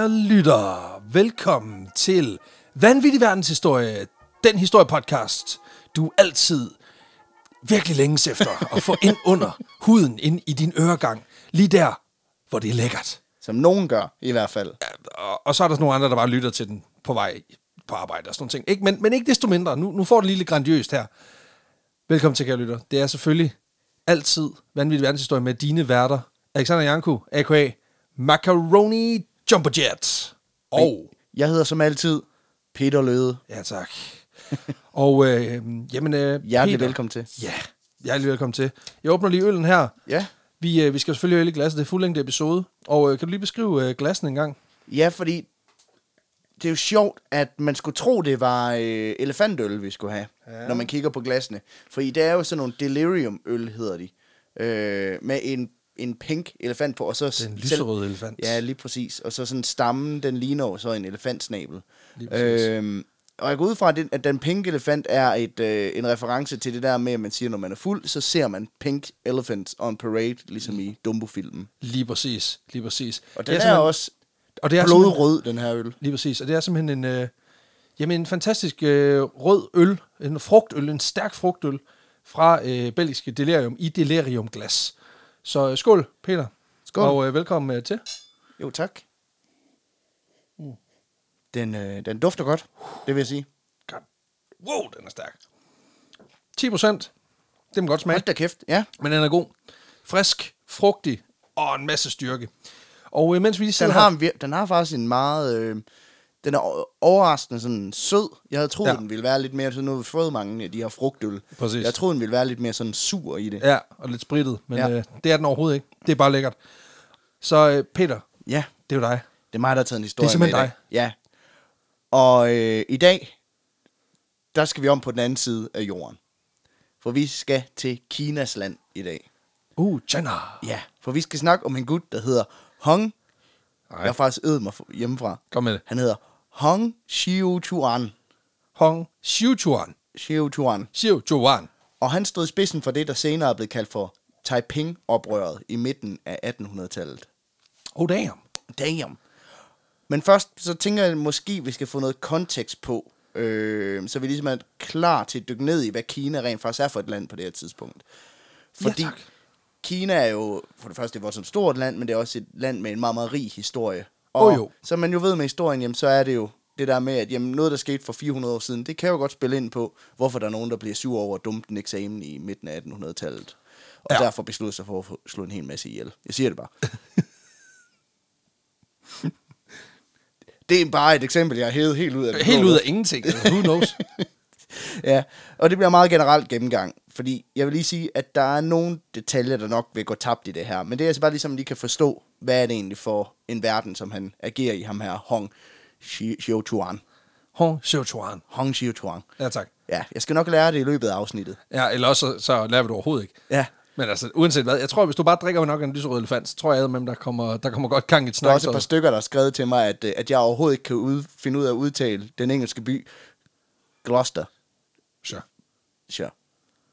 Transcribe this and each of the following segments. lytter, velkommen til Vanvittig Verdenshistorie, den historiepodcast, du altid virkelig længes efter at få ind under huden, ind i din øregang, lige der, hvor det er lækkert. Som nogen gør, i hvert fald. Og, og så er der sådan nogle andre, der bare lytter til den på vej på arbejde og sådan nogle ting. Ikke? Men, men ikke desto mindre, nu, nu får du lige lidt grandiøst her. Velkommen til, kære lytter. Det er selvfølgelig altid Vanvittig Verdenshistorie med dine værter, Alexander Janku, a.k.a. Macaroni Jumbo Jet. Og... Jeg hedder som altid Peter Løde. Ja, tak. og øh, jamen, øh, Hjertelig Peter. velkommen til. Ja, hjertelig velkommen til. Jeg åbner lige øllen her. Ja. Vi, øh, vi skal selvfølgelig have øl i glasset. Det er fuldlængde episode. Og øh, kan du lige beskrive øh, glassen en gang? Ja, fordi det er jo sjovt, at man skulle tro, det var øh, elefantøl, vi skulle have, ja. når man kigger på glasene. For i det er jo sådan nogle delirium-øl, hedder de, øh, med en, en pink elefant på, og så... Den lyserøde elefant. Ja, lige præcis. Og så sådan stammen, den ligner jo så en elefantsnabel. Lige præcis. Øhm, og jeg går ud fra, at den, at den pink elefant er et, øh, en reference til det der med, at man siger, når man er fuld, så ser man pink elephants on parade, ligesom i Dumbo-filmen. Lige præcis, lige præcis. Det Og den er, er simpelthen- også og det er simpelthen- blodrød, den her øl. Lige præcis, og det er simpelthen en, øh, jamen en fantastisk øh, rød øl, en frugtøl, en stærk frugtøl fra øh, belgiske delirium i deliriumglas. Så øh, skål, Peter. Skål. Og øh, velkommen øh, til. Jo, tak. Mm. Den, øh, den dufter godt, det vil jeg sige. God. Wow, den er stærk. 10 procent. Det må godt smage. Hold da kæft, ja. Men den er god. Frisk, frugtig og en masse styrke. Og øh, mens vi lige Den sidder har, her, en vir- den har faktisk en meget... Øh, den er o- overraskende sådan sød. Jeg havde troet, Ja. ja. den ville være lidt mere... Så nu har vi fået mange af de her frugtøl. Præcis. Jeg troede, den ville være lidt mere sådan sur i det. ja, og lidt spritet, men ja. Ja. øh, det er den overhovedet ikke. Det er bare lækkert. Så øh, Peter, ja. det er jo dig. Det er mig, der har taget en historie Det er simpelthen med i dag. Ja. Og øh, i dag, der skal vi om på den anden side af jorden. For vi skal til Kinas land i dag. Uh, Jenna. Ja, for vi skal snakke om en gut, der hedder Hong. Ej. Ej. Jeg har faktisk øvet mig for- hjemmefra. Kom med det. Han hedder Hong Xiuquan. Hong Xiuquan. Xiuquan. Xiuquan. Og han stod i spidsen for det, der senere er blevet kaldt for Taiping-oprøret i midten af 1800-tallet. Oh damn. Damn. Men først, så tænker jeg måske, vi skal få noget kontekst på, øh, så vi ligesom er klar til at dykke ned i, hvad Kina rent faktisk er for et land på det her tidspunkt. Ja, Fordi tak. Kina er jo, for det første, et voldsomt stort land, men det er også et land med en meget, meget rig historie. Og Åh, Oh, jo. som man jo ved med historien, jamen, så er det jo det der med, at jamen, noget, der skete for 400 år siden, det kan jo godt spille ind på, hvorfor der er nogen, der bliver sur over at dumpe en eksamen i midten af 1800-tallet. Og Ja. ja. derfor besluttede sig for at få- slå en hel masse ihjel. Jeg siger det bare. det er bare et eksempel, jeg har hævet helt ud af det Helt blå. ud af ingenting. altså, Who knows? Ja, og det bliver meget generelt gennemgang, fordi jeg vil lige sige, at der er nogle detaljer, der nok vil gå tabt i det her, men det er altså bare ligesom, at de kan forstå, hvad er det egentlig for en verden, som han agerer i, ham her Hong Xi- Xiuquan. Hong Xiuquan. Hong Xiuquan. Ja, tak. Ja, jeg skal nok lære det i løbet af afsnittet. Ja, eller også, så, så lærer vi det overhovedet ikke. Ja. Men altså, uanset hvad, jeg tror, hvis du bare drikker nok af en lyserød elefant, så tror jeg, at der kommer, der kommer godt gang i et Der er snak. også et par stykker, der har skrevet til mig, at, øh, at jeg overhovedet ikke kan ud, finde ud af at udtale den engelske by Gloucestershire. Sure.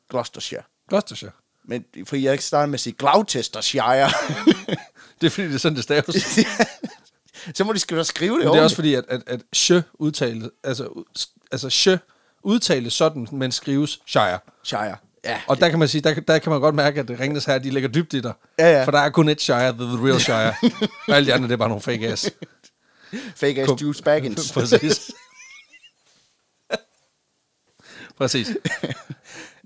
Gloucestershire. Gloucestershire. Men fordi jeg ikke starter med at sige Gloucestershire. Det er fordi, det er sådan, det staves. Men så må de skrive, skrive det, det er også ordentligt. fordi, at, at, at sjø udtales, altså, ud- altså sjø udtales sådan, men skrives shire. Shire. Ja, Og der kan man sige, der, der kan man godt mærke, at Ringnes her, de ligger dybt i dig. Ja, ja. For der er kun et shire, the, the real shire. og alle de andre, det er bare nogle fake ass. fake ass Kom- Juice Baggins. Præcis. Præcis.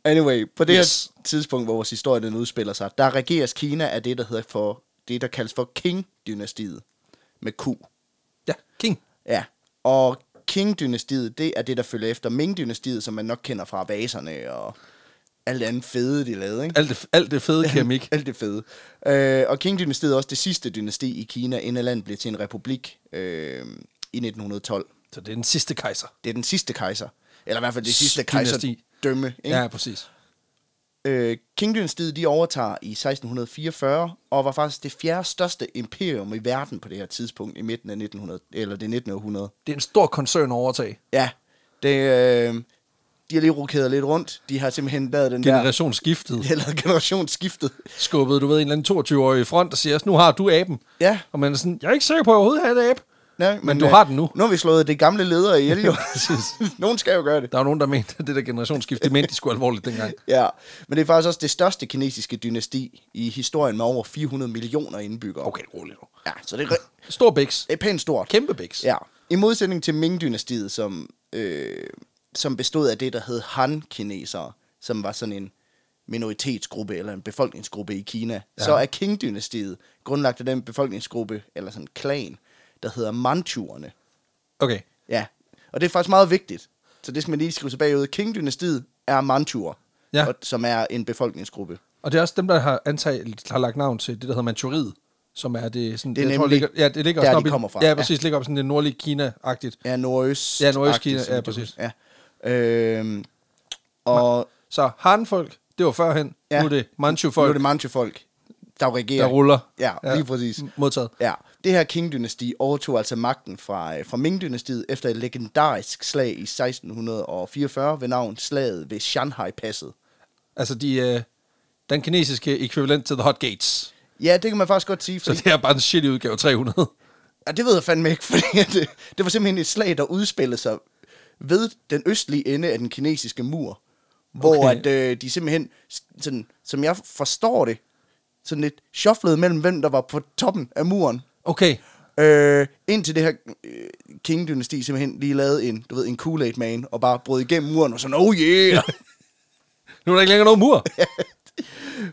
Anyway, på det Yes. yes. her tidspunkt, hvor vores historie den udspiller sig, der regeres Kina af det, der hedder for det, der kaldes for Qing-dynastiet. Med Q. Ja, King. Ja. Og Qing-dynastiet, det er det, der følger efter Ming-dynastiet, som man nok kender fra vaserne og alt det andet fede, de lavede, ikke? Alt det, alt det fede keramik. Alt det fede. Øh, og Qing-dynastiet er også det sidste dynasti i Kina, inden landet blev til en republik øh, i 1912. Så det er den sidste kejser. Det er den sidste kejser. Eller i hvert fald det sidste Dynasti. kejserdømme. Ikke? Ja, præcis. Øh, Qing-dynastiet de overtager i 1644 og var faktisk det fjerde største imperium i verden på det her tidspunkt i midten af 1900 eller det 19. århundrede. Det er en stor koncern at overtage. Ja, det, øh, de har lige rokeret lidt rundt. De har simpelthen lavet den der Generationsskiftet. de har lavet generationsskiftet. Skubbet, du ved, en eller anden 22-årig i front, og siger, nu har du aben. Ja. Og man er sådan, jeg er ikke sikker på, at jeg overhovedet har en abe. Nej, øh, Men du har den nu. Nu har vi slået det gamle leder ihjel, jo. Nogen skal jo gøre det. Der var nogen, der mente, at det der generationsskift, det mente de skulle alvorligt dengang. Ja, men det er faktisk også det største kinesiske dynasti i historien med over 400 millioner indbyggere. Okay, roligt nu. Ja, så det er, ri- Stor bæks. det er pænt stort. Kæmpe bæks. Ja, i modsætning til Ming-dynastiet, som, øh, som bestod af det, der hed Han-kinesere, som var sådan en minoritetsgruppe eller en befolkningsgruppe i Kina, ja. så er Qing-dynastiet grundlagt af den befolkningsgruppe, eller sådan en klan, der hedder Manchuerne. Okay. Ja, og det er faktisk meget vigtigt. Så det skal man lige skrive tilbage ud. Qing-dynastiet er Manchuer, Ja. og, som er en befolkningsgruppe. Og det er også dem, der har, antagelig, har lagt navn til det, der hedder Manchuriet, som er det sådan... Det er jeg tror, nemlig ligger, ja, det ligger der, også de oppe i- kommer fra. Ja, Ja. præcis. Ligger op sådan det nordlige Kina-agtigt. Ja, nordøst. Ja, nordøstkina, agtigt, som ja, det- præcis. Ja. Øhm, og Så Han-folk, det var førhen. Ja. Ja. Nu er det nu er Manchu-folk, det Manchu-folk, der jo regerer. der ruller. Ja, lige præcis. m- Modtaget. Ja, det her Qing-dynasti overtog altså magten fra, øh, fra Ming-dynastiet efter et legendarisk slag i 1644 ved navn Slaget ved Shanghai-passet. Altså, de, øh, den kinesiske ekvivalent til The Hot Gates. Ja, det kan man faktisk godt sige, Så fordi, det er bare en shitty udgave 300. ja, det ved jeg fandme ikke, fordi at det, det var simpelthen et slag, der udspillede sig ved den østlige ende af den kinesiske mur, hvor Okay. at, øh, de simpelthen, s- sådan, som jeg forstår det, sådan lidt shufflede mellem, hvem der var på toppen af muren, Okay. Øh, indtil det her øh, King-dynasti simpelthen lige lavede en, du ved, en Kool-Aid man, og bare brød igennem muren og sådan, oh yeah! Nu er der ikke længere nogen mur.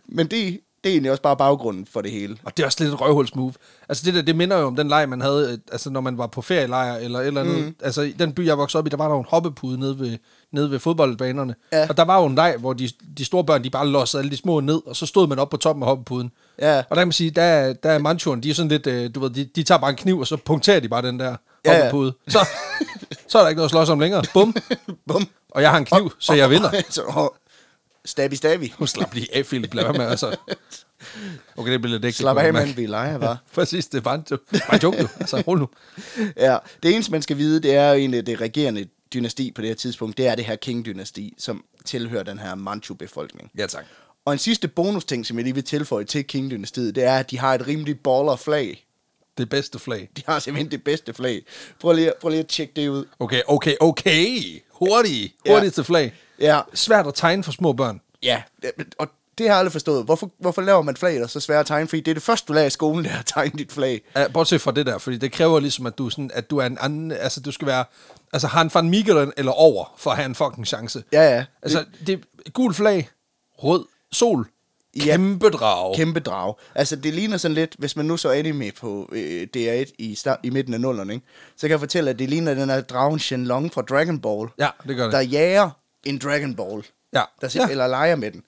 Men det, det er egentlig også bare baggrunden for det hele. Og det er også lidt et røvhulsmove. Altså det der, det minder jo om den leg, man havde, øh, altså når man var på ferielejr eller et eller andet. Mm. Altså i den by, jeg voksede op i, der var der jo en hoppepude nede ved, nede ved fodboldbanerne. Ja. Og der var jo en leg, hvor de, de store børn, de bare lossede alle de små ned, og så stod man op på toppen af hoppepuden. Ja. Og der kan man sige, der, er- der er manchuren, de er sådan lidt, øh, du ved, de, de tager bare en kniv, og så punkterer de bare den der Ja, ja. hoppepude. Så, så er der ikke noget at slås om længere. Bum. Bum. Og jeg har en kniv, så jeg vinder. så, oh, stabby, stabby. Nu slap lige af, Philip. Lad være med, altså. Okay, det bliver lidt ægte. Slap kunne af, jeg mærke. mand, vi leger, var. Præcis, det er bare en joke. Bare en joke jo. Altså, rul nu. ja, det eneste, man skal vide, det er jo egentlig, at det regerende dynasti på det her tidspunkt, det er det her King-dynasti, som tilhører den her Manchu-befolkning. Ja, tak. Og en sidste bonusting, som jeg lige vil tilføje til King-dynastiet, det er, at de har et rimelig baller flag. Det bedste flag. De har simpelthen det bedste flag. Prøv lige, prøv lige at tjekke det ud. Okay, okay, okay. Hurtig. Ja. Hurtigt til flag. Ja, Svært at tegne for små børn. Ja, det- og det har jeg aldrig forstået. Hvorfor, hvorfor laver man flag, der er så svære at tegne? Fordi det er det første, du lærer i skolen, det er at tegne dit flag. Uh, bortset fra det der, fordi det kræver ligesom, at du, er sådan, at du er en anden... Altså, du skal være... Altså, har en van Migelen eller over, for at have en fucking chance. Ja, ja. Altså, det, gul flag, rød, sol, Ja. kæmpe drag. Kæmpe drag. Altså, det ligner sådan lidt, hvis man nu så anime på øh, DR1 i, start, i midten af nullerne, ikke? så kan jeg fortælle, at det ligner den her dragen Shenlong fra Dragon Ball, Ja, det gør det. der jager en Dragon Ball, Ja. der sim- Ja. eller leger med den.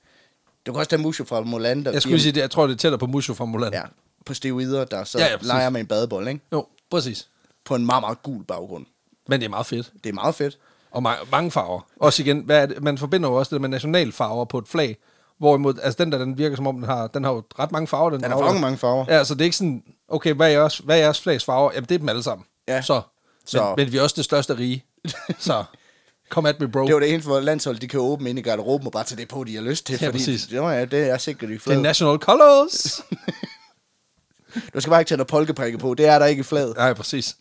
Du kan også tage Mushu fra Mulan, der Jeg skulle giver- sige, det, jeg tror, det er tættere på Mushu fra Mulan. ja, på steroider, der så Ja, ja, ja, ja, præcis. leger med en badebold, ikke? Jo, præcis. på en meget, meget gul baggrund. Men det er meget fedt. Det er meget fedt. Og ma- mange farver. Også igen, hvad er det? man forbinder jo også det med nationalfarver på et flag. Hvorimod, altså den der, den virker som om, den har, den har jo ret mange farver. Den, Den har farve. fucking mange farver. Ja, så det er ikke sådan, okay, hvad er jeres, hvad er jeres flags farver? Jamen, det er dem alle sammen. Ja. Så. så. Så. Men, men, vi er også det største rige. så, kom at me, bro. Det var det eneste, hvor landsholdet de kan åbne ind i garderoben og bare tage det på, de har lyst til. Ja, Ja, fordi præcis. præcis. Det, ja, det er sikkert i det er flaget. national colors. Du skal bare ikke tage noget polkeprikke på, det er der ikke i flaget. Nej, præcis.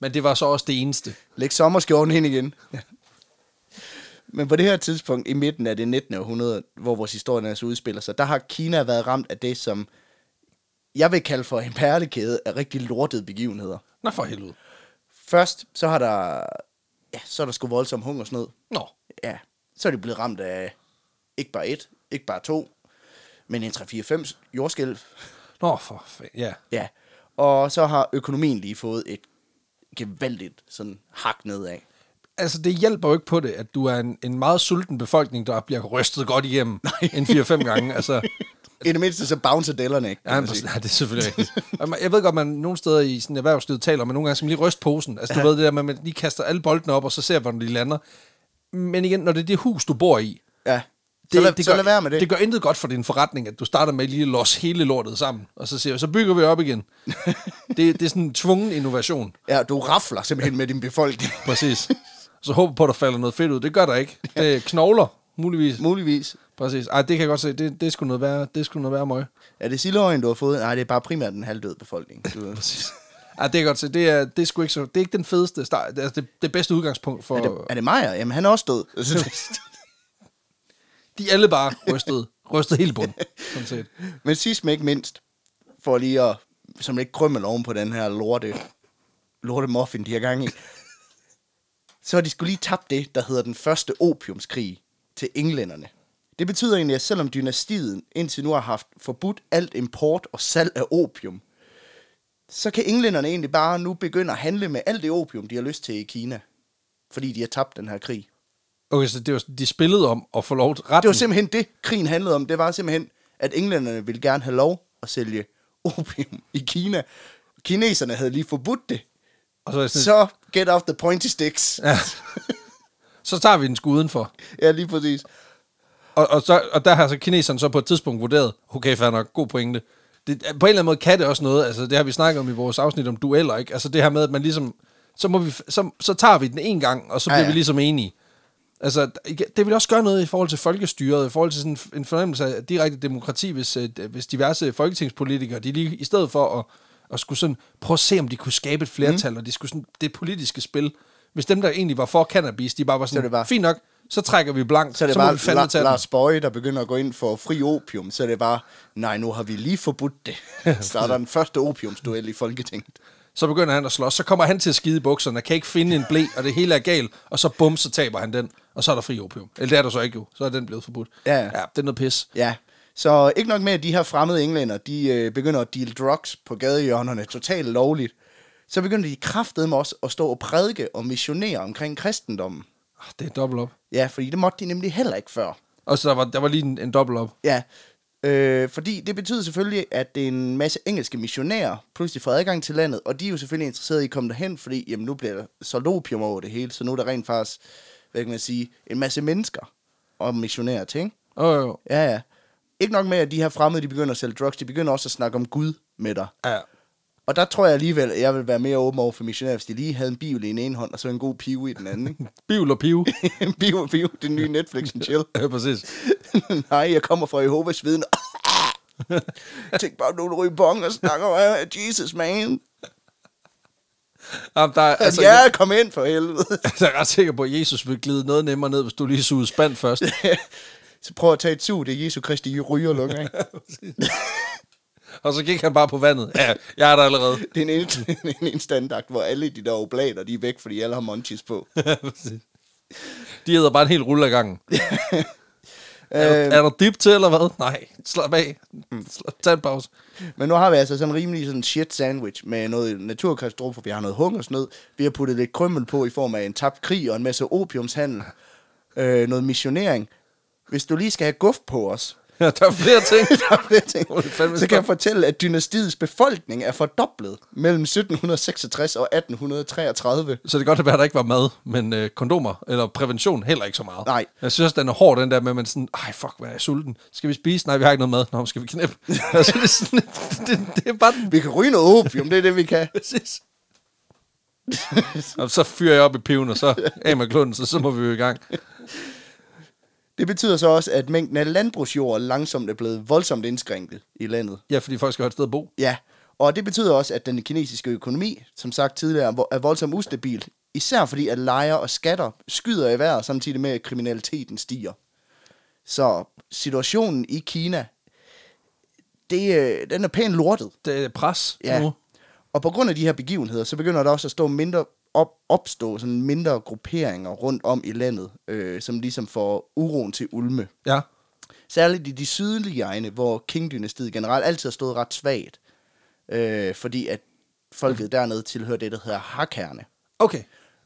Men det var så også det eneste. Læg sommerskjorten ind igen. Men på det her tidspunkt, i midten af det 19. århundrede, hvor vores historie altså udspiller sig, der har Kina været ramt af det, som jeg vil kalde for en perlekæde af rigtig lortede begivenheder. Nå, for helvede. Først, så har der, ja, så er der sgu voldsom hungersnød. Nå, Ja, så er de blevet ramt af ikke bare et, ikke bare to, men en 3-4-5 jordskælv. Nå for fanden. Ja. Ja, og så har økonomien lige fået et gevaldigt sådan hak nedad. altså, det hjælper jo ikke på det, at du er en, en meget sulten befolkning, der bliver rystet godt igennem en 4-5 gange. Altså, I det mindste så bouncer dellerne ikke. kan ja, man men, sige. nej, det er selvfølgelig rigtigt. Og man- Jeg ved godt, man nogle steder i sådan erhvervslivet taler om, at nogle gange skal man lige ryste posen. Altså, du ved det der med, at man lige kaster alle boldene op, og så ser, hvordan de lander. Men igen, når det er det hus, du bor i, Ja, det, så, lad, det så lad være med det. Det gør intet godt for din forretning, at du starter med lige at losse hele lortet sammen, og så siger så bygger vi op igen. det, det er sådan en tvungen innovation. Ja, du rafler simpelthen med din befolkning. Præcis. Så håber på, at der falder noget fedt ud. Det gør der ikke. Det er knogler, muligvis. Muligvis. Præcis. Ej, det kan jeg godt se. Det, det skulle noget være, det skulle noget være møg. Er det sildøjen, du har fået? Nej, det er bare primært den halvdøde befolkning. Du ved. Præcis. Ja, Ah, det er godt se. Det er, det er sgu ikke så... Det er ikke den fedeste start. Altså, det, det bedste udgangspunkt for... Er det, er det Maja? Jamen, han er også død. De er alle bare rystet, rystet helt bund, sådan set. Men sidst men ikke mindst, for lige at, som lidt krømmel oven på den her lorte, lorte muffin, de har gang i, så har de skulle lige tabt det, der hedder den første opiumskrig til englænderne. Det betyder egentlig, at selvom dynastiet indtil nu har haft forbudt alt import og salg af opium, så kan englænderne egentlig bare nu begynde at handle med alt det opium, de har lyst til i Kina, fordi de har tabt den her krig. Okay, så det var, de spillede om at få lov til retten. Det var simpelthen det, krigen handlede om. Det var simpelthen, at englænderne ville gerne have lov at sælge opium i Kina. Kineserne havde lige forbudt det. og så, er jeg sådan, så... Så get off the pointy sticks. Ja. så tager vi den sgu udenfor. Ja, lige præcis. Og, og, så, og der har så kineserne så på et tidspunkt vurderet, okay, fair nok, god pointe. Det, på en eller anden måde kan det også noget, altså det har vi snakket om i vores afsnit om dueller, ikke? Altså det her med, at man ligesom, så, må vi, så, så tager vi den en gang, og så Ja, bliver ja, ja. ja. vi ligesom enige. Altså, det vil også gøre noget i forhold til folkestyret, i forhold til sådan en fornemmelse af direkte demokrati, hvis, øh, hvis diverse folketingspolitikere, de lige, i stedet for at, at skulle sådan, prøve at se, om de kunne skabe et flertal, mm. og de skulle sådan, det politiske spil, hvis dem, der egentlig var for cannabis, de bare var er sådan, det bare, bare- fint nok, så trækker vi blankt, Så er det så så må vi bare fandme La- tage den. Lars Bøje, der begynder at gå ind for fri opium. Så er det bare, nej, nu har vi lige forbudt det. så er der den første opiumsduel i Folketinget. Så begynder han at slås, så kommer han til at skide i bukserne, kan ikke finde en blæ, og det hele er galt, og så bum, så taber han den, og så er der fri opium. Eller det er der så ikke jo, så er den blevet forbudt. Ja. ja det er noget pis. Ja, så ikke nok med, at de her fremmede englænder, de øh, begynder at deal drugs på gadehjørnerne, totalt lovligt. Så begynder de kraftedeme også at stå og prædike og missionere omkring kristendommen. Ah, Det er dobbelt op. Ja, fordi det måtte de nemlig heller ikke før. Og så der var, der var lige en, en dobbelt op. Ja, øh, fordi det betyder selvfølgelig, at det er en masse engelske missionærer pludselig får adgang til landet, og de er jo selvfølgelig interesserede i at komme derhen, fordi jamen, nu bliver der solgt opium over det hele, så nu er der rent faktisk, hvad kan man sige, en masse mennesker og missionærer til, ikke? Oh, jo. Ja, ja. Ikke nok med, at de her fremmede, de begynder at sælge drugs, de begynder også at snakke om Gud med dig. Ja. Og der tror jeg alligevel, at jeg vil være mere åben over for missionærer, hvis de lige havde en bibel i den ene hånd, og så en god pive i den anden. Ikke? Bivl og pive. en bibel, pive, det nye Netflix and chill. ja, præcis. Nej, jeg kommer fra Jehovas vidne. Tænk bare, nu ryger bong og snakker om Jesus, man. Jamen, der, er- altså, Altså, jeg, ja, kom ind for helvede. altså, jeg er ret sikker på, at Jesus ville glide noget nemmere ned, hvis du lige sugede spand først. så prøv at tage et sug, det er Jesu Kristi rygerlunger, ikke? og så gik han bare på vandet. Ja, jeg er der allerede. Det er en, en, en, en standard, hvor alle de der oblater, de er væk, fordi alle har munchies på. Ja, præcis. De hedder bare en hel rulle af gangen. Er, Øhm. Mm. der- er der dip til, eller hvad? Nej, slap af. Slap, tag en pause. Men nu har vi altså sådan en rimelig sådan shit sandwich med noget naturkatastrofe, vi har noget hungersnød, vi har puttet lidt krømmel på i form af en tabt krig og en masse opiumshandel, øh, noget missionering. Hvis du lige skal have guf på os, Ja, der er flere ting. der er flere ting, Hvor er det fandme så stort. kan jeg fortælle, at dynastiets befolkning er fordoblet mellem 1766 og 1833. Så det kan godt være, at der ikke var mad, men øh, kondomer eller prævention heller ikke så meget. Nej. Jeg synes, den er hård, den der med, at man sådan, ej fuck, hvad er jeg sulten? Skal vi spise? Nej, vi har ikke noget mad. Nå, men skal vi knæppe? altså, det, er sådan, det, det, er bare den Vi kan ryge noget opium, det er det, vi kan. præcis. og så fyrer jeg op i piven, og så af med klunden, så, så må vi jo i gang. Det betyder så også, at mængden af landbrugsjord langsomt er blevet voldsomt indskrænket i landet. Ja, fordi folk skal have et sted at bo. Ja, og det betyder også, at den kinesiske økonomi, som sagt tidligere, vo- er voldsomt ustabil. Især fordi, at lejer og skatter skyder i vejret, samtidig med, at kriminaliteten stiger. Så situationen i Kina, det, øh, den er pænt lortet. Det er pres Ja. nu. Og på grund af de her begivenheder, så begynder der også at stå mindre op, opstå sådan mindre grupperinger rundt om i landet, øh, som ligesom får uroen til ulme. Ja. Særligt i de sydlige egne, hvor Qing-dynastiet generelt altid har stået ret svagt. Øh, fordi at folket dernede tilhører det, der hedder Hakkerne, Okay,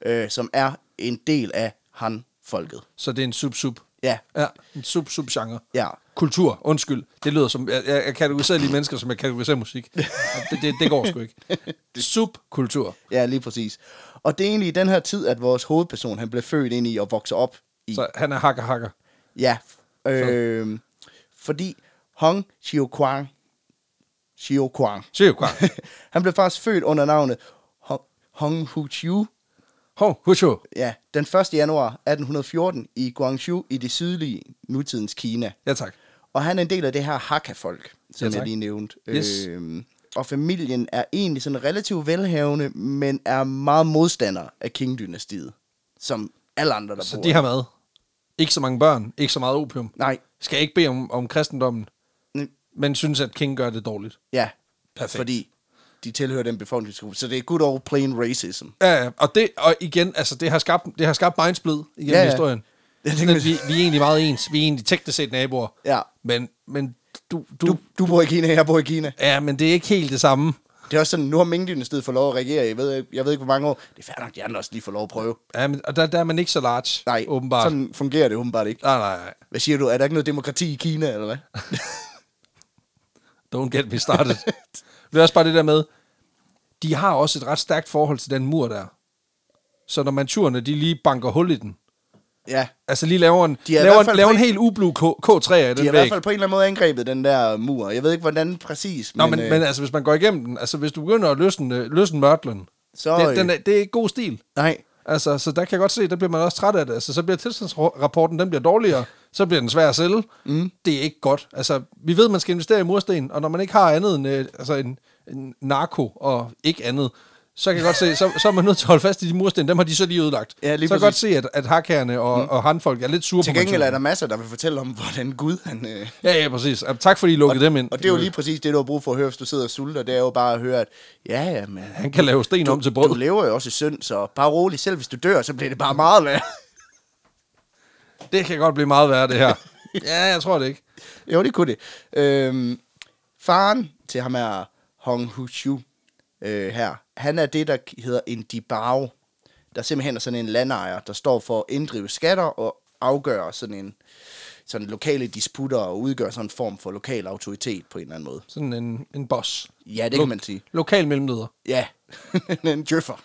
øh, som er en del af Han-folket. så det er en sub-sub. Ja, Ja, en sub-sub-genre. ja. Kultur, undskyld. Det lyder som, jeg, jeg, jeg kategoriserer lige mennesker, som jeg kategoriserer musik. Og Det, det, det går sgu ikke. Subkultur. Ja, lige præcis. Og det er egentlig i den her tid, at vores hovedperson, han blev født ind i og vokser op i. Så han er hakker hakker. Ja. Øh, fordi Hong Xiaoquang, Xiaoquang, Se jo kvar. han blev faktisk født under navnet Hong, Hong Hu Chiu, Hov, husho. ja, den 1. januar 1814 i Guangzhou i det sydlige nutidens Kina. Ja tak. Og han er en del af det her Hakka-folk, som Ja, ja, tak. jeg lige nævnte. Yes. Øhm, og familien er egentlig sådan relativt velhavende, men er meget modstander af King-dynastiet, som alle andre, der Så bor. de i. har mad. Ikke så mange børn, ikke så meget opium. Nej, Skal ikke bede om, om kristendommen, Nej. men synes, at King gør det dårligt. ja, Perfekt. fordi de tilhører den befolkningsgruppe. Så det er good old plain racism. Ja, ja, og, det, og igen, altså, det har skabt, det har skabt mindsplid igennem Ja, ja, ja. ja. historien. Ja, det Sådan, kan at vi, vi er egentlig meget ens. Vi er egentlig teknisk set naboer. Ja. Men, men du, du, Du, du, du bor i Kina, jeg bor i Kina. ja, men det er ikke helt det samme. Det er også sådan, nu har Ming-dynastiet fået lov at regere i, ved, jeg ved ikke hvor mange år. Det er fair nok, de andre også lige får lov at prøve. Ja, men, og der, der er man ikke så large, Nej, åbenbart. Sådan. sådan fungerer det åbenbart ikke. Nej, nej, nej. Hvad siger du, er der ikke noget demokrati i Kina, eller hvad? Don't get me started. det er også bare det der med, de har også et ret stærkt forhold til den mur der. Så når manturerne, de lige banker hul i den, ja, altså lige laver en, De er i laver hvert en, fald laver en på en- helt ublu K- K3 af de har i den hvert væg. fald på en eller anden måde angrebet den der mur. Jeg ved ikke, hvordan præcis, Nå, men, øh, men altså, hvis man går igennem den, altså hvis du begynder at løsne, øh, løsne mørtlen, Så, øh, det, den er, det er ikke god stil. nej. Altså, så der kan jeg godt se, der bliver man også træt af det. Altså, så bliver tilstandsrapporten, den bliver dårligere, så bliver den svær at sælge. Mm. Det er ikke godt. Altså, vi ved, man skal investere i mursten, og når man ikke har andet end, øh, altså, en, en narko og ikke andet, så kan jeg godt se, så, så er man nødt til at holde fast i de mursten, dem har de så lige ødelagt. Ja, lige så kan jeg godt præcis. se, at, at hakkerne og, mm. og handfolk er lidt sure Til på gengæld kontoret. er der masser, der vil fortælle om, hvordan Gud han... Øh, Ja, ja, præcis. Ja, Tak fordi I lukkede dem ind. og det er jo lige præcis det, du har brug for at høre, hvis du sidder og sulter. Det er jo bare at høre, at ja, ja, men... Han kan lave sten om til brød. Du lever jo også i synd, så bare rolig. Selv hvis du dør, så bliver det bare meget værre. Det kan godt blive meget værre, det her. ja, jeg tror det ikke. Jo, det kunne det. Øhm, faren til ham er Hong Hushu øh, her. Han er det, der hedder en dibao, der simpelthen er sådan en landejer, der står for at inddrive skatter og afgøre sådan en sådan lokale disputter og udgør sådan en form for lokal autoritet på en eller anden måde. Sådan en, en boss. Ja, det kan man sige. Lokal mellemleder. Ja, en djøffer.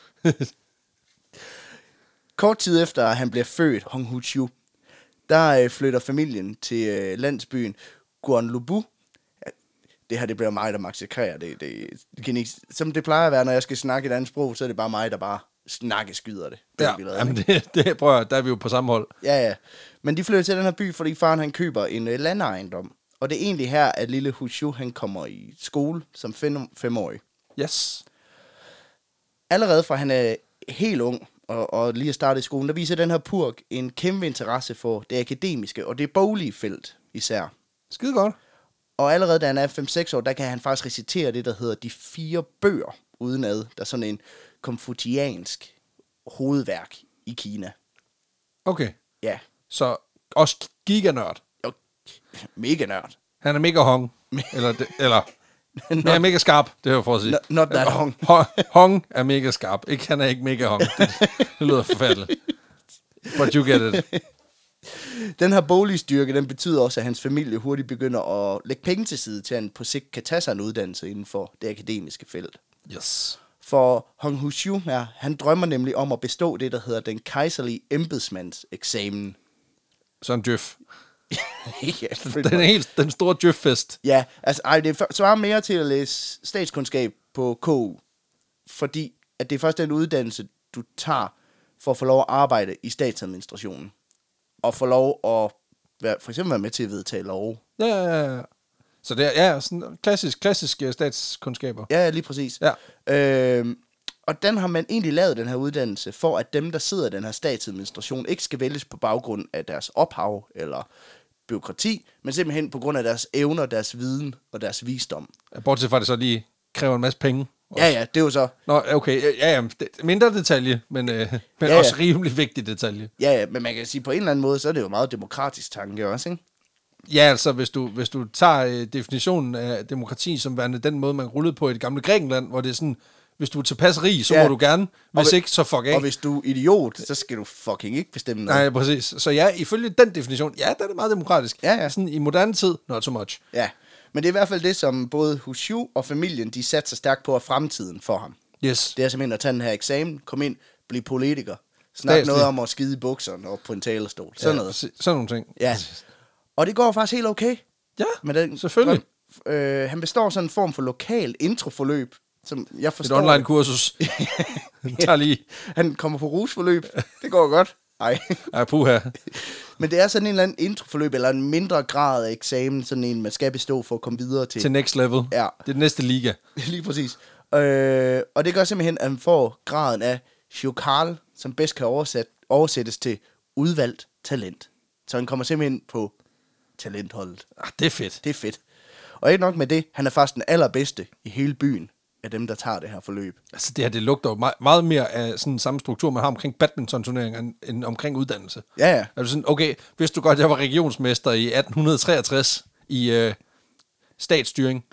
Kort tid efter, at han bliver født, Hong Huchiu, der øh, flytter familien til øh, landsbyen Guanlubu. Ja, Det her, det bliver mig, der massakrerer det. det, det kan ikke, som det plejer at være, når jeg skal snakke et andet sprog, så er det bare mig, der bare snakke skyder det. Det er Ja, vi lavet, jamen ikke? det, det prøver jeg, der er vi jo på samme hold. ja, ja. Men de flytter til den her by, fordi faren han køber en øh, landejendom. Og det er egentlig her, at lille Huchiu, han kommer i skole som fem, femårig. Yes. allerede fra han er helt ung og, og lige er startet i skolen, der viser den her purk en kæmpe interesse for det akademiske og det boglige felt især. Skide godt. Og allerede da han er 5-6 år, der kan han faktisk recitere det, der hedder de fire bøger udenad, der er sådan en konfuciansk hovedværk i Kina. Okay, Ja, så også giganørd. jo, mega nørd. Han er mega hong. Eller, det- eller han er mega skarp, det var for at sige. Not- not that Øh, hong. ho- Hong er mega skarp. Ikke, han er ikke mega hong. Det, det lyder forfærdeligt. But you get it. Den her boligstyrke, den betyder også, at hans familie hurtigt begynder at lægge penge til side, til at han på sigt kan tage sig en uddannelse inden for det akademiske felt. Yes. For Hong Hushu her, han drømmer nemlig om at bestå det, der hedder den kejserlige embedsmandseksamen. Så en djøf. ja, pretty Den, er much. helt, den store djøf-fest. ja, altså ej, det før- svarer mere til at læse statskundskab på KU, fordi at det er først den uddannelse, du tager for at få lov at arbejde i statsadministrationen, og få lov at være, for eksempel være med til at vedtage lov. Ja, ja, ja. Så det er ja, sådan klassisk, klassiske statskundskaber. Ja, ja, lige præcis. Ja. Øhm, og den har man egentlig lavet, den her uddannelse, for at dem, der sidder i den her statsadministration, ikke skal vælges på baggrund af deres ophav eller byråkrati, men simpelthen på grund af deres evner, deres viden og deres visdom. Bortset fra, at det så lige kræver en masse penge. Ja, ja, det er jo så, Nå, okay. Ja, ja, det- mindre detalje, men, øh, men Ja, ja, ja. ja. også rimelig vigtig detalje. ja, ja, men man kan sige, på en eller anden måde, så er det jo meget demokratisk tanke også, ikke? Ja, altså, hvis du, hvis du tager øh, definitionen af demokrati som værende den måde, man rullede på i det gamle Grækenland, hvor det er sådan, hvis du er tilpas rig, så Ja. ja. må du gerne. Hvis hvi- ikke, så fuck af. Og hvis du er idiot, så skal du fucking ikke bestemme noget. Nej, præcis. Så ja, ifølge den definition, ja, der er det meget demokratisk. Ja, ja. Sådan i moderne tid, not so much. Ja, men det er i hvert fald det, som både Hushu og familien, de satte sig stærkt på af fremtiden for ham. Yes. Det er simpelthen at tage den her eksamen, komme ind, blive politiker, snakke Statslig. noget om at skide i bukserne og på en talerstol. Sådan ja, noget. præcis. Sådan nogle ting. Ja. Og det går faktisk helt okay. Ja, Men den, selvfølgelig. Øh, han består sådan en form for lokal introforløb, som jeg Et forstår. online kursus. Tag lige. Han kommer på rusforløb. Det går godt. Nej. Ej, puha. Men det er sådan en eller anden introforløb, eller en mindre grad af eksamen, sådan en, man skal bestå for at komme videre til. Til next level. Ja. Det er den næste liga. Lige præcis. Øh, og det gør simpelthen, at man får graden af Shokal, som bedst kan oversat, oversættes til udvalgt talent. Så han kommer simpelthen på talentholdet. Ah, det er fedt. Det er fedt. Og ikke nok med det, han er faktisk den allerbedste i hele byen af dem, der tager det her forløb. Altså, det her, det lugter jo meget, meget mere af sådan samme struktur, man har omkring badminton-turneringer, end, end omkring uddannelse. Ja, ja. Er du sådan, okay, vidste du godt, jeg var regionsmester i 1863 i øh, statsstyring?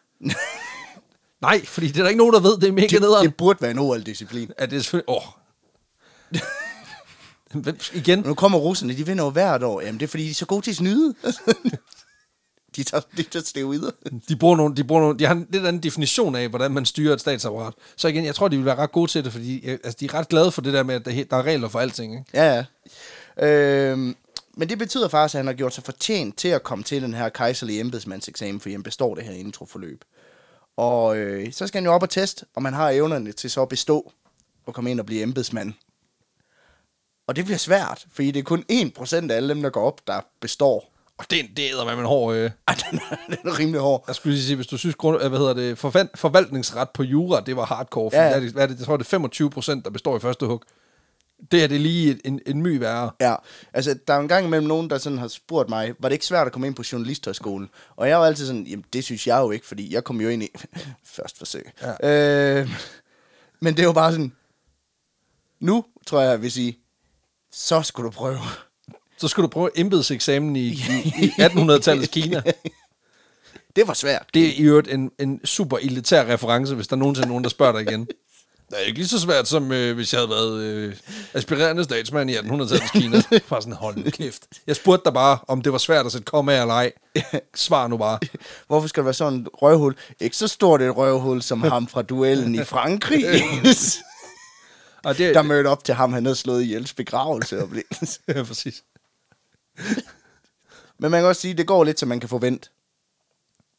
Nej, fordi det er der ikke nogen, der ved, det er mega Det, nederen. det burde være en OL-disciplin. Ja, det er selvfølgelig... Åh. Hvem, igen, Nu kommer russerne, de vinder jo hvert år. Jamen, det er fordi, de er så gode til at snyde. de tager, de tager steroider. de bruger, nogle, de bruger nogle, de har en lidt anden definition af, hvordan man styrer et statsapparat. Så igen, jeg tror, de vil være ret gode til det, fordi øh, altså, de er ret glade for det der med, at der, he- der er regler for alting. Ikke? Ja, ja. Øhm, men det betyder faktisk, at han har gjort sig fortjent til at komme til den her kejserlige embedsmandseksamen, fordi han består det her introforløb. Og øh, så skal han jo op og teste, om han har evnerne til så at bestå og komme ind og blive embedsmand. Og det bliver svært, fordi det er kun 1% af alle dem, der går op, der består. Og det, det æder man med en hård... Øh. Ej, den er, den er rimelig hård. Jeg skulle lige sige, hvis du synes, grund, øh, hvad hedder det, forvan, forvaltningsret på jura, det var hardcore. For Ja. ja. hvad er det, hvad er det, jeg tror, det er 25 procent, der består i første hug. Det her, det er lige et- en, en my værre. Ja, altså der er jo en gang imellem nogen, der sådan har spurgt mig, var det ikke svært at komme ind på journalisthøjskolen? Og jeg var altid sådan, jamen det synes jeg jo ikke, fordi jeg kom jo ind i først forsøg. Ja. Øh, men det er jo bare sådan, nu tror jeg, jeg vil sige, så skulle du prøve. Så skulle du prøve embedseksamen i, i, i 1800-tallets Kina. Det var svært. Det er i øvrigt en, en super elitær reference, hvis der er nogensinde nogen, der spørger dig igen. Det er ikke lige så svært, som øh, hvis jeg havde været øh, aspirerende statsmand i 1800-tallets Kina. Bare sådan, hold nu kæft. Jeg spurgte dig bare, om det var svært at sætte komma eller ej. Svar nu bare. Hvorfor skal det være sådan et røvhul? Ikke så stort et røvhul som ham fra duellen i Frankrig, Og det, der mødte op til ham, han havde slået ihjels begravelse. Og blev... ja, præcis. Men man kan også sige, det går lidt, som man kan forvente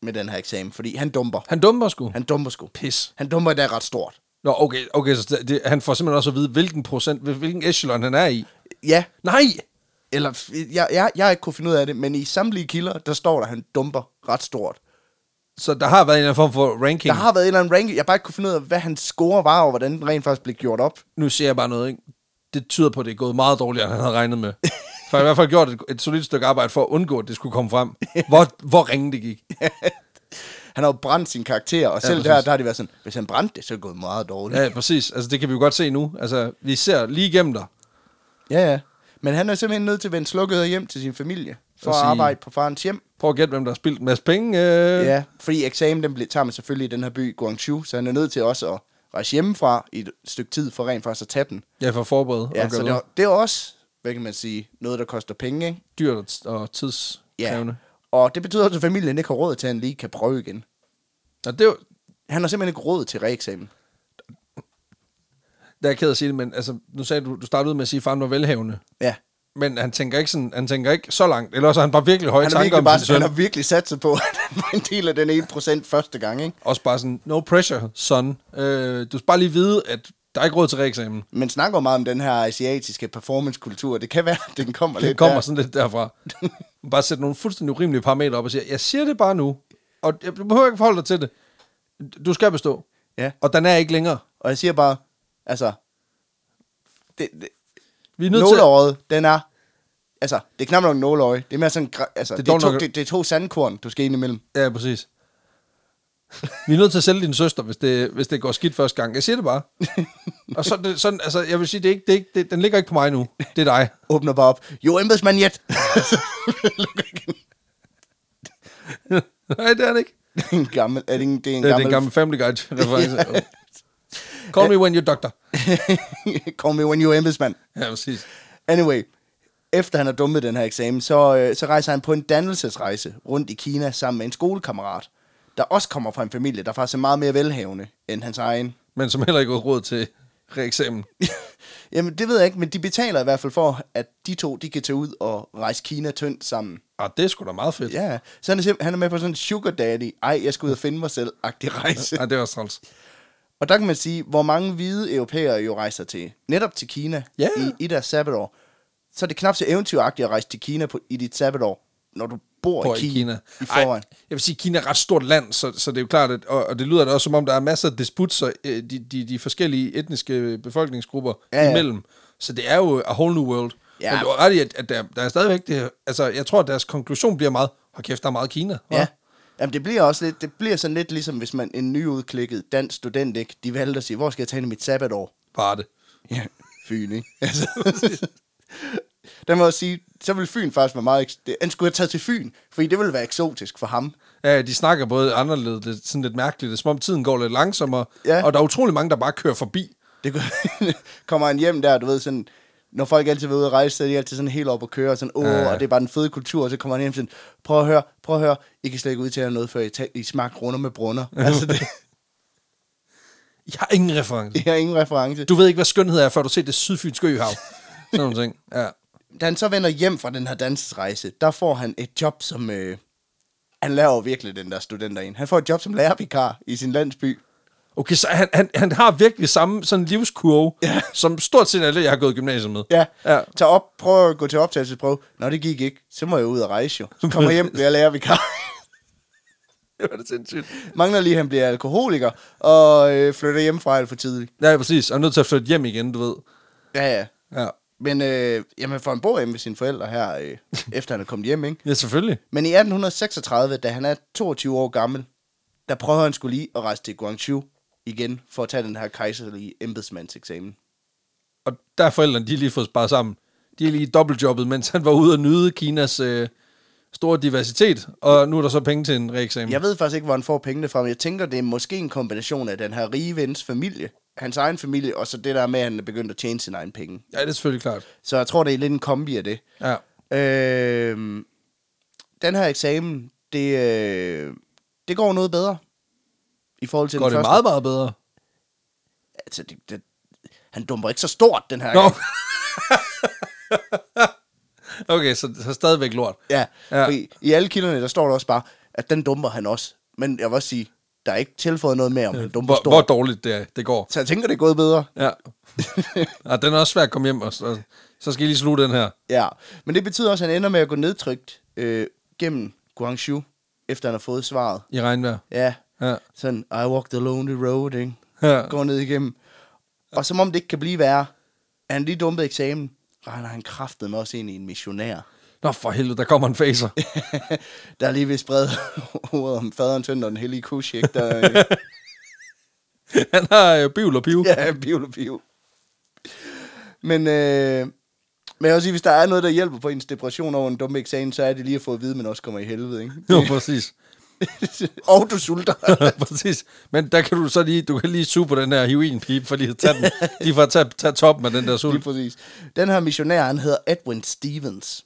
med den her eksamen, fordi han dumper. Han dumper sgu. Han dumper sgu. Pis. Han dumper da ret stort. Nå, okay, okay så det, det, han får simpelthen også at vide, hvilken procent, hvil- hvilken echelon han er i. Ja, Nej! eller f- jeg, jeg, jeg har ikke kunne finde ud af det, men i samtlige kilder, der står der, at han dumper ret stort. Så der har været en eller anden form for ranking. Der har været en eller anden ranking, jeg har bare ikke kunne finde ud af, hvad hans score var, og hvordan den rent faktisk blev gjort op. Nu ser jeg bare noget, ikke? Det tyder på, at det er gået meget dårligere, end han havde regnet med. For han har i hvert fald gjort et, et solidt stykke arbejde for at undgå, at det skulle komme frem. Hvor, hvor ringe det gik. Han har jo brændt sin karakter, og selv ja, præcis. der, der har det været sådan, hvis han brændte det, så er det gået meget dårligt. Ja, præcis. Altså, det kan vi jo godt se nu. Altså, vi ser lige igennem dig. ja. ja. Men han er simpelthen nødt til at vende slukket hjem til sin familie, for Og at sige- arbejde på farens hjem. Prøv at gætte, hvem der har spildt en masse penge. Øh, Ja, fordi eksamen den blev, tager man selvfølgelig i den her by, Guangzhou, så han er nødt til også at rejse hjemmefra i et stykke tid for rent faktisk at tage den. Ja, for forberedt. Ja, og så gøre det er, det er også, hvad kan man sige, noget, der koster penge, ikke? dyrt og- og tidskrævende. Og det betyder også, at familien ikke har råd til, at han lige kan prøve igen. Ja. Og det er jo, Han har simpelthen ikke råd til reeksamen. det er jeg ked af at sige det, men altså, nu sagde du, du startede ud med at sige, at faren var velhavende. Ja. Men han tænker ikke, sådan, han tænker ikke så langt. Eller også er han bare virkelig høje Han tanker har virkelig, om bare, sin søn. han har virkelig sat sig på, at han var en del af den ene procent første gang, ikke? Også bare sådan, no pressure, son. Øh, du skal bare lige vide, at der er ikke råd til reeksamen. Men snakker jo meget om den her asiatiske performancekultur. Det kan være, at den kommer Det lidt kommer der. sådan lidt derfra. bare sætte nogle fuldstændig urimelige parametre op og sige, jeg siger det bare nu, og jeg- du behøver ikke forholde dig til det. Du skal bestå. Ja. Og den er ikke længere. Og jeg siger bare, altså... Det, det, Vi er nødt til... nåleøjet, den er... Altså, det er knap nok en nåleøje. Det er mere sådan... gra- Altså, Det er det, det, dog er to, nok- det, det er to sandkorn, du skal ind imellem. Ja, præcis. Vi er nødt til at sælge din søster, hvis det, hvis det går skidt første gang. Jeg siger det bare. og så, er det, sådan, altså, jeg vil sige, det er ikke, det er ikke, det, den ligger ikke på mig nu. Det er dig. Åbner bare op. Jo, embedsmand, jet! Nej, det er det ikke. Det er en gammel, er det, en, det er en Det er gammel, den gamle Family Guide-reference. Call me when you're doctor. Call me when you're embedsmand. Ja, præcis. Anyway, efter han har dummet den her eksamen, så, øh, så rejser han på en dannelsesrejse rundt i Kina sammen med en skolekammerat, der også kommer fra en familie, der faktisk er meget mere velhavende end hans egen. Men som heller ikke har råd til reeksamen. Jamen, det ved jeg ikke, men de betaler i hvert fald for, at de to, de kan tage ud og rejse Kina tyndt sammen. Ah, det er sgu da meget fedt. Ja. Ja, så han er, simp- han er med på sådan en sugar daddy, ej, jeg skal ud og finde mig selv-agtig rejse. Ah, det er også træls. Og der kan man sige, hvor mange hvide europæere jo rejser til, netop til Kina Ja. i, i deres sabbatår, så er det knap så eventyragtigt at rejse til Kina på, i dit sabbatår, når du bor, bor i Kina, i Ej, forvejen. jeg vil sige, at Kina er et ret stort land, så, så det er jo klart, at, og, og det lyder da også, som om der er masser af disputser øh, de, de, de forskellige etniske befolkningsgrupper Ja, ja, ja. ja. imellem. Så det er jo a whole new world. Ja. Ja. Men du har ret i, at, at der, der er stadigvæk det her- Altså, jeg tror, at deres konklusion bliver meget, hold kæft, der er meget Kina. hva?" Ja. Jamen, det bliver også lidt, det bliver sådan lidt ligesom, hvis man en nyudklikket dansk student, ikke? De valgte at sige, hvor skal jeg tage hen i mit sabbatår? Bare det. Ja, Fyn, ikke? Altså, der må jeg sige, så ville Fyn faktisk være meget... eks- det- Han skulle have taget til Fyn, fordi det ville være eksotisk for ham. Ja, de snakker både anderledes, lidt, sådan lidt mærkeligt, det er, som om tiden går lidt langsommere, Ja. ja. og der er utrolig mange, der bare kører forbi. Det kunne, kommer han hjem der, du ved, sådan... Når folk altid vil ud og rejse, så er de altid sådan helt op og køre, og sådan, åh, Ja. og det er bare den fede kultur, og så kommer han hjem sådan, prøv at høre, prøv at høre, I kan slet ikke udtale noget, før I, ta- I smagte runder med brunner. altså, det, Jeg har ingen reference. det er ingen reference. Du ved ikke, hvad skønhed er, før du ser det sydfynske øhav. Sådan nogle ting. Ja. da han så vender hjem fra den her dansrejse, der får han et job som... Øh, han laver virkelig den der studenter en. Han får et job som lærervikar i sin landsby. Okay, så han, han, han har virkelig samme sådan livskurve, Ja. ja. som stort set alle, jeg har gået i gymnasiet med. Ja, ja. Ja. Tag op, prøv at gå til optagelsesprøve. Når det gik ikke, så må jeg ud og rejse jo. Så kommer jeg hjem, bliver lærervikar. Det var det sindssygt. Mangler lige, at han bliver alkoholiker og øh, flytter hjem fra alt for tidligt. Ja, ja, præcis. Han er nødt til at flytte hjem igen, du ved. Ja, ja. Ja, Men øh, jamen, for han bor hjemme med sine forældre her, øh, efter han er kommet hjem, ikke? ja selvfølgelig. Men i 1836, da han er 22 år gammel, der prøver han skulle lige at rejse til Guangzhou igen for at tage den her kejserlige embedsmandseksamen. Og der er forældrene, de er lige fået sparet sammen. De er lige dobbeltjobbet, mens han var ude og nyde Kinas øh, store diversitet. Og nu er der så penge til en reeksamen. Jeg ved faktisk ikke, hvor han får pengene fra, men jeg tænker, det er måske en kombination af den her rige vens familie, hans egen familie, og så det der med, at han er begyndt at tjene sine egne penge. Ja, det er selvfølgelig klart. Så jeg tror, det er lidt en kombi af det. Ja. Øh, den her eksamen, det, øh, det går noget bedre i forhold til Går den det første. meget, meget bedre? Altså, det, det, han dumper ikke så stort den her Nå. gang. okay, så, så stadigvæk lort. Ja, ja. Ja. Fordi i alle kilderne, der står der også bare, at den dumper han også. Men jeg vil også sige, der er ikke tilføjet noget mere om, han dumper Hvor, stort. hvor dårligt det, det går. Så jeg tænker, det er gået bedre. Ja. og den er også svær at komme hjem, og så, så skal I lige sluge den her. Ja, men det betyder også, at han ender med at gå nedtrykt øh, gennem Guangzhou, efter han har fået svaret. I regnvejr. Ja, Ja. sådan, I walk the lonely road, ikke? Ja. Går ned igennem. Og som om det ikke kan blive værre, er han lige dumpet eksamen, regner han kraftet med også ind i en missionær, Nå for helvede, der kommer en facer. der lige vil sprede ordet om faderen, søn og den hellige kush, ikke? Der, øh, Han har øh, bivl og piv. ja, piv, piv. Men, øh, men jeg vil sige, hvis der er noget, der hjælper på ens depression over en dum eksamen, så er det lige at få at vide, at man også kommer i helvede, ikke? Jo, præcis. og du sulter. præcis. Men der kan du så lige, du kan lige suge på den her heroinpipe, for lige at tage den, lige for at tage, tage toppen af den der Lige sult. præcis. Den her missionær, han hedder Edwin Stevens.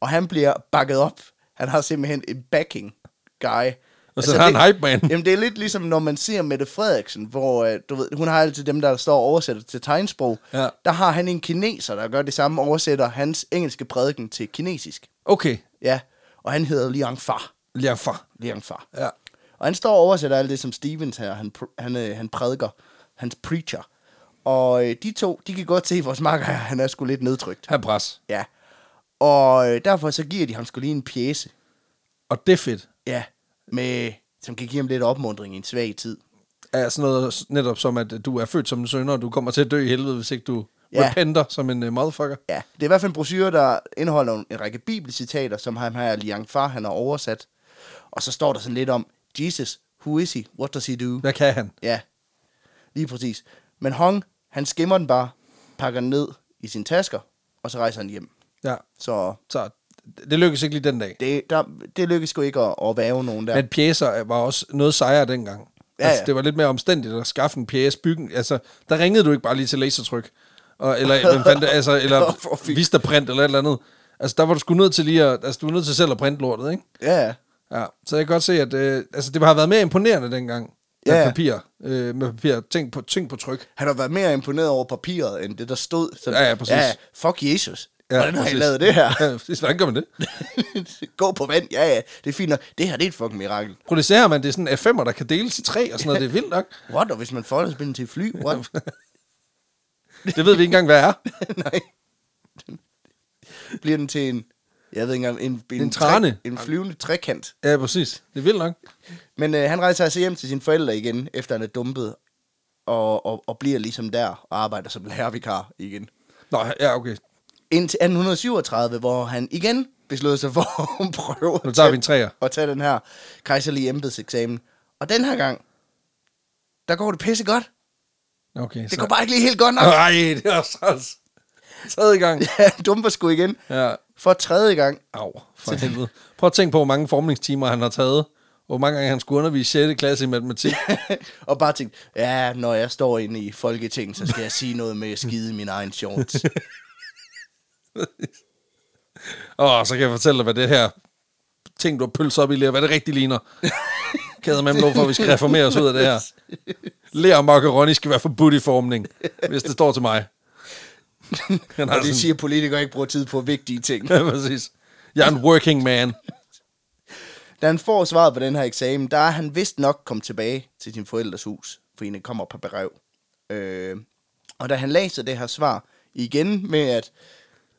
Og han bliver bakket op. Han har simpelthen en backing guy. Og så har han hype man. Jamen, det er lidt ligesom, når man ser Mette Frederiksen, hvor øh, du ved, hun har altid dem, der står og oversætter til tegnsprog. Ja. Der har han en kineser, der gør det samme, oversætter hans engelske prædiken til kinesisk. Okay, Ja, og han hedder Liang Fa. lige af far. Liang Fa. Ja. Og han står og oversætter alt det, som Stevens her, han, pr- han, øh, han prædiker, hans preacher. Og øh, de to, de kan godt se, at vores makker her, han er sgu lidt nedtrykt. Han er pres. Ja. Og øh, derfor så giver de ham sgu lige en pjæse. Og det er fedt. Ja. Med, som kan give ham lidt opmundring i en svag tid. Er sådan noget netop som, at du er født som en sønder, og du kommer til at dø i helvede, hvis ikke du Ja. ja. repenter som en uh, motherfucker. Ja. Det er i hvert fald en brochure, der indeholder en, en række bibelcitater, som ham her Liang Far, han har oversat. Og så står der sådan lidt om, Jesus, who is he? What does he do? Hvad kan han? Ja, lige præcis. Men Hong, han skimmer den bare, pakker den ned i sine tasker, og så rejser han hjem. Ja, Så så det- det lykkedes ikke lige den dag. det, der, det lykkedes sgu ikke at, at væve nogen der. Men pjæser var også noget sejere dengang. Ja, Ja, altså, ja. det var lidt mere omstændigt at skaffe en pjæse, bygge en- Altså, der ringede du ikke bare lige til lasertryk. Og, eller hvem fandt det, altså, eller For fint. Vistaprint eller et eller andet. Altså, der var du sgu nødt til lige at, altså, du var nødt til selv at printe lortet, ikke? Ja, ja. Ja, så jeg kan godt se, at øh, altså, det har været mere imponerende dengang. Med Ja. ja. papir. Øh, med papir. Ting på, ting på tryk. Han har været mere imponeret over papiret, end det, der stod. Så, Ja, ja, præcis. fuck Jesus. Ja, Hvordan har I lavet det her? Ja, præcis. Hvordan gør man det? Gå på vand. Ja, ja. Det er fint nok. Det her, det er et fucking mirakel. Prøv lige ser man, det er sådan en F5'er, der kan deles i tre og sådan noget. Det er vildt nok. What? Og hvis man folder spillen til et fly? What? Det ved vi ikke engang, hvad er. Nej. bliver den til en, jeg ved ikke engang, en, en, En trane. Tre, en flyvende trekant. Ja, præcis. Det er vildt nok. Men øh, han rejser altså hjem til sine forældre igen, efter han er dumpet, og, og, og bliver ligesom der og arbejder som lærervikar igen. Nå, ja, okay. Indtil 1837, hvor han igen beslutter sig for at prøve Nu at tager vi tage, en træer. at tage den her kejserlige embedseksamen. Og den her gang, der går det pisse godt. Okay, Det går bare ikke lige helt godt nok. Nej, det er også træls. Tredje gang. Ja, han dumper sgu igen. Ja. For tredje gang. Au, for helvede. Prøv at tænke på, hvor mange formningstimer han har taget. Hvor mange gange han skulle undervise 6. klasse i matematik. og bare tænkte, ja, når jeg står inde i Folketinget, så skal jeg sige noget med at skide i min egen shorts. Og så kan jeg fortælle dig, hvad det her ting, du har pølset op i lærer, hvad det rigtig ligner. Kæder med lov for, at vi skal reformere os ud af det her. Lær og macaroni skal være forbudt i formning, hvis det står til mig. Han har og det sådan, siger politikere ikke bruger tid på vigtige ting. ja, præcis. Jeg er en working man. Da han får svaret på den her eksamen, der er han vist nok kommet tilbage til sin forældres hus, fordi han kommer på brev. Øh, og da han læser det her svar igen med, at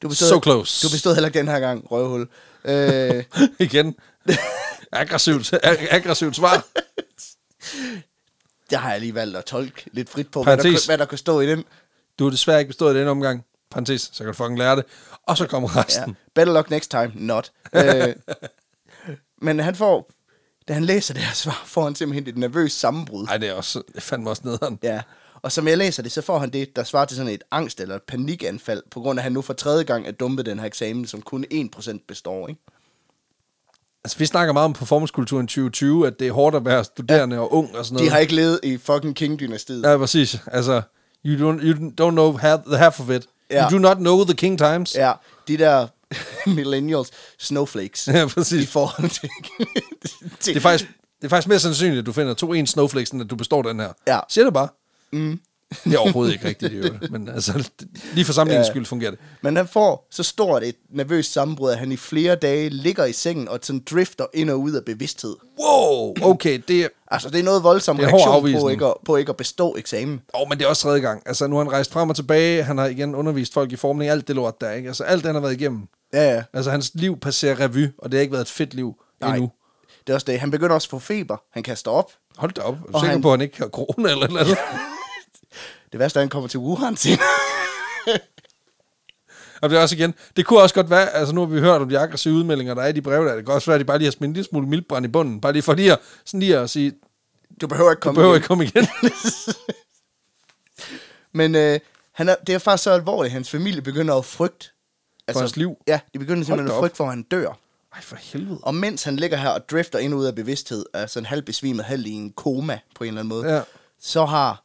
du bestod, So close. du bestod heller ikke den her gang, røvhul. Øh, Igen. Aggressivt, ag- aggressivt svar. der har jeg lige valgt at tolke lidt frit på, hvad der, Parentes. kunne- hvad der kunne stå i den. Du har desværre ikke bestået den omgang. Parentes, så kan du fucking lære det. Og så kommer Ja. resten. Better luck next time, not. Øh, men han får, da han læser det her svar, får han simpelthen et nervøst sammenbrud. Nej, det er også det er fandme også nederen. Ja, og som jeg læser det, så får han det, der svarer til sådan et angst- eller et panikanfald, på grund af, at han nu for tredje gang er dumpet den her eksamen, som kun 1% består, ikke? Altså, vi snakker meget om performancekulturen 2020, at det er hårdt at være studerende ja. og ung og sådan noget. De har ikke levet i fucking King-dynastiet. Ja, præcis. Altså, you don't, you don't know half, the half of it. Ja. You do not know the king times. Ja, de der millennials, snowflakes, Ja, i præcis. forhold til... til Det er, faktisk, det er faktisk mere sandsynligt, at du finder to en snowflakes, end at du består den her. Ja. Siger det bare. Mm. Det er overhovedet ikke rigtigt, i øvrigt. Men altså, det- lige for sammenligningens Ja. skyld fungerer det. Men han får så stort et nervøst sammenbrud, at han i flere dage ligger i sengen og sådan drifter ind og ud af bevidsthed. Wow, okay, det er... Altså, det er noget voldsomt Det er hård reaktion på afvisning. ikke, at, på ikke at bestå eksamen. Åh, oh, men det er også tredje gang. Altså, nu har han rejst frem og tilbage, han har igen undervist folk i formning, alt det lort der, ikke? Altså, alt det, han har været igennem. Ja, ja. Altså, hans liv passerer revy, og det har ikke været et fedt liv Nej. endnu. Det er også det. Han begynder også at få feber. Han kaster op. Hold da op. Er du Og sikker han- på, at han ikke har corona eller noget? Det værste er, at han kommer til Wuhan senere. Og det er også igen, det kunne også godt være, altså nu har vi hørt om de aggressive udmeldinger, der er i de breve der, det kan også være, at de bare lige har smidt en lille smule mildbrand i bunden, bare lige for lige at, sådan lige at sige, Du behøver ikke du komme behøver igen. ikke komme igen. Men øh, han er, det er faktisk så alvorligt, at hans familie begynder at frygte. Altså, hans liv? Ja, de begynder Hold simpelthen da at op. frygte for, at han dør. Ej, for helvede. Og mens han ligger her og drifter ind og ud af bevidsthed, er sådan halv besvimet, halv i en koma på en eller anden måde, Ja. så har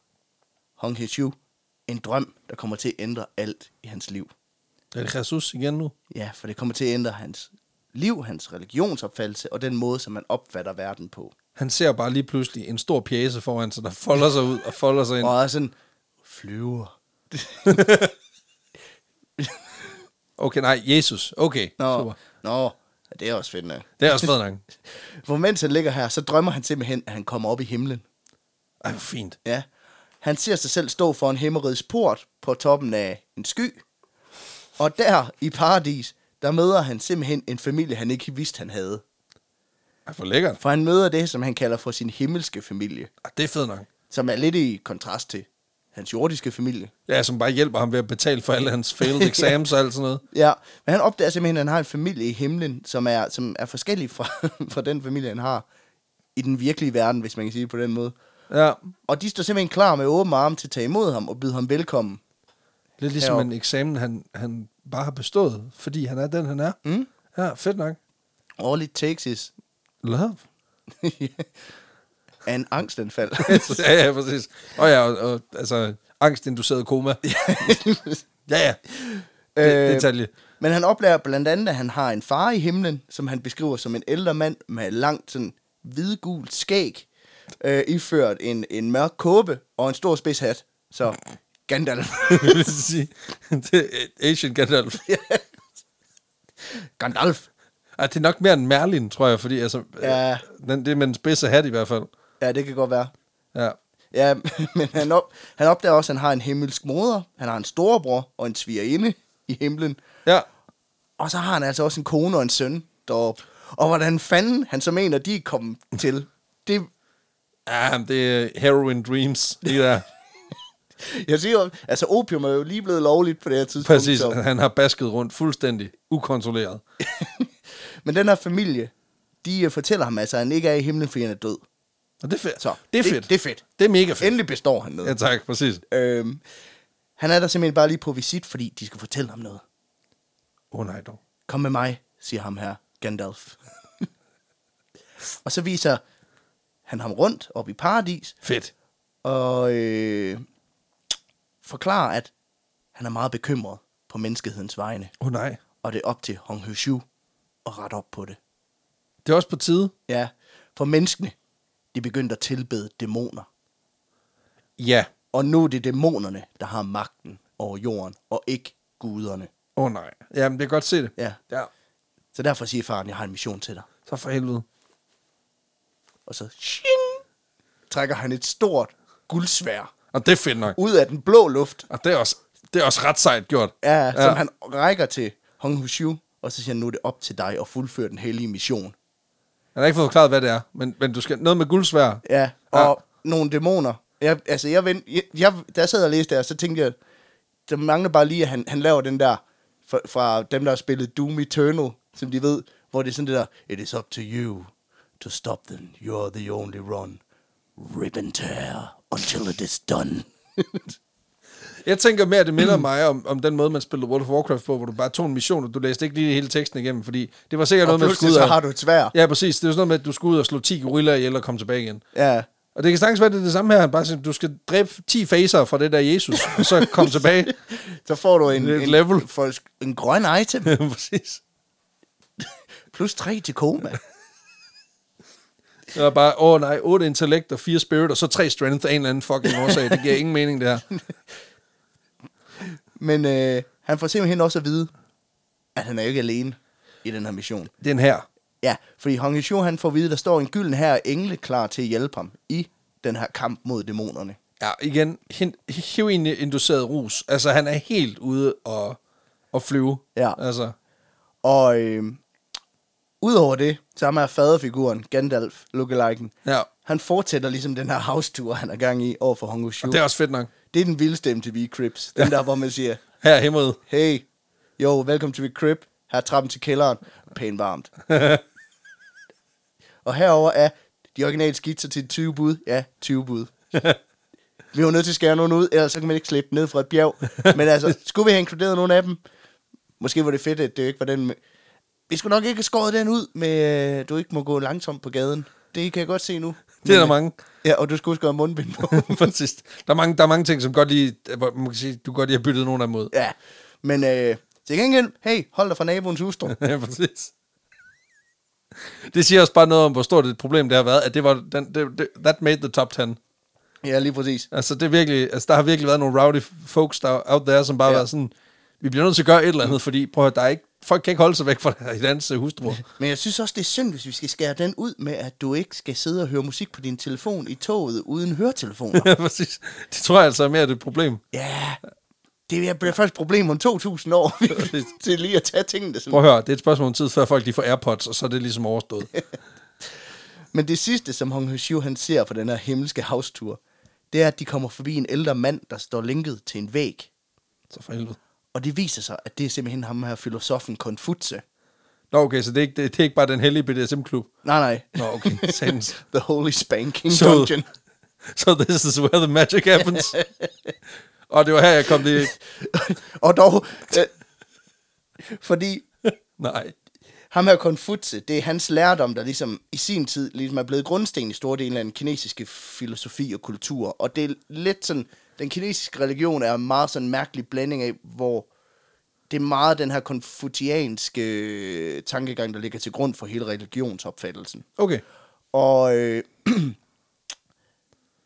Hong Hee en drøm, der kommer til at ændre alt i hans liv. Er det Jesus igen nu? Ja, for det kommer til at ændre hans liv, hans religionsopfattelse og den måde, som man opfatter verden på. Han ser bare lige pludselig en stor pjæse foran sig, der folder sig ud og folder sig ind. Og er sådan, flyver. Okay, nej, Jesus. Okay, Nå, super. nå, det er også fedt nok. Det er også fedt nok. For mens han ligger her, så drømmer han simpelthen, at han kommer op i himlen. Ej, hvor fint. Ja. Han ser sig selv stå for en himmereds port på toppen af en sky. Og der i paradis, der møder han simpelthen en familie, han ikke vidste, han havde. Ej, for lækkert. For han møder det, som han kalder for sin himmelske familie. Ej, det er fedt nok. Som er lidt i kontrast til hans jordiske familie. Ja, som bare hjælper ham ved at betale for alle hans failed exams og alt sådan noget. Ja, men han opdager simpelthen, at han har en familie i himlen, som er, som er forskellig fra, fra den familie, han har i den virkelige verden, hvis man kan sige det på den måde. Ja, Og de står simpelthen klar med åben arme til at tage imod ham og byde ham velkommen. lidt ligesom Heroppe. en eksamen, han, han bare har bestået, fordi han er den, han er. Mm. Ja, fedt nok. All it takes is Love. an angstanfald. ja, ja, præcis. Og ja, og, og, altså, angstinduceret koma. Ja, ja. Det, Øh, øh, detalje. Men han oplever blandt andet, at han har en far i himlen, som han beskriver som en ældre mand med langt sådan hvidgult skæg, øh, iført en, en mørk kåbe og en stor spids hat. Så Gandalf. Jeg vil sige, det er Asian Gandalf. Gandalf. Ej, det er nok mere en Merlin, tror jeg, fordi altså, Ja. ja. den, det er med den spidse hat i hvert fald. Ja, det kan godt være. Ja. Ja, men han, op, han opdager også, at han har en himmelsk moder, han har en storebror og en svigerinde i himlen. ja. Og så har han altså også en kone og en søn deroppe. Og hvordan fanden han så mener, de er kommet til. Det, Ja, men det er heroin dreams, det der. jeg siger jo, altså opium er jo lige blevet lovligt på det her tidspunkt. Præcis, så- han har basket rundt fuldstændig ukontrolleret. Men den her familie, de øh, fortæller ham altså, at han ikke er i himlen, fordi han er død. Og det er fedt. Så, det er det- fedt. det er fedt. Det er mega fedt. Endelig består han noget. Ja, tak, præcis. Øhm, han er der simpelthen bare lige på visit, fordi de skal fortælle ham noget. Åh oh, nej dog. Kom med mig, siger ham her, Gandalf. og så viser han ham rundt op i paradis, Fedt. og øh, forklarer, at han er meget bekymret på menneskehedens vegne. Åh oh, nej. Og det er op til Hong Hushu at rette op på det. Det er også på tide. Ja, for menneskene, de begyndte at tilbede dæmoner. Ja. Og nu er det dæmonerne, der har magten over jorden, og ikke guderne. Åh oh, nej. Jamen, det kan godt se det. Ja, Ja. så derfor siger faren, jeg har en mission til dig. Så for helvede. Og så shing, trækker han et stort guldsvær Og det er fedt nok. ud af den blå luft, Og det er også, det er også ret sejt gjort. ja, ja. som han rækker til Hong Hushu, og så siger han, nu er det op til dig at fuldføre den hellige mission. Han har ikke fået forklaret, hvad det er, men, men du skal noget med guldsvær. Ja, og ja. nogle dæmoner. Jeg, altså, jeg, vent, jeg, jeg, da jeg sad og læste der, så tænkte jeg, der mangler bare lige, at han, han laver den der, fra, fra dem, der har spillet Doom Eternal, som de ved, hvor det er sådan det der, it is up to you to stop them, you're the only run, rip and tear until it is done. Jeg tænker mere, at det minder mig om, om den måde, man spillede World of Warcraft på, hvor du bare tog en mission, og du læste ikke lige hele teksten igennem, fordi det var sikkert og noget med, at du skulle ud pludselig så og... har du et svær. Ja, præcis. Det er jo sådan noget med, at du skulle ud og slå 10 gorillaer ihjel og komme tilbage igen. Ja. Og det kan sagtens være, at det er det samme her. Han bare siger, du skal dræbe 10 facer fra det der Jesus, og så komme tilbage. Så får du en, Et en, level. For, en grøn item, præcis. plus tre til koma. Det var bare, åh oh, nej, 8 intellekt og 4 spirit, og så 3 strength af en eller anden fucking årsag. Det giver ingen mening, det her. Men øh, han får simpelthen også at vide, at han er jo ikke alene i den her mission. Den her. Ja, fordi Hong Hishu, han får at vide, der står en gylden her engle klar til at hjælpe ham i den her kamp mod dæmonerne. Ja, igen, hin- heroin-induceret rus. Altså, han er helt ude og, og flyve. Ja. Altså, Og øh, udover det, så ham er faderfiguren, Gandalf, lookaliken. ja. Han fortsætter ligesom den her house-tour, han er gang i over for Hong Hishu. Og det er også fedt nok. det er den vildeste MTV Crips. Den der, hvor man siger, Her er himmel. hey, jo, velkommen til mit crib. Her er trappen til kælderen. Pænt varmt. og herover er de originale skitser til 20 bud. Ja, 20 bud. vi var nødt til at skære nogen ud, ellers så kan man ikke slippe ned fra et bjerg. Men altså, skulle vi have inkluderet nogle af dem? Måske var det fedt, at det ikke var den... Med... Vi skulle nok ikke have skåret den ud med, øh, du ikke må gå langsomt på gaden. Det kan jeg godt se nu. Det er der Men, øh, mange. Ja, og du skulle huske at have mundbind på. Præcis. Der er mange, der er mange ting, som godt lige, hvor man kan sige, du godt lige har byttet nogen af dem ud. ja, men øh, til gengæld, hey, hold dig fra naboens hustru. Ja, præcis. Det siger også bare noget om, hvor stort et problem det har været, at det var, den, det, det, that made the top 10. Ja, lige præcis. Altså, det er virkelig, altså, der har virkelig været nogle rowdy folks der er out there, som bare Ja. ja. var sådan, vi bliver nødt til at gøre et eller andet, fordi prøv at, høre, der er ikke, folk kan ikke holde sig væk fra deres øh, hustruer. Men jeg synes også, det er synd, hvis vi skal skære den ud med, at du ikke skal sidde og høre musik på din telefon i toget uden høretelefoner. Ja, præcis. Det tror jeg altså er mere et problem. ja, det bliver først et problem om 2.000 år, til lige at tage tingene. Prøv Sådan. at høre, det er et spørgsmål om tid, før folk lige får Airpods, og så er det ligesom overstået. Men det sidste, som Hong Hushu han ser på den her himmelske havstur, det er, at de kommer forbi en ældre mand, der står linket til en væg. Så for helvede. Og det viser sig, at det er simpelthen ham her filosofen Konfutse. Nå, okay, så det er ikke, det, det er ikke bare den hellige BDSM-klub. Nej, nej. Nå, okay, sandt. The Holy Spanking Så- Dungeon. So this is where the magic happens. og det var her, jeg kom lige... og dog, øh, fordi Nej. ham her Konfutse, det er hans lærdom, der ligesom i sin tid ligesom er blevet grundsten i store dele af den kinesiske filosofi og kultur. Og det er lidt sådan, den kinesiske religion er en meget sådan mærkelig blanding af, hvor det er meget den her konfutianske øh, tankegang, der ligger til grund for hele religionsopfattelsen. Okay. Og øh,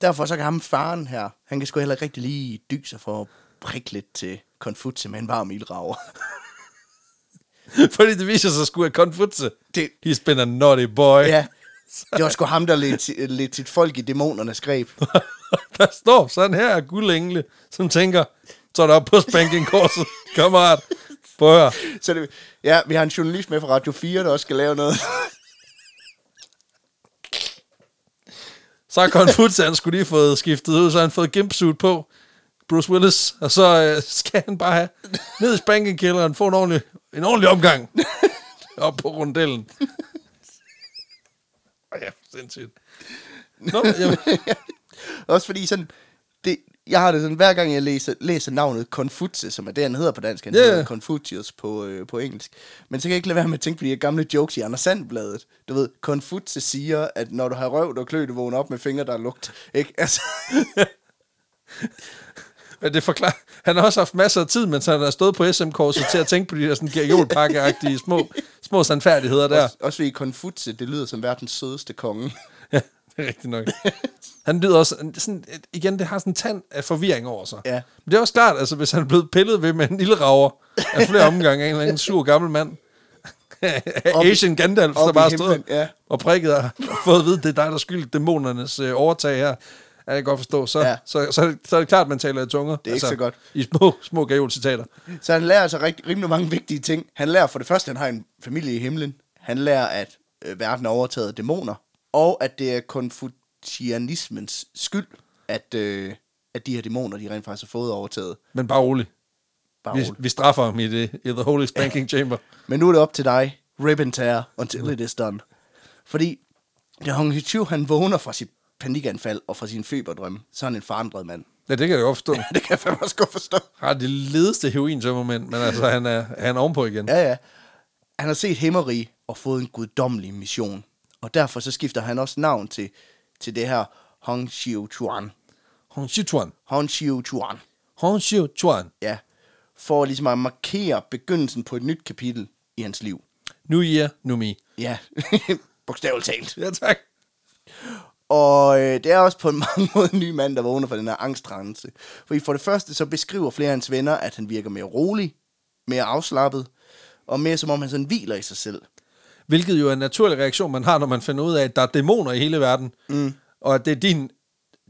derfor så kan ham faren her, han kan sgu heller ikke rigtig lige dyse sig for at prikke lidt til Konfutse med en varm ildrager. Fordi det viser sig sgu, at Konfutse, Det- he's been a naughty boy. Ja. Det var sgu ham, der lidt, lidt sit folk i dæmonernes greb. der står sådan her guldengle, som tænker, så er der op på spankingkorset, kammerat. Prøv at høre. Så det, ja, vi har en journalist med fra Radio 4, der også skal lave noget. Så har Confucius, han skulle lige fået skiftet ud, så har han fået gimpsuit på. Bruce Willis, og så øh, skal han bare have ned i spankingkælderen, få en ordentlig, en ordentlig omgang op på rundellen. Ej, ja, sindssygt. Nå, men jamen, også fordi sådan, det, jeg har det sådan, hver gang jeg læser, læser navnet Confucius, som er det, han hedder på dansk, han Ja, ja. yeah. hedder Confucius på, øh, på engelsk. Men så kan jeg ikke lade være med at tænke på de her gamle jokes i Anders Sandbladet. Du ved, Confucius siger, at når du har røv, og klø, du vågner op med fingre, der er lugt. Ikke? Altså, men det forklarer, han har også haft masser af tid, mens han har stået på SM-korset til at tænke på de der sådan geriolpakke-agtige små, små sandfærdigheder der. også, også fordi Confucius, det lyder som verdens sødeste konge. Ja, det er rigtigt nok. Han lyder også, sådan, igen, det har sådan en tand af forvirring over sig. Ja. Men det er også klart, altså, hvis han er blevet pillet ved med en lille rager af flere omgange af en eller anden sur gammel mand. Op i- Asian Gandalf, op der i bare himlen, stod ja. og prikket og har fået at vide, det er dig, der skylder dæmonernes øh, overtag her. Ja, det kan jeg godt forstå. Så, Ja. ja. så, så, så, er det- så er det klart, at man taler i tunger. Det er ikke så godt. I små, små citater. Så han lærer altså rigtig, rimelig mange vigtige ting. Han lærer for det første, at han har en familie i himlen. Han lærer, at øh, verden er overtaget af dæmoner. Og at det er konfucianismens skyld, at, øh, at de her dæmoner, de rent faktisk har fået overtaget. Men bare rolig. Bare Vi, roligt. vi straffer ham i, det, i The Holy Spanking Chamber. Men nu er det op til dig, rip and tear, until it is done. Fordi, da Hong Hichu, han vågner fra sit panikanfald og fra sin feberdrøm, så er han en forandret mand. Ja, det kan jeg godt forstå. det kan jeg fandme også godt forstå. har det ledeste heroin-tømmermænd, men altså, han er, han er ovenpå igen. Ja. Ja, ja. Han har set Himmerig og fået en guddommelig mission. Og derfor så skifter han også navn til, til det her Hong Xiu Chuan. Hong Xichuan. Hong Xiu Chuan. Hong Xichuan. Ja. For ligesom at markere begyndelsen på et nyt kapitel i hans liv. Nu year, nu me. Ja, bogstaveligt talt. Ja, tak. Og øh, det er også på en mange måde en ny mand, der vågner fra den her angstrance. Fordi for det første så beskriver flere af hans venner, at han virker mere rolig, mere afslappet, og mere som om han sådan hviler i sig selv. Hvilket jo er en naturlig reaktion, man har, når man finder ud af, at der er dæmoner i hele verden. Mm. Og at det er din,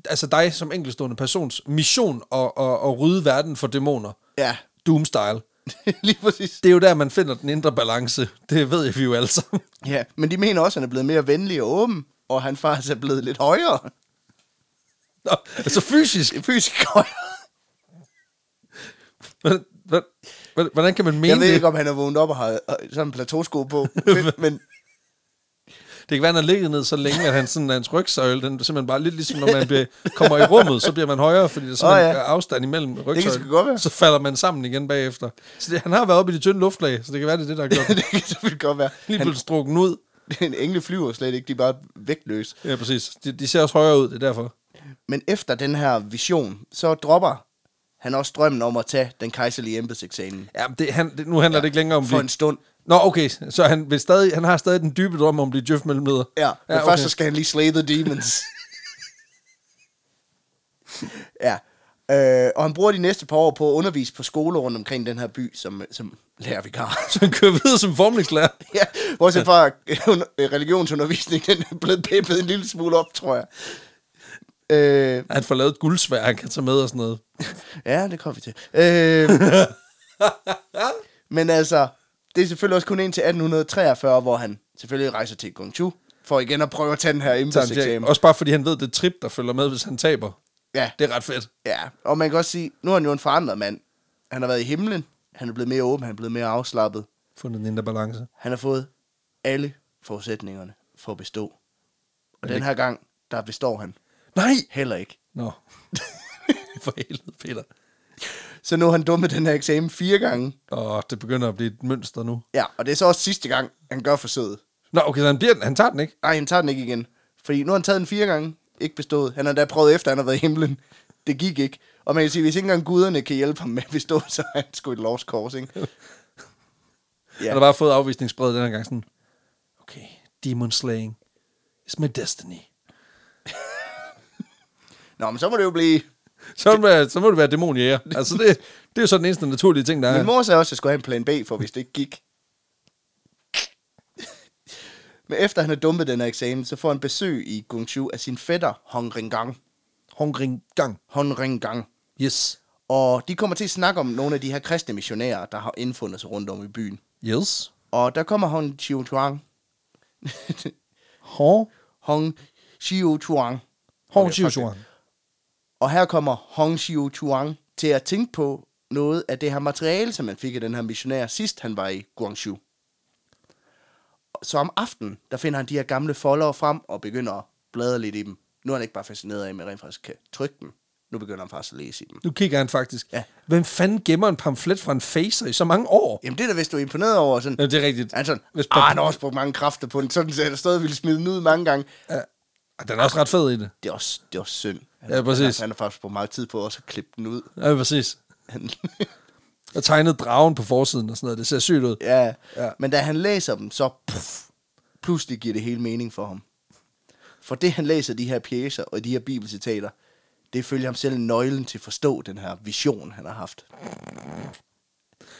altså dig som enkeltstående persons mission at, at, at rydde verden for dæmoner. Ja, Doom-style. lige præcis. Det er jo der, man finder den indre balance. Det ved vi jo alle sammen. Ja, men de mener også, at han er blevet mere venlig og åben, og han faktisk er blevet lidt højere. Nå, altså fysisk. Fysisk højere. Hvordan, hvordan, hvordan kan man mene Jeg ved det? ikke, om han er vågnet op og har øh, sådan en plateausko på, men, men Det kan være, han har ligget ned så længe, at han sådan, hans rygsøjle, den simpelthen bare lidt ligesom, når man bliver, kommer i rummet, så bliver man højere, fordi der simpelthen Åh, oh, ja. ja. er afstand imellem sgu godt være. rygsøjlen. Så falder man sammen igen bagefter. Så det, han har været oppe i de tynde luftlag, så det kan være, det er det, der har gjort. det. det kan selvfølgelig godt være. Lige Han, blevet strukken ud. en engle flyver slet ikke, de er bare vægtløse. Ja, præcis. De, de ser også højere ud, det er derfor. Men efter den her vision, så dropper han også drømmen om at tage den kejserlige embedseksamen. Ja, men det, han, det, nu handler ja, det ikke længere om For det. en stund. Nå, okay, så han, vil stadig, han har stadig den dybe drøm om at blive djøf mellemleder. Ja, men ja, okay. først så skal han lige slay the demons. ja. Øh, og han bruger de næste par år på at undervise på skoler rundt omkring den her by, som, som lærervikar. så han kører videre som formningslærer. ja, bortset fra at under- øh, religionsundervisning, den er blevet pippet en lille smule op, tror jeg. Øh, Han får lavet et guldsvær, han kan tage med og sådan noget. ja, det kommer vi til. Øh, men altså, det er selvfølgelig også kun indtil 1843, hvor han selvfølgelig rejser til Guangzhou, for igen at prøve at tage den her Tager han til- embedseksamen. Også bare fordi han ved, det trip, der følger med, hvis han taber. Ja, Det er ret fedt. Ja, og man kan også sige, nu er han jo en forandret mand. Han har været i himlen, han er blevet mere åben, han er blevet mere afslappet. fundet en indre balance. Han har fået alle forudsætningerne for at bestå. Og den her gang, der består han Nej! heller ikke. Nå. For helvede, Peter. Så nu har han dummet den her eksamen fire gange. Åh, det begynder at blive et mønster nu. Ja, og det er så også sidste gang, han gør forsøget. Nå, okay, så han, bliver den. han tager den ikke. Nej, han tager den ikke igen. Fordi nu har han taget den fire gange, ikke bestået. Han har da prøvet efter, han har været i himlen. Det gik ikke. Og man kan sige, hvis ikke engang guderne kan hjælpe ham med at bestå, så er han sgu et lost cause, ikke? Ja. Ja. Han har bare fået afvisningsbrevet den her gang sådan, okay, demon slaying is my destiny. Nå, men så må det jo blive Så, må, det, så må det være dæmonjæger. Altså, det, det er jo så den eneste naturlige ting, der er. Min mor sagde også, at jeg skulle have en plan B, for hvis det ikke gik. Men efter han har dumpet den her eksamen, så får han besøg i Guangzhou af sin fætter Hong Rengang. Hongring gang. Hong Rengang. Yes. Og de kommer til at snakke om nogle af de her kristne missionærer, der har indfundet sig rundt om i byen. Yes. Og der kommer Hong Chiu Chuang. Hong. Hong Chiu Chuang. Hong Okay, fuck Chiu det. Og her kommer Hong Chiu Chuang til at tænke på noget af det her materiale, som man fik af den her missionær sidst, han var i Guangzhou. Så om aftenen, der finder han de her gamle folder frem og begynder at bladre lidt i dem. Nu er han ikke bare fascineret af, at man rent faktisk kan trykke dem. Nu begynder han faktisk at læse i dem. Nu kigger han faktisk. Ja. Hvem fanden gemmer en pamflet fra en facer i så mange år? Jamen det er da, hvis du er imponeret over sådan. Ja, det er rigtigt. Han sådan, Hvis ah, pap- han har også brugt mange kræfter på den, sådan så jeg stadig ville smide den ud mange gange. Og Ah, den er også ret fed i det. Det er også, det er også synd. Han, Ja, præcis. Han, har- han har faktisk brugt meget tid på også at klippe den ud. Ja, præcis. Han, Og tegnet dragen på forsiden og sådan noget. Det ser sygt ud. ja. Ja. ja. Men da han læser dem, så puff, pludselig giver det hele mening for ham. For det, han læser de her pjæser og de her bibelcitater, det er følger ham selv nøglen til at forstå den her vision, han har haft.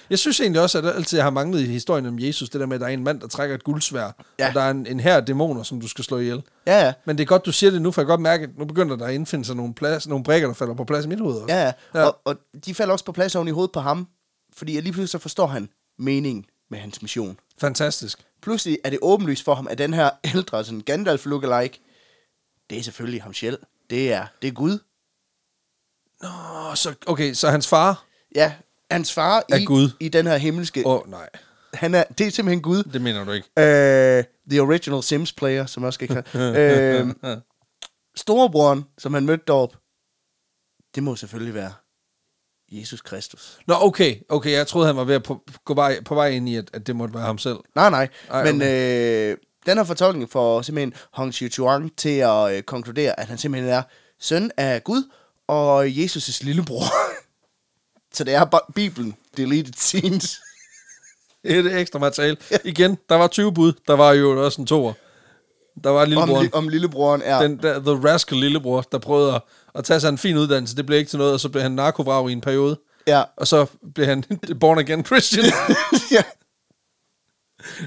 Jeg synes egentlig også, at der altid har manglet i historien om Jesus, det der med, at der er en mand, der trækker et guldsvær, ja. Ja. og der er en, en her dæmoner, som du skal slå ihjel. Ja, ja. Men det er godt, du siger det nu, for jeg kan godt mærke, at nu begynder der at indfinde sig nogle, plads, nogle brækker, der falder på plads i mit hoved. også. Ja, Ja. ja. Og, og de falder også på plads oven i hovedet på ham, fordi lige pludselig så forstår han meningen med hans mission. Fantastisk. Pludselig er det åbenlyst for ham, at den her ældre sådan Gandalf lookalike, det er selvfølgelig ham selv. Det er, det er Gud. Åh, så, okay, så hans far... Ja, hans far Er i, Gud. i den her himmelske, Åh, oh, nej. han er, det er simpelthen Gud. Det mener du ikke. Øh, the original Sims player, som jeg også skal kalde. øh, storebroren, som han mødte derop, det må selvfølgelig være Jesus Kristus. Nå, okay. Okay, jeg troede, han var ved at på, gå vej, på vej ind i, at, at det måtte være ham selv. Nej, nej. Ej, Ej, men øh, den her fortolkning får simpelthen Hong Xiuquan til at øh, konkludere, at han simpelthen er søn af Gud og Jesus' lillebror. Så det er bare Bibelen, deleted scenes. Et ekstra materiale. Igen, der var 20 bud. Der var jo også en toer. Der var Om, lillebroren. li- om lillebroren er... Den der, the rascal lillebror, der prøvede at, at tage sig en fin uddannelse. Det blev ikke til noget, og så blev han narkovrag i en periode. Ja. Og så blev han born again Christian. ja,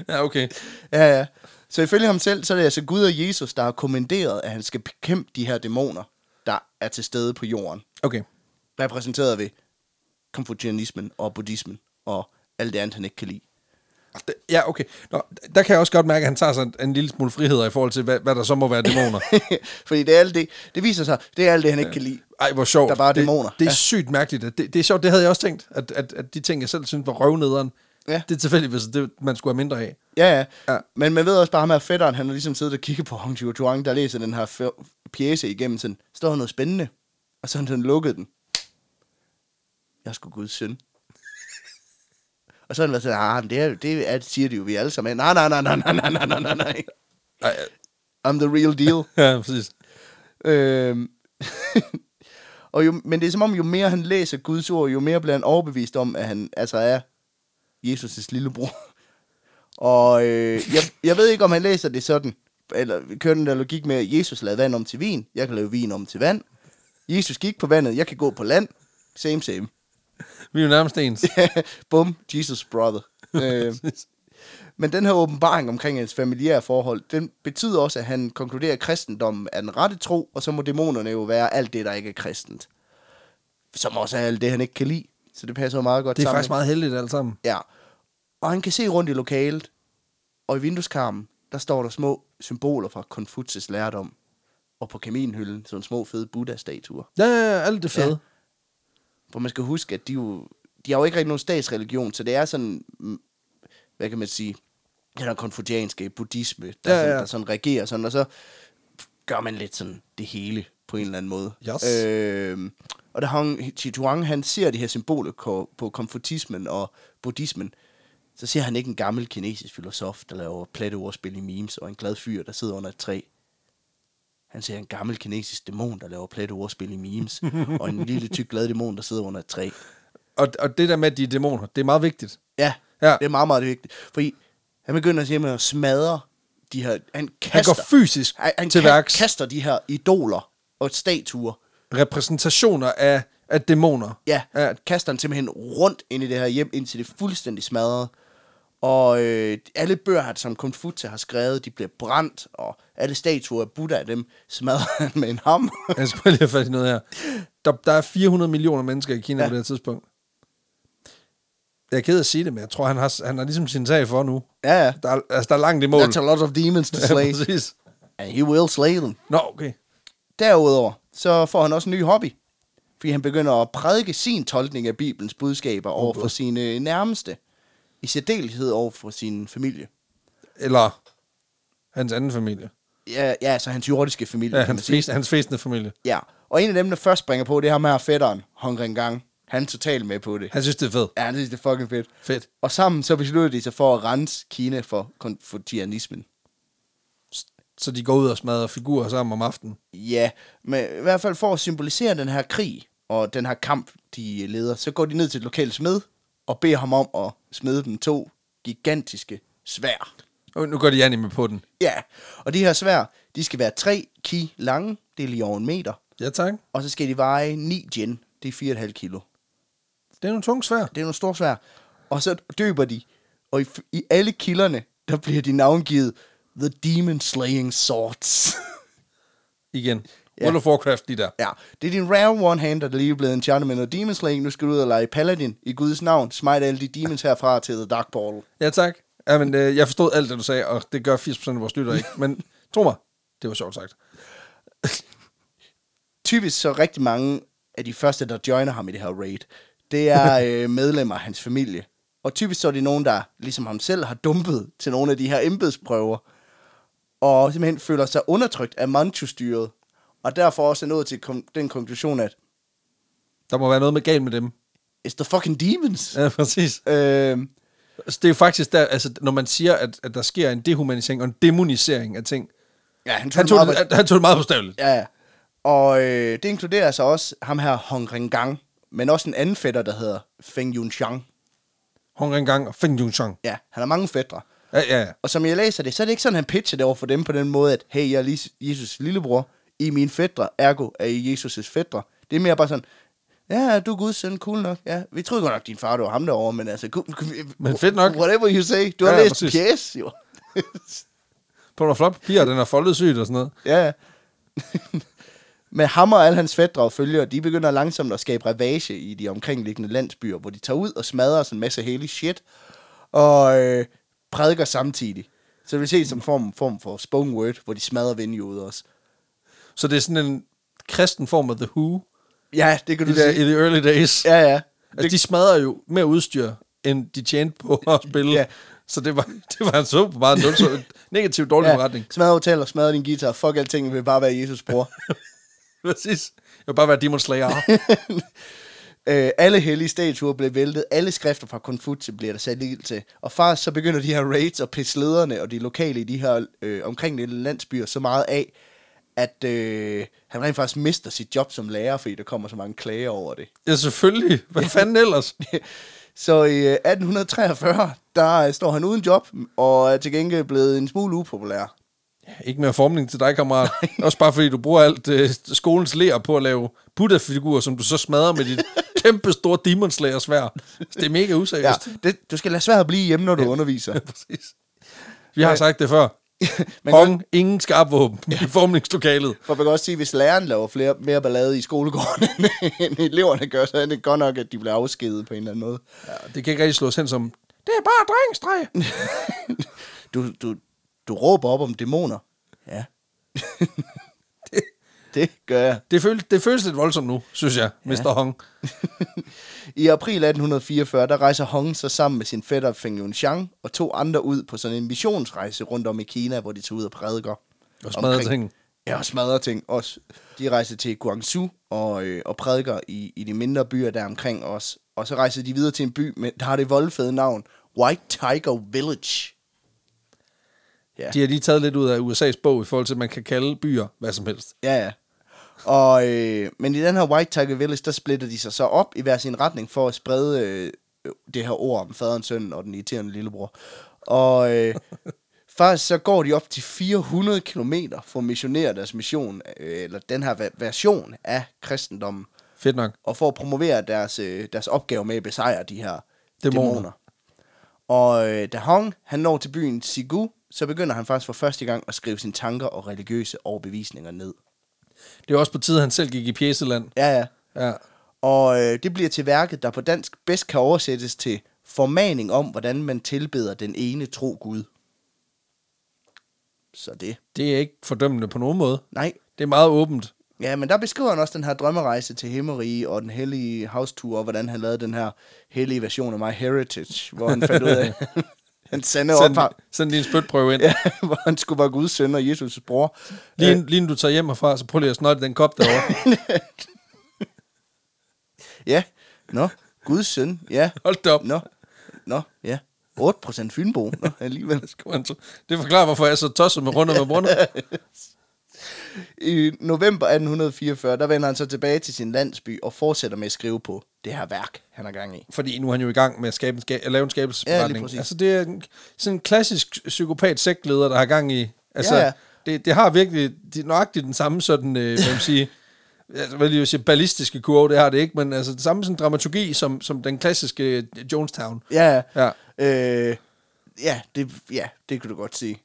ja, okay. ja, ja. Så ifølge ham selv, så er det altså Gud og Jesus, der har kommanderet, at han skal bekæmpe de her dæmoner, der er til stede på jorden. Okay. Repræsenteret ved konfucianismen og buddhismen og alt det andet, han ikke kan lide. Det- Ja, okay. Nå, der kan jeg også godt mærke, at han tager sig en, en lille smule friheder i forhold til, hvad, hvad der så må være dæmoner. Fordi det er alt det, det viser sig, det er alt det, han ikke kan lide. Ej, hvor sjovt. Der er bare det, dæmoner. Det er ja. Ja. sygt mærkeligt. at Det, det er sjovt, det havde jeg også tænkt, at, at, at de ting, jeg selv synes var røvnederen, Ja. det er tilfældigvis det, man skulle have mindre af. Ja, ja. Ja. ja. Men man ved også bare, at ham her fætteren, han har ligesom siddet og kigget på Hong Zhuang, der læser den her f- pjæse igennem, sådan, står der noget spændende? Og så har han lukket den. Jeg skulle Guds søn. og så har han været sådan, ah, men det, er, det er, siger de jo, vi alle sammen. er." Nej, nej, nej, nej, nej, nej, nej, nej, nej, nej. Ej, I'm the real deal. ja, præcis. Øhm. og jo, men det er som om, jo mere han læser Guds ord, jo mere bliver han overbevist om, at han altså er Jesus' lillebror. og øh, jeg, jeg ved ikke, om han læser det sådan, eller kører den der logik med, at Jesus lavede vand om til vin, jeg kan lave vin om til vand. Jesus gik på vandet, jeg kan gå på land. Same, same. Vi er jo nærmest ens. Bum, Jesus brother. øh, men den her åbenbaring omkring hans familiære forhold, den betyder også, at han konkluderer, at kristendommen er den rette tro, og så må dæmonerne jo være alt det, der ikke er kristent. Som også er alt det, han ikke kan lide. Så det passer jo meget godt Det er sammen. faktisk meget heldigt alt sammen. Ja. Og han kan se rundt i lokalet, og i vindueskarmen, der står der små symboler fra Konfutses lærdom. Og på kaminhylden, sådan små fede Buddha-statuer. Ja, ja, ja, alt det fede. Ja. Hvor man skal huske, at de jo, de har jo ikke rigtig nogen statsreligion, så det er sådan, mm, hvad kan man sige, den her konfucianske buddhisme, der, Ja, ja, ja. Sådan, ja. der sådan regerer sådan, og så gør man lidt sådan det hele på en eller anden måde. Yes. Øh, og der Hong Chituang, han ser de her symboler ko- på konfutismen og buddhismen, så ser han ikke en gammel kinesisk filosof, der laver pletteordspil i memes, og en glad fyr, der sidder under et træ. Han ser en gammel kinesisk dæmon, der laver pletteordspil i memes, og en lille tyk glad dæmon, der sidder under et træ. Og, og det der med, at de er dæmoner, det er meget vigtigt. Ja, Ja. ja. det er meget, meget vigtigt. Fordi han begynder simpelthen at smadre de her... Han, kaster, Han går fysisk han, han til ka- værks. kaster de her idoler og statuer. Repræsentationer af, af dæmoner. Ja, ja. ja, kaster han simpelthen rundt ind i det her hjem, indtil det er fuldstændig smadret. Og øh, alle bøger, som Konfuta har skrevet, de bliver brændt, og alle statuer af Buddha, dem smadrer han med en hammer. Jeg skal bare lige have fat i noget her. Der, der er 400 millioner mennesker i Kina ja. Ja. på det her tidspunkt. Jeg er ked af at sige det, men jeg tror, han har, han har ligesom sin sag for nu. ja, ja. Der er, altså, der er langt i mål. That's a lot of demons to slay. Ja, præcis. And he will slay them. Nå, okay. Derudover, så får han også en ny hobby, fordi han begynder at prædike sin tolkning af Bibelens budskaber Oh, over for sine nærmeste, i særdeleshed over for sin familie. Eller hans anden familie. Ja, ja altså hans jordiske familie, Ja, kan man hans, sige. fest, hans festende familie. Ja, og en af dem, der først springer på, det er ham her fætteren, Hong Rengang. Han er totalt med på det. Han synes, det er fedt. Ja, han synes, det er fucking fedt. Fedt. Og sammen så besluttede de sig for at rense Kina for konfucianismen. Så de går ud og smadrer figurer sammen om aftenen. Ja, men i hvert fald for at symbolisere den her krig og den her kamp, de leder, så går de ned til et lokalt smed og beder ham om at smede dem to gigantiske svær. Og nu går de anime på den. Ja, og de her svær, de skal være 3 ki lange, det er lige over en meter, Ja, tak. og så skal de veje 9 gen, det er 4,5 kilo. Det er nogle tunge svær. Det er nogle store svær. Og så døber de, og i, i alle kilderne, der bliver de navngivet The Demon Slaying Swords. Igen. Ja. World of Warcraft, de der. Ja, det er din rare one-hander, der lige er blevet enchantment og demon slaying. Nu skal du ud og lege paladin i Guds navn. Smite alle de demons herfra til The Dark Portal. Ja, tak. Ja, men, øh, jeg forstod alt, det du sagde, og det gør 80% af vores lyttere ikke. Men tro mig, det var sjovt sagt. Typisk så rigtig mange af de første, der joiner ham i det her raid, det er øh, medlemmer af hans familie. Og typisk så er det nogen, der ligesom ham selv har dumpet til nogle af de her embedsprøver. Og simpelthen føler sig undertrykt af manchustyret. Og derfor også er nået til kon- den konklusion, at Der må være noget med galt med dem. it's the fucking demons. Ja, præcis. Øh, Altså, det er jo faktisk der, altså, når man siger, at, at der sker en dehumanisering og en demonisering af ting. ja, han tog, Han den tog, det, meget- han, han tog det meget bogstaveligt. Ja, og øh, det inkluderer så også ham her Hong Rengang, men også en anden fætter, der hedder Feng Yunxiang. Hong Rengang og Feng Yunchang. Ja, han har mange fætter. Ja, ja, ja. Og som jeg læser det, så er det ikke sådan, han pitcher det over for dem på den måde, at hey, jeg er Lis- Jesus' lillebror, I er mine fætre, ergo er I Jesus' fætre. Det er mere bare sådan, ja, du er Guds søn, cool nok. Ja, vi troede godt nok, din far, det var ham derovre, men altså, gu- gu- Men fedt nok. Whatever you say, du har Ja, ja, ja, læst en præcis. pjæse, jo. På noget flot piger, den er foldet sygt og sådan noget. Ja, ja. Men ham og alle hans fædre og følgere, de begynder langsomt at skabe ravage i de omkringliggende landsbyer, hvor de tager ud og smadrer sådan en masse hellig shit, og øh, prædiker samtidig. Så det vil ses som form, form for spoken word, hvor de smadrer vindjoder også. Så det er sådan en kristen form af The Who Ja, det kan i, du der, i sige. the early days. Ja, ja. Altså, de smadrer jo mere udstyr, end de tjente på at spille. Ja. Så det var, det var en så meget nul, så negativ dårlig ja. forretning. Smadrer hoteller, smadrer din guitar, fuck alting, vil bare være Jesus bror. Præcis. Jeg vil bare være Demon Slayer. Øh, alle hellige statuer blev væltet, alle skrifter fra Konfutse bliver der sat ild til. Og faktisk så begynder de her raids at pisse lederne og de lokale i de her øh, omkringliggende landsbyer så meget af, at øh, han rent faktisk mister sit job som lærer, fordi der kommer så mange klager over det. ja, selvfølgelig. Hvad fanden ellers? så i øh, 1843, der øh, står han uden job, og er til gengæld blevet en smule upopulær. Ikke mere formning til dig, kammerat. Også bare fordi du bruger alt øh, skolens lærer på at lave Buddha-figurer, som du så smadrer med dit kæmpe store Demon Slayer-svær. Så det er mega Ja, useriøst. Ja. det, du skal lade svært at blive hjemme, når du underviser. Præcis. Vi har sagt det før. Men- Hong, ingen skarpvåben i formningslokalet. For man kan også sige, at hvis læreren laver flere, mere ballade i skolegården, end eleverne gør, så er det godt nok, at de bliver afskedet på en eller anden måde. Ja, det kan ikke rigtig slås hen som, det er bare drengstreg. Du, du, du råber op om dæmoner. Ja. det, det gør jeg. Det, føl, det føles lidt voldsomt nu, synes jeg, ja. Mr. Hong. I april 1844, der rejser Hong så sammen med sin fætter Feng Yunxiang og to andre ud på sådan en missionsrejse rundt om i Kina, hvor de tager ud og prædiker. Og smadrer omkring- ting. Ja, og smadrer ting også. De rejser til Guangzhou og, øh, og prædiker i, i de mindre byer der omkring os. Og så rejser de videre til en by, med, der har det voldfede navn, White Tiger Village. Ja. De har lige taget lidt ud af USA's bog i forhold til, at man kan kalde byer hvad som helst. Ja, ja. Og, øh, men i den her White Tiger Village, der splitter de sig så op i hver sin retning for at sprede øh, det her ord om faderen, sønnen og den irriterende lillebror. Og øh, faktisk så går de op til 400 kilometer for at missionere deres mission, øh, eller den her va- version af kristendommen, Fedt nok. og for at promovere deres, øh, deres opgave med at besejre de her Dæmoner. dæmoner. Og øh, da Hong han når til byen Sigu, så begynder han faktisk for første gang at skrive sine tanker og religiøse overbevisninger ned. Det er også på tide, han selv gik i pjæseland. Ja, ja. Ja. Og øh, det bliver til værket, der på dansk bedst kan oversættes til formaning om, hvordan man tilbeder den ene tro Gud. Så det. Det er ikke fordømmende på nogen måde. Nej. Det er meget åbent. Ja, men der beskriver han også den her drømmerejse til Himmerige og den hellige havstur, og hvordan han lavede den her hellige version af My Heritage, hvor han fandt ud af den sande Send, ophav. send lige en spytprøve ind. Ja. Ja, hvor han skulle være Guds søn og Jesus' bror. Lige, inden, lige inden du tager hjem herfra, så prøv lige at snotte den kop derovre. Ja, nå, Guds søn, ja, Hold da op. nå, nå, ja. 8% Fynbo, nå, alligevel. Skulle han så- Det forklarer, hvorfor jeg er så tosset med rundt med brunner. I november 1844, der vender han så tilbage til sin landsby og fortsætter med at skrive på det her værk, han er gang i. Fordi nu er han jo i gang med at, skabe en ska- at lave en Ja, lige skabelsesberetning. præcis. Ja, altså, det er en, sådan en klassisk psykopat sektleder, der har gang i... Altså, Ja, ja. Det, det har virkelig det er nøjagtigt den samme sådan, øh, hvad man siger, altså, hvad lige vil sige, ballistiske kurve, det har det ikke, men altså den samme sådan, dramaturgi som, som den klassiske øh, Jonestown. Ja, Ja. Øh, ja, det, ja, det kan du godt sige.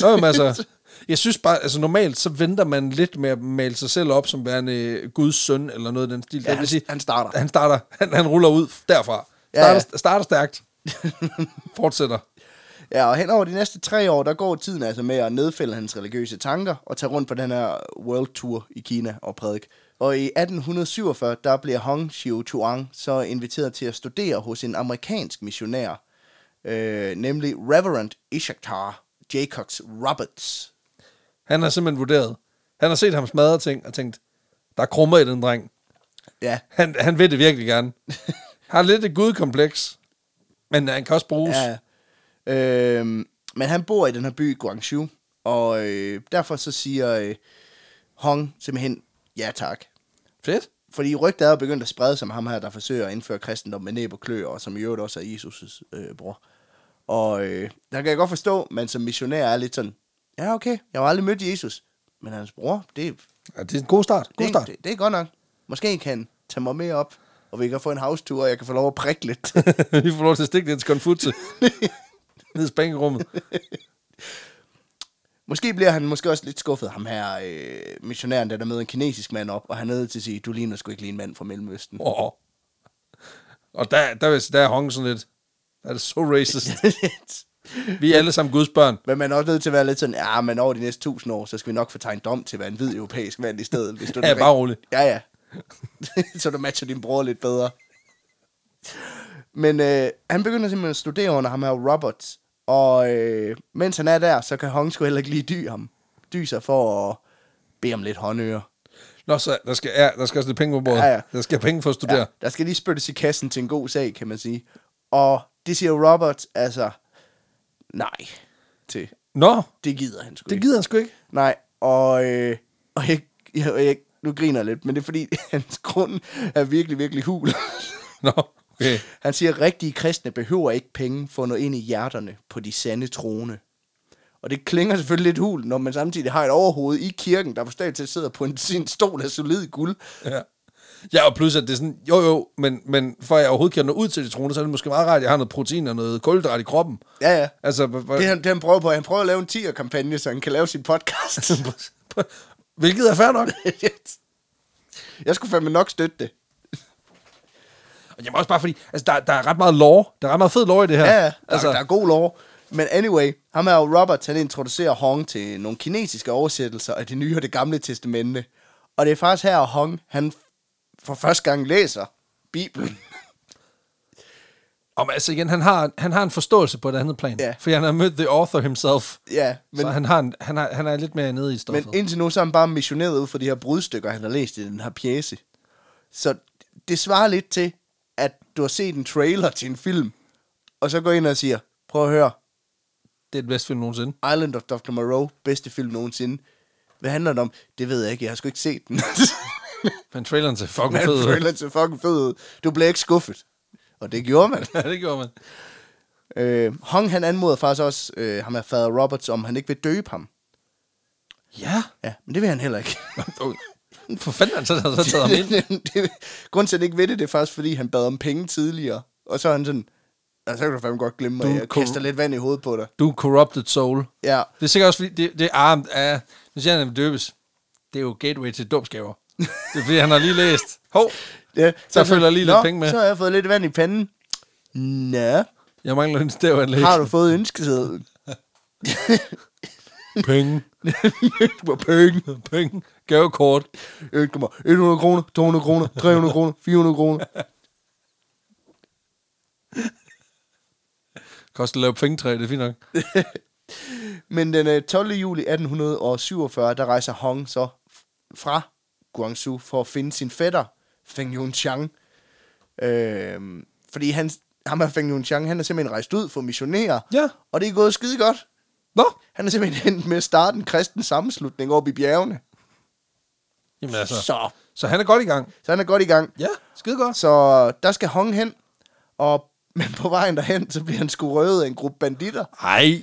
Nå, jamen, altså, jeg synes bare, altså normalt, så venter man lidt med at male sig selv op som værende øh, Guds søn, eller noget af den stil. Ja, det han- vil sige, han starter. Han starter, han, han ruller ud derfra. Ja, Starter, ja. starter stærkt. Fortsætter. Ja, og hen over de næste tre år, der går tiden altså med at nedfælde hans religiøse tanker og tage rundt på den her world tour i Kina og prædike. Og i 1847, der bliver Hong Xiuquan så inviteret til at studere hos en amerikansk missionær, øh, nemlig Reverend Ishaktar Jacobs Roberts. Han har simpelthen vurderet. Han har set ham smadre ting og tænkt, der er krummer i den dreng. Ja, Han, han vil det virkelig gerne. har lidt et gudkompleks, men han kan også bruges. Ja. Ja. Øhm, men han bor i den her by, Guangzhou, og øh, derfor så siger øh, Hong simpelthen ja tak. Fedt. Fordi rygtet er jo begyndt at sprede sig om ham her, der forsøger at indføre kristendom med næb og kløer, og som i øvrigt også er Jesus' øh, bror. Og øh, der kan jeg godt forstå, men som missionær er lidt sådan, ja okay, jeg har aldrig mødt Jesus, men hans bror, det, er- Ja, det er en god start. God det, er- start. det, det er godt nok. Måske kan han tage mig med op, og vi kan få en house-tour, og jeg kan få lov at prikke lidt. Vi får lov til at stikke det til konfutse. Ned i spænkerummet. Måske bliver han måske også lidt skuffet, ham her øh, missionæren, der, der møder en kinesisk mand op, og han er nødt til at sige, du ligner sgu ikke lige en mand fra Mellemøsten. Oh. Og der, der, der, der er Hong sådan lidt. Der er det så racist. Vi er alle sammen Guds børn. men man er også nødt til at være lidt sådan, ja, men over de næste tusind år, så skal vi nok få tegnet dom til at være en hvid europæisk mand i stedet. Hvis du er Ja, den bare rigt- rolig. Ja, ja. så du matcher din bror lidt bedre. Men øh, han begynder simpelthen at studere under ham her, Roberts. Og øh, mens han er der, så kan Hong sgu heller ikke lige dy ham. Dy sig for at bede om lidt håndøre. Nå, så der skal, ja, der skal også lidt penge på bordet. Ja, ja. Der skal penge for at studere. Ja, der skal lige spyttes i kassen til en god sag, kan man sige. Og det siger Robert, altså, nej til. Nå, Det gider han sgu det ikke. gider han sgu ikke. Nej, og, øh, og jeg, jeg, jeg, nu griner jeg lidt, men det er fordi, hans grund er virkelig, virkelig hul. Nå, okay. Han siger, at rigtige kristne behøver ikke penge for at nå ind i hjerterne på de sande troende. Og det klinger selvfølgelig lidt hul, når man samtidig har et overhoved i kirken, der forstået til sidder på en, sin stol af solid guld. Ja. ja, og plus at det er sådan, jo jo, men, men for at jeg overhovedet kan nå ud til de troende, så er det måske meget rart, at jeg har noget protein og noget kulhydrat i kroppen. Ja, ja. Altså, hvor- hvor- Det han, det han prøver på, han prøver at lave en 10'er-kampagne, så han kan lave sin podcast. hvilket er fair nok. jeg skulle fandme nok støtte det. Og Jamen også bare fordi, altså der, der er ret meget lore, der er ret meget fed lore i det her. Ja, ja. Der, altså. altså, der er god lov. Men anyway, ham her Robert, han introducerer Hong til nogle kinesiske oversættelser af det nye og det gamle testamente. Og det er faktisk her, at Hong, han for første gang læser Bibelen. og, altså igen, han har, han har en forståelse på et andet plan, Ja. fordi han har mødt the author himself. ja, Men, så men, han, har en, han, har, han er lidt mere nede i stoffet. men indtil nu, så er han bare missioneret ud for de her brudstykker, han har læst i den her pjæse. Så det svarer lidt til, at du har set en trailer til en film, og så går ind og siger, prøv at høre, det er et bedst film nogensinde. Island of Dr. Moreau, bedste film nogensinde. Hvad handler den om? Det ved jeg ikke, jeg har sgu ikke set den. Men traileren ser fucking Men fed ud. traileren så fucking fed ud. Du blev ikke skuffet. Og det gjorde man. Ja, det gjorde man. øh, Hong han anmoder faktisk også øh, ham her fader Roberts, om han ikke vil døbe ham. Ja. Ja, men det vil han heller ikke. For fanden han så, så taget ham ind. det, grunden til, at han ikke ved det, det er faktisk, fordi han bad om penge tidligere. Og så er han sådan, Altså, så kan du fandme godt glemme mig. Du Jeg ko- kaster lidt vand i hovedet på dig. Du er en corrupted soul. Ja. Det er sikkert også, fordi det, det er armt af... Nu siger han, at han vil døbes. Det er jo gateway til dumskaver. Det er, fordi han har lige læst. Hov, ja. Så følger jeg lige lidt Nå, penge med. så har jeg fået lidt vand i panden. Nå, jeg mangler en stævanlæg. har du fået ønskesedlen? Penge. Hvor penge. Penge. Gavekort. Øh, kom her. 100 kroner, 200 kroner, 300 kroner, 400 kroner. Koster at lave pengetræ, det er fint nok. Men den øh, 12. juli 1847, der rejser Hong så f- fra Guangzhou for at finde sin fætter, Feng Yunqiang. Øh, fordi han, ham her Feng Yunqiang, han er simpelthen rejst ud for at missionere. Ja. Og det er gået skide godt. Nå. Han er simpelthen endt med at starte en kristen sammenslutning oppe i bjergene. Jamen altså. Så, Så, så han er godt i gang. så han er godt i gang. Ja, skide godt. Så der skal Hong hen, og men på vejen derhen, så bliver han sgu røvet af en gruppe banditter. Ej,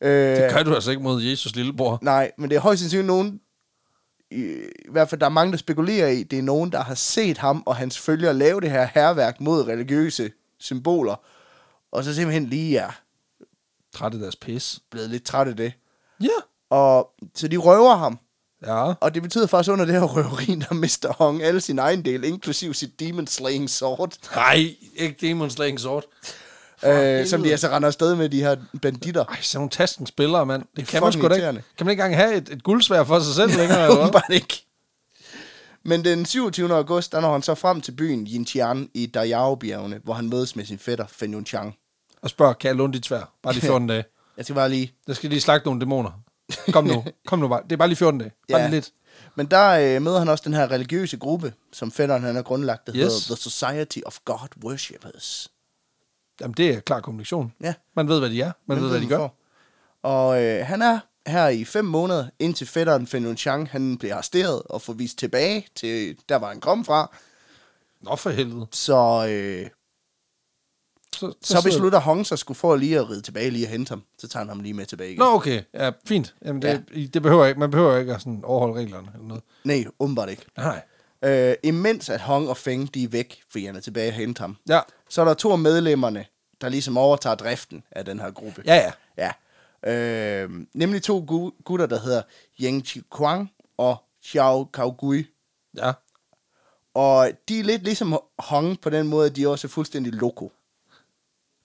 Øh, det gør du altså ikke mod Jesus lillebror. Nej, men det er højst sandsynligt nogen, i, i hvert fald der er mange, der spekulerer i, det er nogen, der har set ham og hans følgere lave det her herværk mod religiøse symboler, og så simpelthen lige er Træt af deres pis. blevet lidt træt af det. Ja. Og, så de røver ham, Ja. og det betyder faktisk under det her røveri, der mister Hong alle sin egen del, inklusiv sit Demon Slaying Sword, Nej, ikke Demon Slaying Sword. øh, som helvede. de altså render afsted med, de her banditter. Ej, sådan nogle tasken spillere, mand. Det, det kan man fucking sgu da ikke. irriterende. Kan man ikke engang have et, et guldsvær for sig selv længere? Eller hvad? Åbenbart ikke. Men den 27. august, der når han så frem til byen Yintian i Dayao-bjergene, hvor han mødes med sin fætter Fen Yunchang. Og spørg, kan jeg låne dit svær? Bare lige 14 dage. Jeg skal bare lige... Jeg skal lige slagte nogle dæmoner. Kom nu. Kom nu bare. Det er bare lige 14 dage. Bare Ja. ja. lidt. Men der øh, møder han også den her religiøse gruppe, som fætteren han har grundlagt, der yes. Yes. hedder The Society of God Worshippers. Jamen, det er klar kommunikation. Ja. Man ved, hvad de er. Man ved, hvad de gør. får. Og øh, han er her i fem måneder, indtil fætteren Fen Yunchang, han bliver arresteret og får vist tilbage til der, hvor han kom fra. Nå for helvede. Så, øh, Så, så beslutter Hong sig skulle få lige at ride tilbage lige og hente ham. Så tager han ham lige med tilbage igen. Nå, okay. Ja, fint. Jamen, det, ja. det behøver ikke. Man behøver ikke at sådan overholde reglerne eller noget. Nej, åbenbart ikke. Nej. Øh, imens at Hong og Feng, de er væk, fordi han er tilbage og hente ham, Ja. så er der to af medlemmerne, der ligesom overtager driften af den her gruppe. Ja, ja. ja. Øh, nemlig to gu- gutter, der hedder Yang Qiquang og Xiao Kaogui. Ja. Og de er lidt ligesom Hong på den måde, at de også er fuldstændig loko.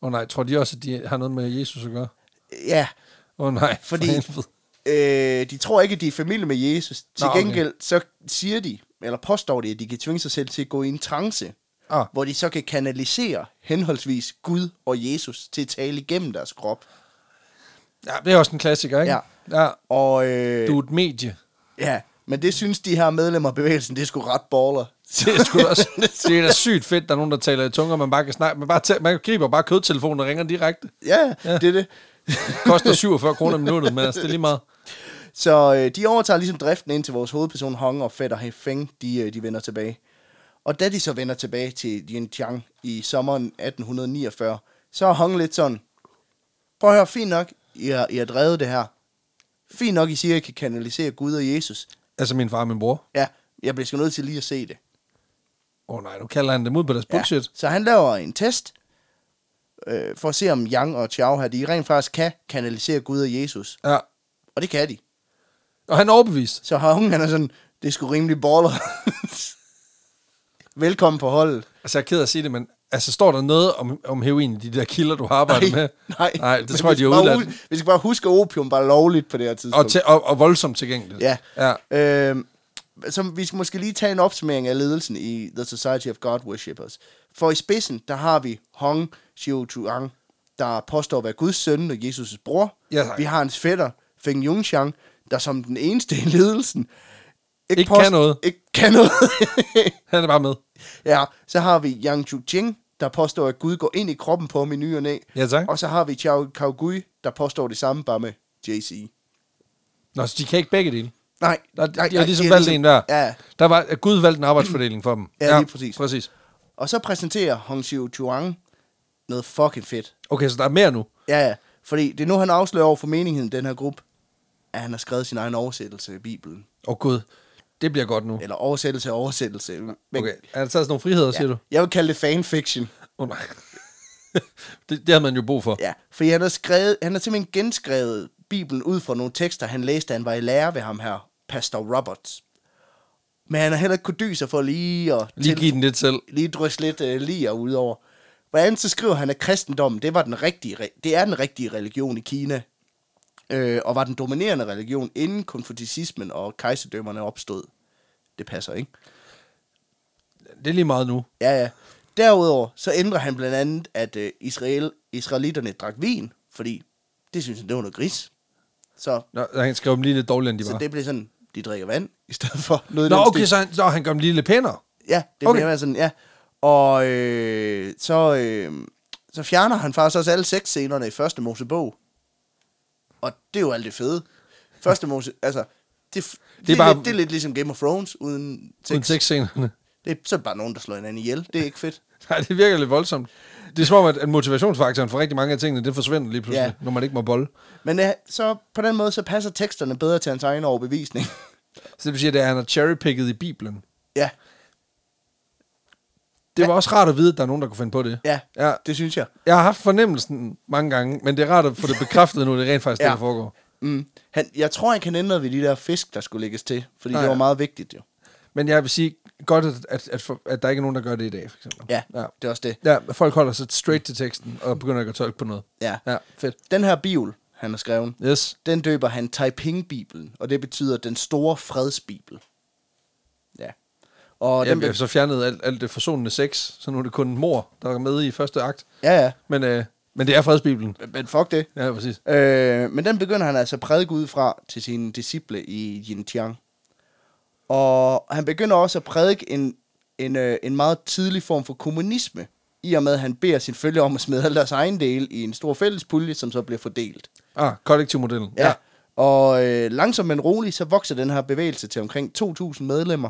Åh oh, nej, tror de også, at de har noget med Jesus at gøre? Ja, Åh oh, nej, Fordi- for helvede. øh, de tror ikke, at de er familie med Jesus. Til Nå, Nå, okay. gengæld, så siger de, eller påstår de, at de kan tvinge sig selv til at gå i en trance, Ah, hvor de så kan kanalisere henholdsvis Gud og Jesus til at tale igennem deres krop. ja, det er også en klassiker, ikke? Ja. ja. Og, øh, Du er et medie. Ja, men det synes de her medlemmer af bevægelsen, det er sgu ret baller. Det er, sgu da også, det er da sygt fedt, der er nogen, der taler i tunger, man bare kan snakke. Man, bare tæ- man griber bare kødtelefonen og ringer direkte. Ja, ja, det er det. Koster 47 kroner om minuttet, men altså, det er lige meget. Så øh, de overtager ligesom driften ind til vores hovedperson Hong og fætter Feng, de, øh, de vender tilbage. Og da de så vender tilbage til Yinjiang i sommeren 1849, så er Hong lidt sådan, prøv at høre, fint nok, I har, I har drevet det her. Fint nok, I siger, at I kan kanalisere Gud og Jesus. Altså min far og min bror. Ja, jeg bliver sgu nødt til lige at se det. Åh oh, nej, nu kalder han dem ud på deres Ja. bullshit. Så han laver en test, øh, for at se om Yang og Chao her, de rent faktisk kan kanalisere Gud og Jesus. Ja. ja. Og det kan de. Og han er overbevist. Så Hong, han er sådan, det er sgu rimelig baller. Velkommen på holdet. Altså, jeg er ked af at sige det, men altså, står der noget om, om heroin i de der kilder, du har arbejdet med? nej, Nej, det Men tror jeg, vi de er skal bare udladt. hu- Vi skal bare huske, at opium var lovligt på det her tidspunkt. Og, til, og, og voldsomt tilgængeligt. Ja. ja. Øhm, så vi skal måske lige tage en opsummering af ledelsen i The Society of God Worshippers. For i spidsen, der har vi Hong Xiuchuang, der påstår at være Guds søn og Jesus' bror. Ja, tak. vi har hans fætter, Feng Yunxiang, der som den eneste i ledelsen... Ikke kan noget. Ikke kan noget. Han er bare med. ja, så har vi Yang Jujing, der påstår, at Gud går ind i kroppen på ham i ny og næ. Ja, tak. Og så har vi Chao Kaogui, der påstår det samme, bare med JC. Nå, så de kan ikke begge dele. Nej, Der, nej, de nej, har ligesom det er valgt en hver. Ja, Der var, at Gud valgte en arbejdsfordeling for dem. Ja, lige præcis. præcis. Og så præsenterer Hong Xiu Chuang noget fucking fedt. Okay, så der er mere nu. Ja, ja. Fordi det er nu, han afslører over for menigheden, den her gruppe, at han har skrevet sin egen oversættelse af Bibelen. Åh oh, Gud, det bliver godt nu. Eller oversættelse af oversættelse. Men, Okay, er der taget sådan nogle friheder, siger du? Jeg vil kalde det fanfiction. Åh oh, nej. det, det har man jo brug for. Ja, fordi han har, skrevet, han har simpelthen genskrevet Bibelen ud fra nogle tekster, han læste, da han var i lære ved ham her, Pastor Roberts. Men han har heller ikke kunne dy sig for lige at Lige til- give den lidt selv. lige drysse lidt øh, lige udover. Hvordan så skriver han, at kristendommen, det, var den rigtige, re- det er den rigtige religion i Kina, øh, og var den dominerende religion, inden konfutismen og kejserdømmerne opstod. Det passer, ikke? Det er lige meget nu. Ja, ja. Derudover så ændrer han blandt andet, at øh, Israel, israelitterne drak vin, fordi det synes han, det var noget gris. Så, Nå, han skrev dem lige lidt dårligere, end de så var. det blev sådan, de drikker vand, i stedet for noget i Nå, den okay, stil. så han, nå, han gør dem lige lidt pænere. Ja, det Okay. okay. mere sådan, ja. Og øh, så, øh, så fjerner han faktisk også alle seks scenerne i første Mosebog. Og det er jo alt det fede. Første Mose, altså, det, det, er det, er bare- lidt, det er lidt ligesom Game of Thrones uden sex. Uden sexscenerne. Det er, så er det bare nogen, der slår hinanden ihjel. Det er ikke fedt. Nej, det virker lidt voldsomt. Det er som om, at- at motivationsfaktoren for rigtig mange af tingene, det forsvinder lige pludselig, ja. Ja. når man ikke må bolle. Men øh, så på den måde, så passer teksterne bedre til hans egen overbevisning. Så det vil sige, at han har cherrypicket i Bibelen. ja, Det var også rart at vide, at der er nogen, der kunne finde på det. ja, ja. ja, det synes jeg. Jeg har haft fornemmelsen mange gange, men det er rart at få det bekræftet nu, at det rent faktisk ja. det, Ja. der foregår. Mm. Han, jeg tror ikke, han ændrede ved de der fisk, der skulle lægges til. Fordi Nej, det var ja. meget vigtigt, jo. Men jeg vil sige godt, at, at, at, for, at der ikke er nogen, der gør det i dag, for eksempel. Ja, ja. ja. det er også det. ja folk holder sig straight til teksten og begynder ikke at tolke på noget. Ja. Ja, fedt. Den her bibel, han har skrevet, Yes. den døber han Taiping-bibelen, og det betyder den store fredsbibel. Ja. Og Og den Jamen, be- jeg så fjernede alt, alt det forsonende sex, så nu er det kun mor, der er med i første akt. ja, ja, Men, øh, men det er fredsbibelen. men fuck det. Ja, præcis. Øh, men den begynder han altså at prædike ud fra til sine disciple i Yinjiang. Og han begynder også at prædike en, en, øh, en meget tidlig form for kommunisme, i og med at han beder sin følge om at smide alle deres egen del i en stor fællespulje, som så bliver fordelt. Ah, kollektivmodellen. Ja. Og øh, langsomt men roligt, så vokser den her bevægelse til omkring 2.000 medlemmer.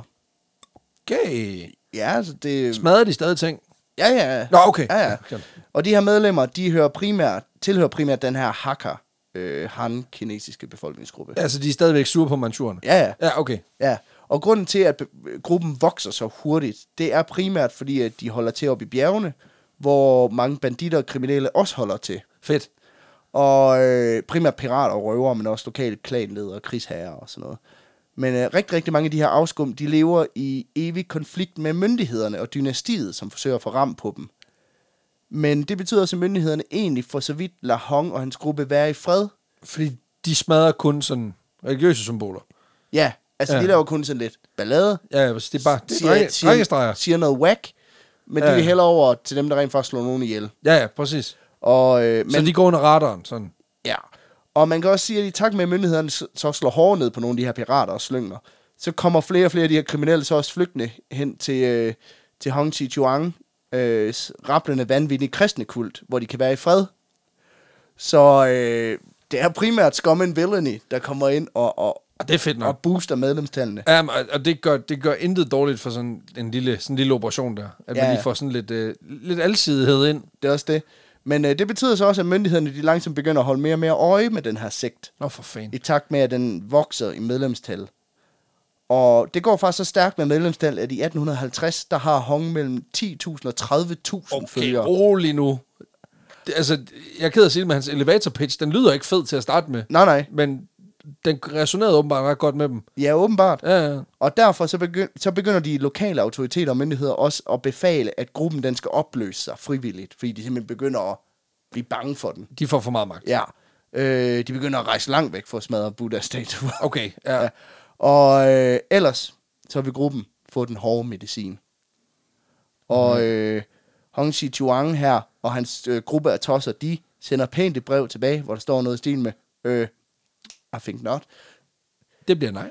Okay. Ja, altså det... Smadrer de stadig ting? Ja, ja. Nå, okay. Ja, ja. Ja, Og de her medlemmer, de hører primært, tilhører primært den her Hakka, øh, han-kinesiske befolkningsgruppe. Ja. Altså, de er stadigvæk sure på manchurerne. ja, ja, Ja, okay. ja. Og grunden til, at be- gruppen vokser så hurtigt, det er primært fordi, at de holder til oppe i bjergene, hvor mange banditter og kriminelle også holder til. Fedt. Og øh, primært pirater og røvere, men også lokale klanledere og krigsherrer og sådan noget. Men øh, rigtig, rigtig mange af de her afskum, de lever i evig konflikt med myndighederne og dynastiet, som forsøger at få ram på dem. Men det betyder også, at myndighederne egentlig for så vidt lader Hong og hans gruppe være i fred. Fordi de smadrer kun sådan religiøse symboler. Ja, altså Ja. ja. de laver kun sådan lidt ballade. Ja, ja, præcis. Det er bare det er siger- drenge, siger- drengestreger. Siger noget whack, men Ja. ja. de vil hælder over til dem, der rent faktisk slår nogen ihjel. Ja, ja, præcis. Og, øh, men Så de går under radaren, sådan. Ja. Og man kan også sige, at i takt med, at myndighederne s- så slår hårdere ned på nogle af de her pirater og slynger, så kommer flere og flere af de her kriminelle så også flygtende hen til, øh, til Hong Chi Chuang, øh, rapplende vanvittige kristne kult, hvor de kan være i fred. Så øh, det er primært Scum and Villainy, der kommer ind og, og, Og det er fedt nok. og booster medlemstallene. Ja, men, og- og det gør, det gør intet dårligt for sådan en lille, sådan en lille operation der. At ja. Ja, man lige ja. får sådan lidt, øh, lidt alsidighed ind. Det er også det. Men øh, det betyder så også, at myndighederne de langsomt begynder at holde mere og mere øje med den her sekt. Nå, for fanden. i takt med, at den vokser i medlemstal. Og det går faktisk så stærkt med medlemstal, at i 1850, der har Hong mellem 10.000 og 30.000 Okay, oh. følgere. rolig nu. Det, altså, jeg er ked af at sige det, men hans elevator pitch, den lyder ikke fed til at starte med. Nej, nej. Men den resonerede åbenbart ret godt med dem. Ja, åbenbart. Ja, ja. Og derfor så, begynd- så begynder de lokale autoriteter og myndigheder også at befale, at gruppen den skal opløse sig frivilligt, fordi de simpelthen begynder at blive bange for den. De får for meget magt. Ja. Øh, de begynder at rejse langt væk for at smadre Buddha-statuer. Okay, ja. ja. Ja. Og øh, ellers, så vil gruppen få den hårde medicin. Og øh, Hong Shi Chuang her og hans øh, gruppe af tosser, de sender pænt et brev tilbage, hvor der står noget i stil med, øh, I think not, Det bliver nej.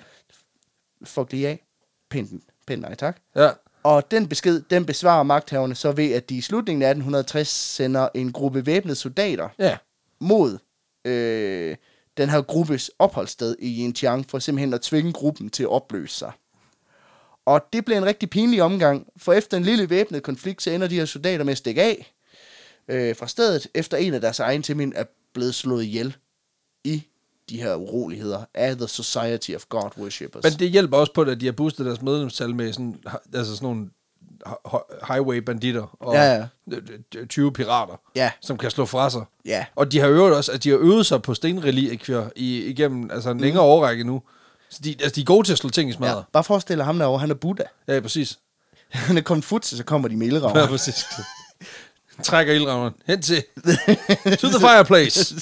fuck lige af, pænt, pænt nej tak. Ja. Og den besked, den besvarer magthaverne så ved, at de i slutningen af 1860 sender en gruppe væbnede soldater Ja. mod øh, den her gruppes opholdssted i Yinjiang, for simpelthen at tvinge gruppen til at opløse sig. Og det blev en rigtig pinlig omgang, for efter en lille væbnet konflikt, så ender de her soldater med at stikke af øh, fra stedet, efter en af deres egne tilmænd er blevet slået ihjel i de her uroligheder af The Society of God Worshippers. Men det hjælper også på det, at de har boostet deres medlemstal med sådan, altså sådan nogle hi- highway banditter og Ja, ja. øh, øh, 20 pirater, Ja. som kan slå fra sig. Ja. Og de har øvet også, at de har øvet sig på stenrelikvier i, igennem altså en længere årrække nu. Så de, altså, de er gode til at slå ting i Ja. smadret. Bare forestil dig ham derovre, han er Buddha. Ja, ja præcis. Han er Konfutse, så kommer de med Ja, ildravn. præcis. Trækker ildravnen hen til to the fireplace.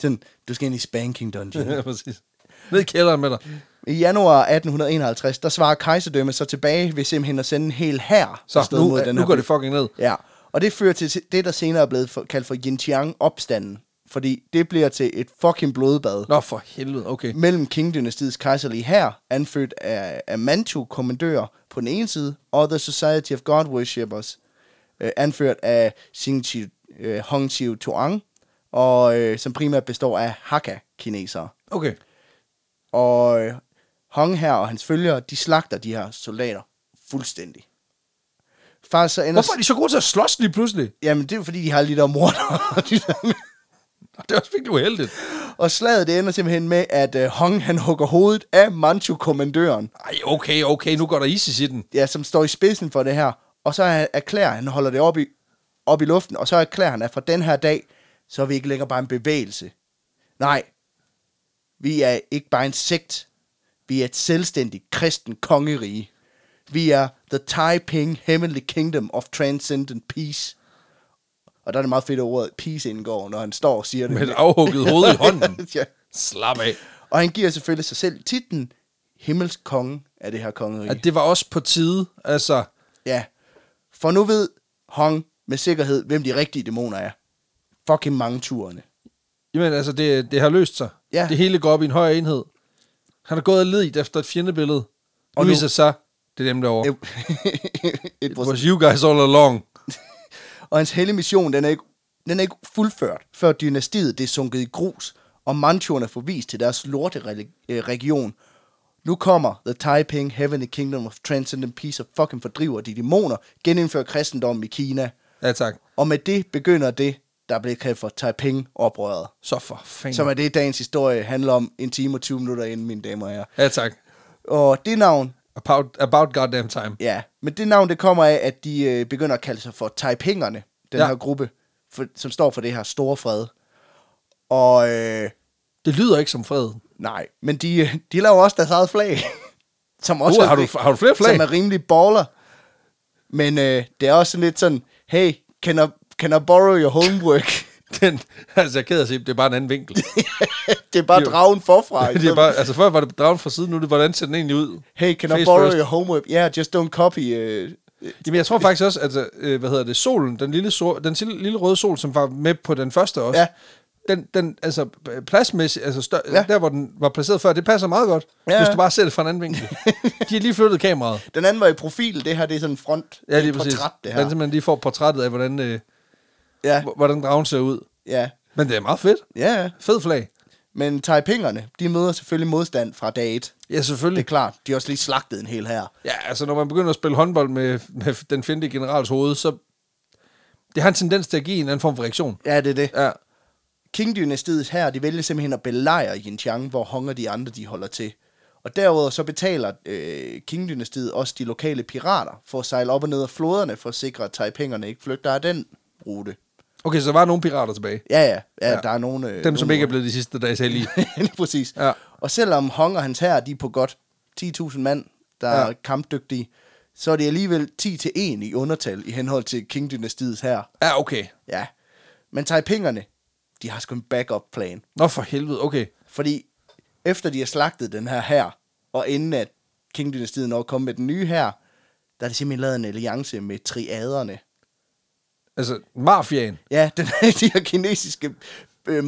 Sådan, du skal ind i Spanking Dungeon. ja, præcis. Ned i kælderen med dig. I januar 1851, der svarer kejserdømmet så tilbage ved simpelthen at sende en hel hær Så afsted nu, nu, nu her går by. det fucking ned. Ja, og det fører til det, der senere er blevet for, kaldt for Yinjiang-opstanden. Fordi det bliver til et fucking blodbad Nå, for helvede, okay. mellem Qing-dynastiets kejserlige hær, anført af, af Manchu-kommandører på den ene side, og The Society of God Worshippers, øh, anført af Xingqi øh, Hongqiu Tuang, og øh, som primært består af Hakka-kinesere. Okay. Og øh, Hong her og hans følgere, de slagter de her soldater fuldstændig. Faktisk så ender... Hvorfor er de så gode til at slås lige pludselig? Jamen, det er jo fordi, de har lidt om morder. og de der med- Det er også virkelig uheldigt. og slaget, det ender simpelthen med, at øh, Hong, han hugger hovedet af Manchu-kommandøren, Ej, okay, okay, nu går der is i sitten. ja, som står i spidsen for det her. Og så er- erklærer han, holder det op i, op i luften, og så erklærer han, at fra den her dag, så er vi ikke længere bare en bevægelse. Nej, vi er ikke bare en sekt. Vi er et selvstændigt kristen kongerige. Vi er The Taiping Heavenly Kingdom of Transcendent Peace. Og der er det meget fedt, at ordet peace indgår, når han står og siger det. Med et afhugget hoved i hånden. ja. Slap af. Og han giver selvfølgelig sig selv titlen Himmelsk Konge af det her kongerige. At det var også på tide, altså... Ja. For nu ved Hong med sikkerhed, hvem de rigtige dæmoner er. Fucking mange turene. Jamen, altså, det, det har løst sig. Ja. Det hele går op i en højere enhed. Han har gået og ledt efter et fjendebillede. Og Og nu nu- viser sig, det er dem derovre. It Et was you guys all along. og hans hellige mission, den er, ikke, den er ikke fuldført, før dynastiet det er sunket i grus, og manchuerne får vist til deres lorte reli- øh, region. Nu kommer The Taiping Heavenly Kingdom of Transcendent Peace og fucking fordriver de dæmoner, genindfører kristendommen i Kina, Ja, tak. og med det begynder det, der blev kaldt for Taiping-oprøret. Så for fanden. Som er det, dagens historie handler om en time og 20 minutter inden, mine damer og herrer. Ja, tak. Og det navn, About, about goddamn time. ja, men det navn, det kommer af, at de øh, begynder at kalde sig for Taipingerne, den Ja. ja. her gruppe, for, som står for det her store fred. Og øh, Det lyder ikke som fred. nej, men de, øh, de laver også deres eget flag. som også Uh, har du- har du flere flag? Som er rimelig baller. Men øh, det er også sådan lidt sådan, hey, can I, can I borrow your homework? Den, altså, jeg er ked af at sige, det er bare en anden vinkel. det er bare Jo. dragen forfra. i det er stedet bare, altså, før var det dragen fra siden, nu er det, hvordan ser den egentlig ud? Hey, can I Face borrow first. your homework? Yeah, just don't copy. Uh, Jamen, jeg tror faktisk også, at øh, hvad hedder det, solen, den lille, so, den lille, lille røde sol, som var med på den første også, Ja. den, den, altså øh, pladsmæssigt, altså stør, ja. Ja. der hvor den var placeret før, det passer meget godt, ja. Ja. hvis du bare ser det fra en anden vinkel. De har lige flyttet kameraet. den anden var i profil. Det her, det er sådan en front. Ja, det er lige et præcis. portræt, det Man her. simpelthen lige får portrættet af, hvordan, øh, Ja, h- hvordan dragen ser ud. ja, Men det er meget fedt. ja. ja. Fed flag. Men Taipingerne, de møder selvfølgelig modstand fra dag 1. Ja, Det er selvfølgelig. klart. De har også lige slagtet en hel her. Ja, altså når man begynder at spille håndbold med, med den fjendtlige generals hoved, så det har en tendens til at give en anden form for reaktion. Ja, det er det. Ja, Qing-dynastiet her, de vælger simpelthen at belejre Yinjiang, hvor Hong og de andre, de holder til. Og derudover så betaler øh, Qing-dynastiet også de lokale pirater for at sejle op og ned af floderne for at sikre, at Taipingerne ikke flygter af den rute. okay, så der var nogle pirater tilbage. Ja, ja, ja, Ja. ja. der er nogle... Øh, Dem, som nogle ikke er blevet de sidste dages heldige. Lige præcis. Ja. Ja. Og selvom Hong og hans her, de er på godt 10.000 mand, der ja. Ja. er kampdygtige, så er det alligevel 10-1 i undertal i henhold til Qing-dynastiets her. Ja, okay. Ja. Men Taipingerne, de har sgu en backup plan. Nå for helvede, okay. Fordi efter de har slagtet den her her, og inden at Qing-dynastiet når at komme med den nye her, der er de simpelthen lavet en alliance med triaderne. Altså, mafiaen. Ja, den, de her kinesiske øh,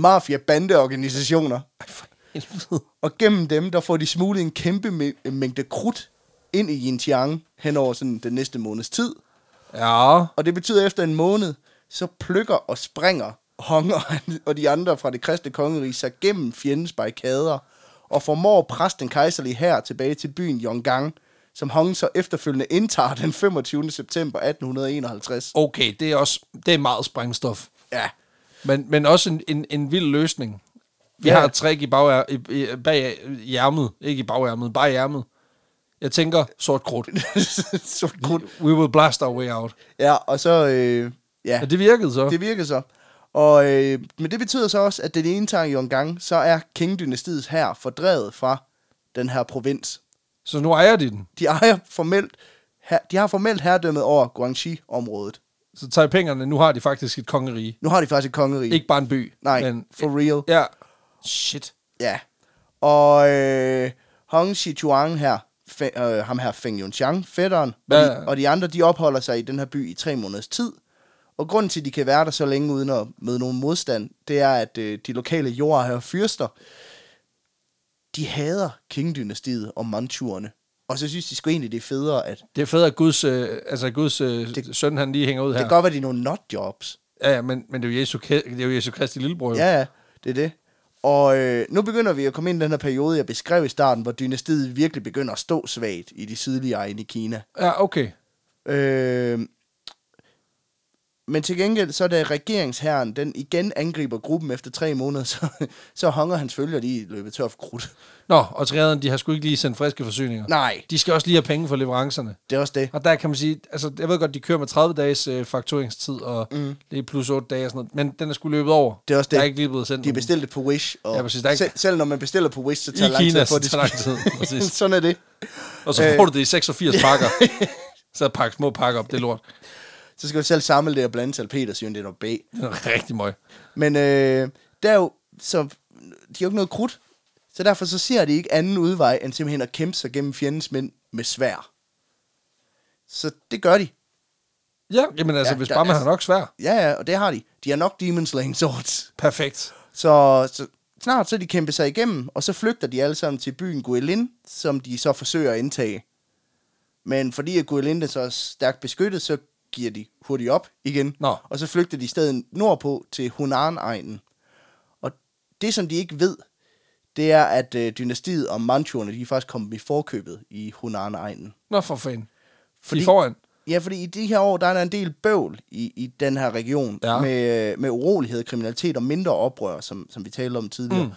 mafia-bandeorganisationer. Ej, for helvede. Og gennem dem, der får de smuglet en kæmpe mæ- mængde krudt ind i Yinjiang hen over sådan den næste måneds tid. Ja, Og det betyder, at efter en måned, så plukker og springer Hong og, og de andre fra det kristne kongerige sig gennem fjendens barrikader og formår at presse den kejserlige hær tilbage til byen Yonggang, som Hong så efterfølgende indtager den 25. september 1851. okay, det er også det er meget sprængstof. Ja, Men, men også en, en, en vild løsning. Vi ja. Ja. har et trick i, bag, i, i bag i ærmet. Ikke i bagærmet, bare i ærmet. Jeg tænker sort krudt. så krudt. We will blast our way out. Ja, og så... Øh, ja, Ja, det virkede så. det virker så. Og, øh, men det betyder så også, at den ene tang i gang, så er King-dynastiets her fordrevet fra den her provins. Så nu ejer de den. De ejer formelt, her, de har formelt herredømmet over Guangxi-området. Så tager pengerne. Nu har de faktisk et kongerige. Nu har de faktisk et kongerige. Ikke bare en by. Nej, men, for real. Ja. Shit. Ja. Og øh, Hong Shichuang her, fe, øh, ham her Feng Yunxiang, fætteren, ja. og, Ja. de, og de andre, de opholder sig i den her by i tre måneders tid. Og grunden til, at de kan være der så længe uden at møde nogen modstand, det er, at øh, de lokale jordejere og fyrster, de hader King-dynastiet og manchurerne. Og så synes de sgu egentlig, det er federe, at Det er fedt, at Guds, øh, altså Guds øh, Det- det, søn, han lige hænger ud ja. her. det kan godt være, de er nogle notjobs. Ja, ja, men, men det er jo Jesu, Kri- det er jo Jesu Kristi lillebror. jo. Ja, ja, det er det. Og øh, nu begynder vi at komme ind i den her periode, jeg beskrev i starten, hvor dynastiet virkelig begynder at stå svagt i de sydlige egne i Kina. ja, okay. Øh, men til gengæld, så da regeringsherren, den igen angriber gruppen efter tre måneder, så, så hunger hans følger lige løbet tør for krudt. Nå, og triaderne, de har sgu ikke lige sendt friske forsyninger. Nej, De skal også lige have penge for leverancerne. det er også det. Og der kan man sige, altså jeg ved godt, de kører med 30 dages øh, faktureringstid, og mm. det er plus 8 dage og sådan noget, men den er sgu løbet over. Det er også det. Der er ikke lige blevet sendt. De nogen. bestilte på Wish, og Ja, præcis, der er ikke- selv, selv når man bestiller på Wish, så I tager det lang tid Kina, at få så det. tager det lang tid, præcis. Sådan er det. Og så Øh. får du det i 86 pakker. så pakke små pakker op, det er lort. Så skal du selv samle det og blande salpetersyren, det er noget B. Det er rigtig møg. Men øh, der er jo, så, de har jo ikke noget krudt, så derfor så ser de ikke anden udvej, end simpelthen at kæmpe sig gennem fjendens mænd med svær. Så det gør de. Ja, jamen altså, Ja, ja, hvis der bare man er- har nok svær. Ja, ja, og det har de. De har nok Demon Slaying Swords. Perfekt. Så, så snart så er de kæmpe sig igennem, og så flygter de alle sammen til byen Guilin, som de så forsøger at indtage. Men fordi at Guilin er så stærkt beskyttet, så giver de hurtigt op igen, Nå. og så flygter de i stedet nordpå til Hunan-egnen. Og det, som de ikke ved, det er, at øh, dynastiet og manchuerne, de er faktisk kommet i forkøbet i Hunan-egnen. Nå for fanden. Fordi... Fordi- De foran. Ja, fordi i de her år, der er der en del bøvl i, i den her region ja. Ja. med, med urolighed, kriminalitet og mindre oprør, som, som vi talte om tidligere. Mm.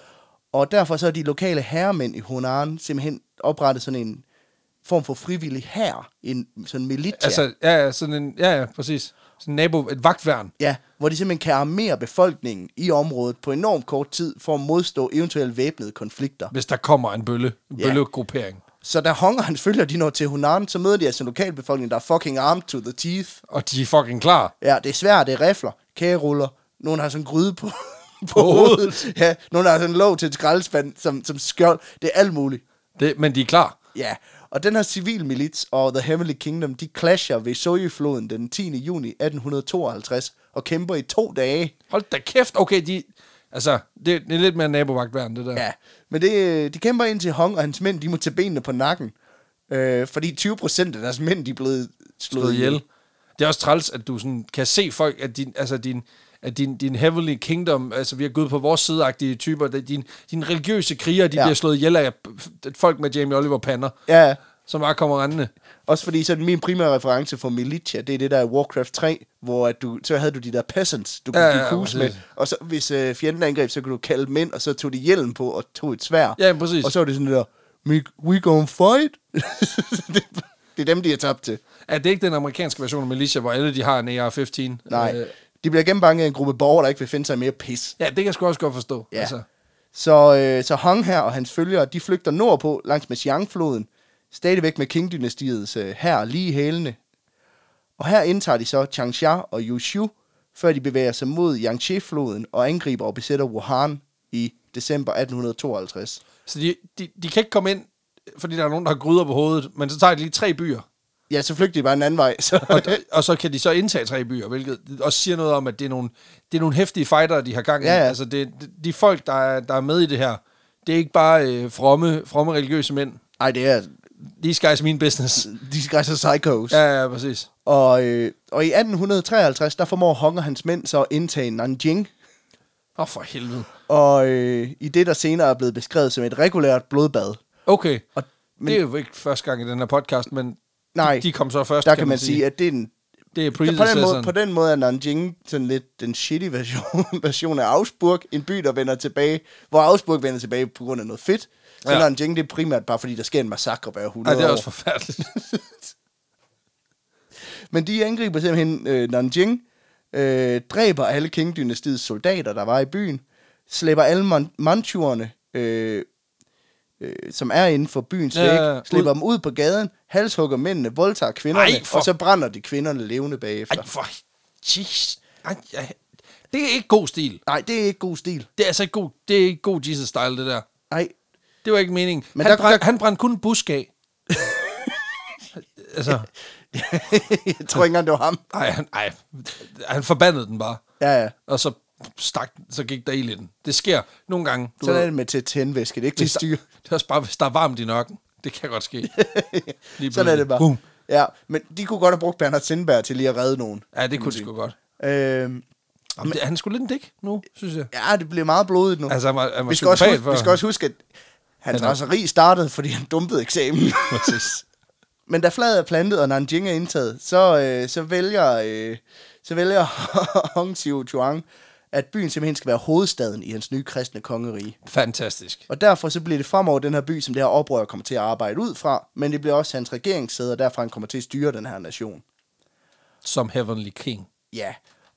Og derfor så er de lokale herremænd i Hunan simpelthen oprettet sådan en form for frivillig hær, en sådan militia, altså... Altså, ja, ja, sådan en, ja, ja, præcis. Sådan en nabo, et vagtværn. ja, hvor de simpelthen kan armere befolkningen i området på enormt kort tid for at modstå eventuelle væbnede konflikter. hvis der kommer en bølle, en Ja. ja. bøllegruppering. Så da Hong og hans følger, de når til Hunan, så møder de altså en lokalbefolkning, der er fucking armed to the teeth. Og de er fucking klar. Ja, det er svært, det er rifler, kageruller, nogen har sådan en gryde på, på På hovedet. hovedet. Ja, nogen har sådan en låg til et skraldespand som, som skjold. Det er alt muligt. Det, men de er klar. Ja, og den her civilmilits og The Heavenly Kingdom, de clasher ved Soyefloden den 10. juni 1852 og kæmper i to dage. Hold da kæft. Okay, de... Altså, det, det er lidt mere nabovagtværn, det der. Ja, men det, øh, de kæmper ind til Hong og hans mænd, de må tage benene på nakken. Øh, fordi 20 procent af deres mænd, de er blevet slået, Slået ihjel. Det er også træls, at du sådan kan se folk, at din, altså din, at din, din heavenly kingdom, altså vi har gået på vores sideagtige typer, det- din, din religiøse kriger, de Ja. ja. bliver slået ihjel af p- folk med Jamie Oliver pander, Ja, som bare kommer rendende. Også fordi sådan min primære reference for militia, det er det der i Warcraft 3, hvor at du, så havde du de der peasants, du kunne Ja, ja, ja, ja, hus med. præcis. Og så, hvis øh, fjenden angreb, så kunne du kalde dem ind, og så tog de hjelm på og tog et svær. Ja, præcis. Og så var det sådan der, "Me- we gonna fight? det, det er dem, de er tabt til. Er det ikke den amerikanske version af Militia, hvor alle de har en AR-15? Nej, Øh, de bliver gennembanket af en gruppe borgere, der ikke vil finde sig i mere pis. ja, det kan jeg sgu også godt forstå. Ja. Altså, Så, øh, så Hong her og hans følgere, de flygter nordpå langs med Xiang-floden, stadigvæk med Qing-dynastiets øh, her lige i hælene. Og her indtager de så Changsha og Yushu, før de bevæger sig mod Yangtze-floden og angriber og besætter Wuhan i december 1852. Så de, de, de kan ikke komme ind, fordi der er nogen, der har gryder på hovedet, men så tager de lige tre byer, Ja, så flygter de bare en anden vej. Så. og, og så kan de så indtage tre byer, hvilket også siger noget om, at det er nogle, det er nogle heftige fighter, de har gang i. Ja, ja. Altså, det, det- de folk, der er, der er med i det her, det er ikke bare øh, fromme, fromme religiøse mænd. Ej, det er... These guys mean business. De skal så psychos. Ja, ja, præcis. Og, øh, og i 1853, der formår Hong og hans mænd så at indtage Nanjing, Åh, oh, for helvede. og øh, i det, der senere er blevet beskrevet som et regulært blodbad. Okay, Og, men, det er jo ikke første gang i den her podcast, men Nej, de, de kom så først, der kan man sige, at det er en Det er Så på den, måde, predecessoren. på den måde er Nanjing sådan lidt den shitty version, version af Augsburg. En by, der vender tilbage, hvor Augsburg vender tilbage på grund af noget fedt. Så Ja. ja. Nanjing, det er primært bare fordi, der sker en massakre hver 100 Ej, det er år. også forfærdeligt. Men de angriber simpelthen øh, Nanjing, øh, dræber alle King-dynastiets soldater, der var i byen, slæber alle man- manchuerne, øh, øh, som er inden for byens Ja, ja, ja, ja. væg, slæber dem ud på gaden, halshugger mændene, voldtager kvinderne, Ej, for- og så brænder de kvinderne levende bagefter. Ej, for... Jeez. Ej, ja. Det er ikke god stil. Nej, det er ikke god stil. Det er altså ikke god, det er ikke god Jesus-style, det der. Nej, Det var ikke meningen. Men Men han, der, der- brænd, der- han brændte kun en busk af. altså, jeg tror ikke engang, det var ham. ej, han, ej, han forbandede den bare. Ja, ja. Og så, stak, så gik der ild i den. Det sker nogle gange. Du Sådan er ved, det med til tændvæske, det er ikke til hvis der, styre. det er også bare, hvis der er varmt i nørken. Det kan godt ske. Lige Sådan er pludselig. det bare. Boom. Ja, men de kunne godt have brugt Bernhard Sindberg til lige at redde nogen. Ja, det kunne det sgu godt. Øhm, Jamen, det, han skulle lidt en dæk nu, synes jeg. ja, det bliver meget blodigt nu. Altså, han var, han var vi, skal også psykopat huske, før. vi skal også huske, at hans Han er- raseri startede, fordi han dumpede eksamen. Præcis. Men da flaget er plantet, og Nanjing er indtaget, så, øh, så vælger, øh, så vælger Hong Xiu Chuang, at byen simpelthen skal være hovedstaden i hans nye kristne kongerige. Fantastisk. Og derfor så bliver det fremover den her by, som det her oprør kommer til at arbejde ud fra, men det bliver også hans regeringssæde, og derfor han kommer til at styre den her nation. Som Heavenly King. Ja.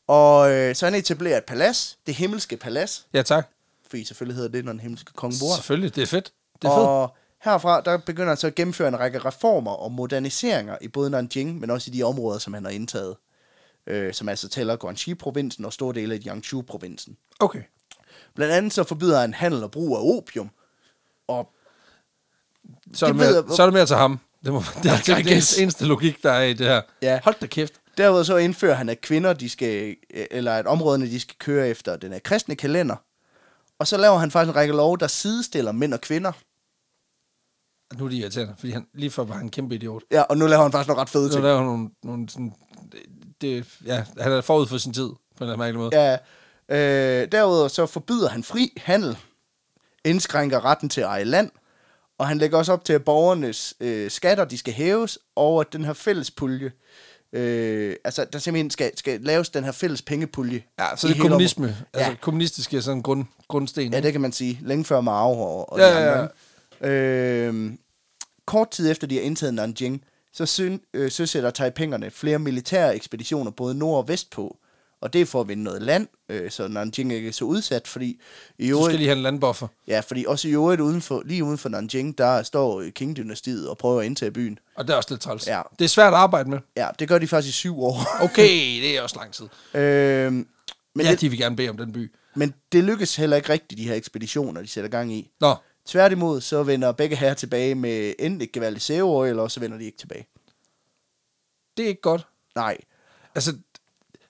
Og øh, så han etablerer et palads, det himmelske palads, Ja, tak. fordi selvfølgelig hedder det, når den himmelske konge bor. der. Selvfølgelig, det er fedt. Det er fedt. Og herfra, der begynder han så at gennemføre en række reformer og moderniseringer i både Nanjing, men også i de områder, som han har indtaget. Øh, som altså tæller Guangxi-provinsen og store dele af Jiangsu-provinsen. Okay. Blandt andet så forbyder han handel og brug af opium. Og Så er det, med, Det ved jeg- så er det med at tage ham. Det, må, det, er, det, er I den guess. eneste logik, der er i det her. Ja. Hold da kæft. derudover så indfører han, at kvinder, de skal, eller at områderne, de skal køre efter den her kristne kalender. Og så laver han faktisk en række love, der sidestiller mænd og kvinder. Nu er det irriterende, fordi han, lige før var han en kæmpe idiot. Ja, og nu laver han faktisk nogle ret fede Så ting. der er nogle, nogle sådan, det- det, ja, han er forud for sin tid, på en eller anden mærkelig måde. Ja, øh, derudover så forbyder han fri handel, indskrænker retten til at eje land, og han lægger også op til, at borgernes øh, skatter de skal hæves, og at den her fælles pulje, øh, altså der simpelthen skal, skal laves den her fælles pengepulje. Ja, så i det er hele kommunisme. området. Altså, ja. kommunistisk er sådan en grund, grundsten. ja, ikke? det kan man sige. Længe før Mao og, og Ja, de ja, andre. Øh, kort tid efter de har indtaget Nanjing, så syn, øh, søsætter Taipingerne flere militære ekspeditioner både nord og vestpå. Og det er for at vinde noget land, øh, så Nanjing ikke er så udsat, fordi i Du skal øvrigt, lige have en landbuffer. ja, fordi også i øvrigt uden for, lige uden for Nanjing, der står øh, Qing-dynastiet og prøver at indtage byen. Og det er også lidt træls. Ja. Det er svært at arbejde med. Ja, det gør de faktisk i syv år. Okay, det er også lang tid. øh, men, Men ja, det, de vil gerne bede om den by. men det lykkes heller ikke rigtigt, de her ekspeditioner, de sætter gang i. Nå, Tværtimod, så vender begge herrer tilbage med enten et gevaldigt sæveår, eller også vender de ikke tilbage. det er ikke godt. Nej. Altså,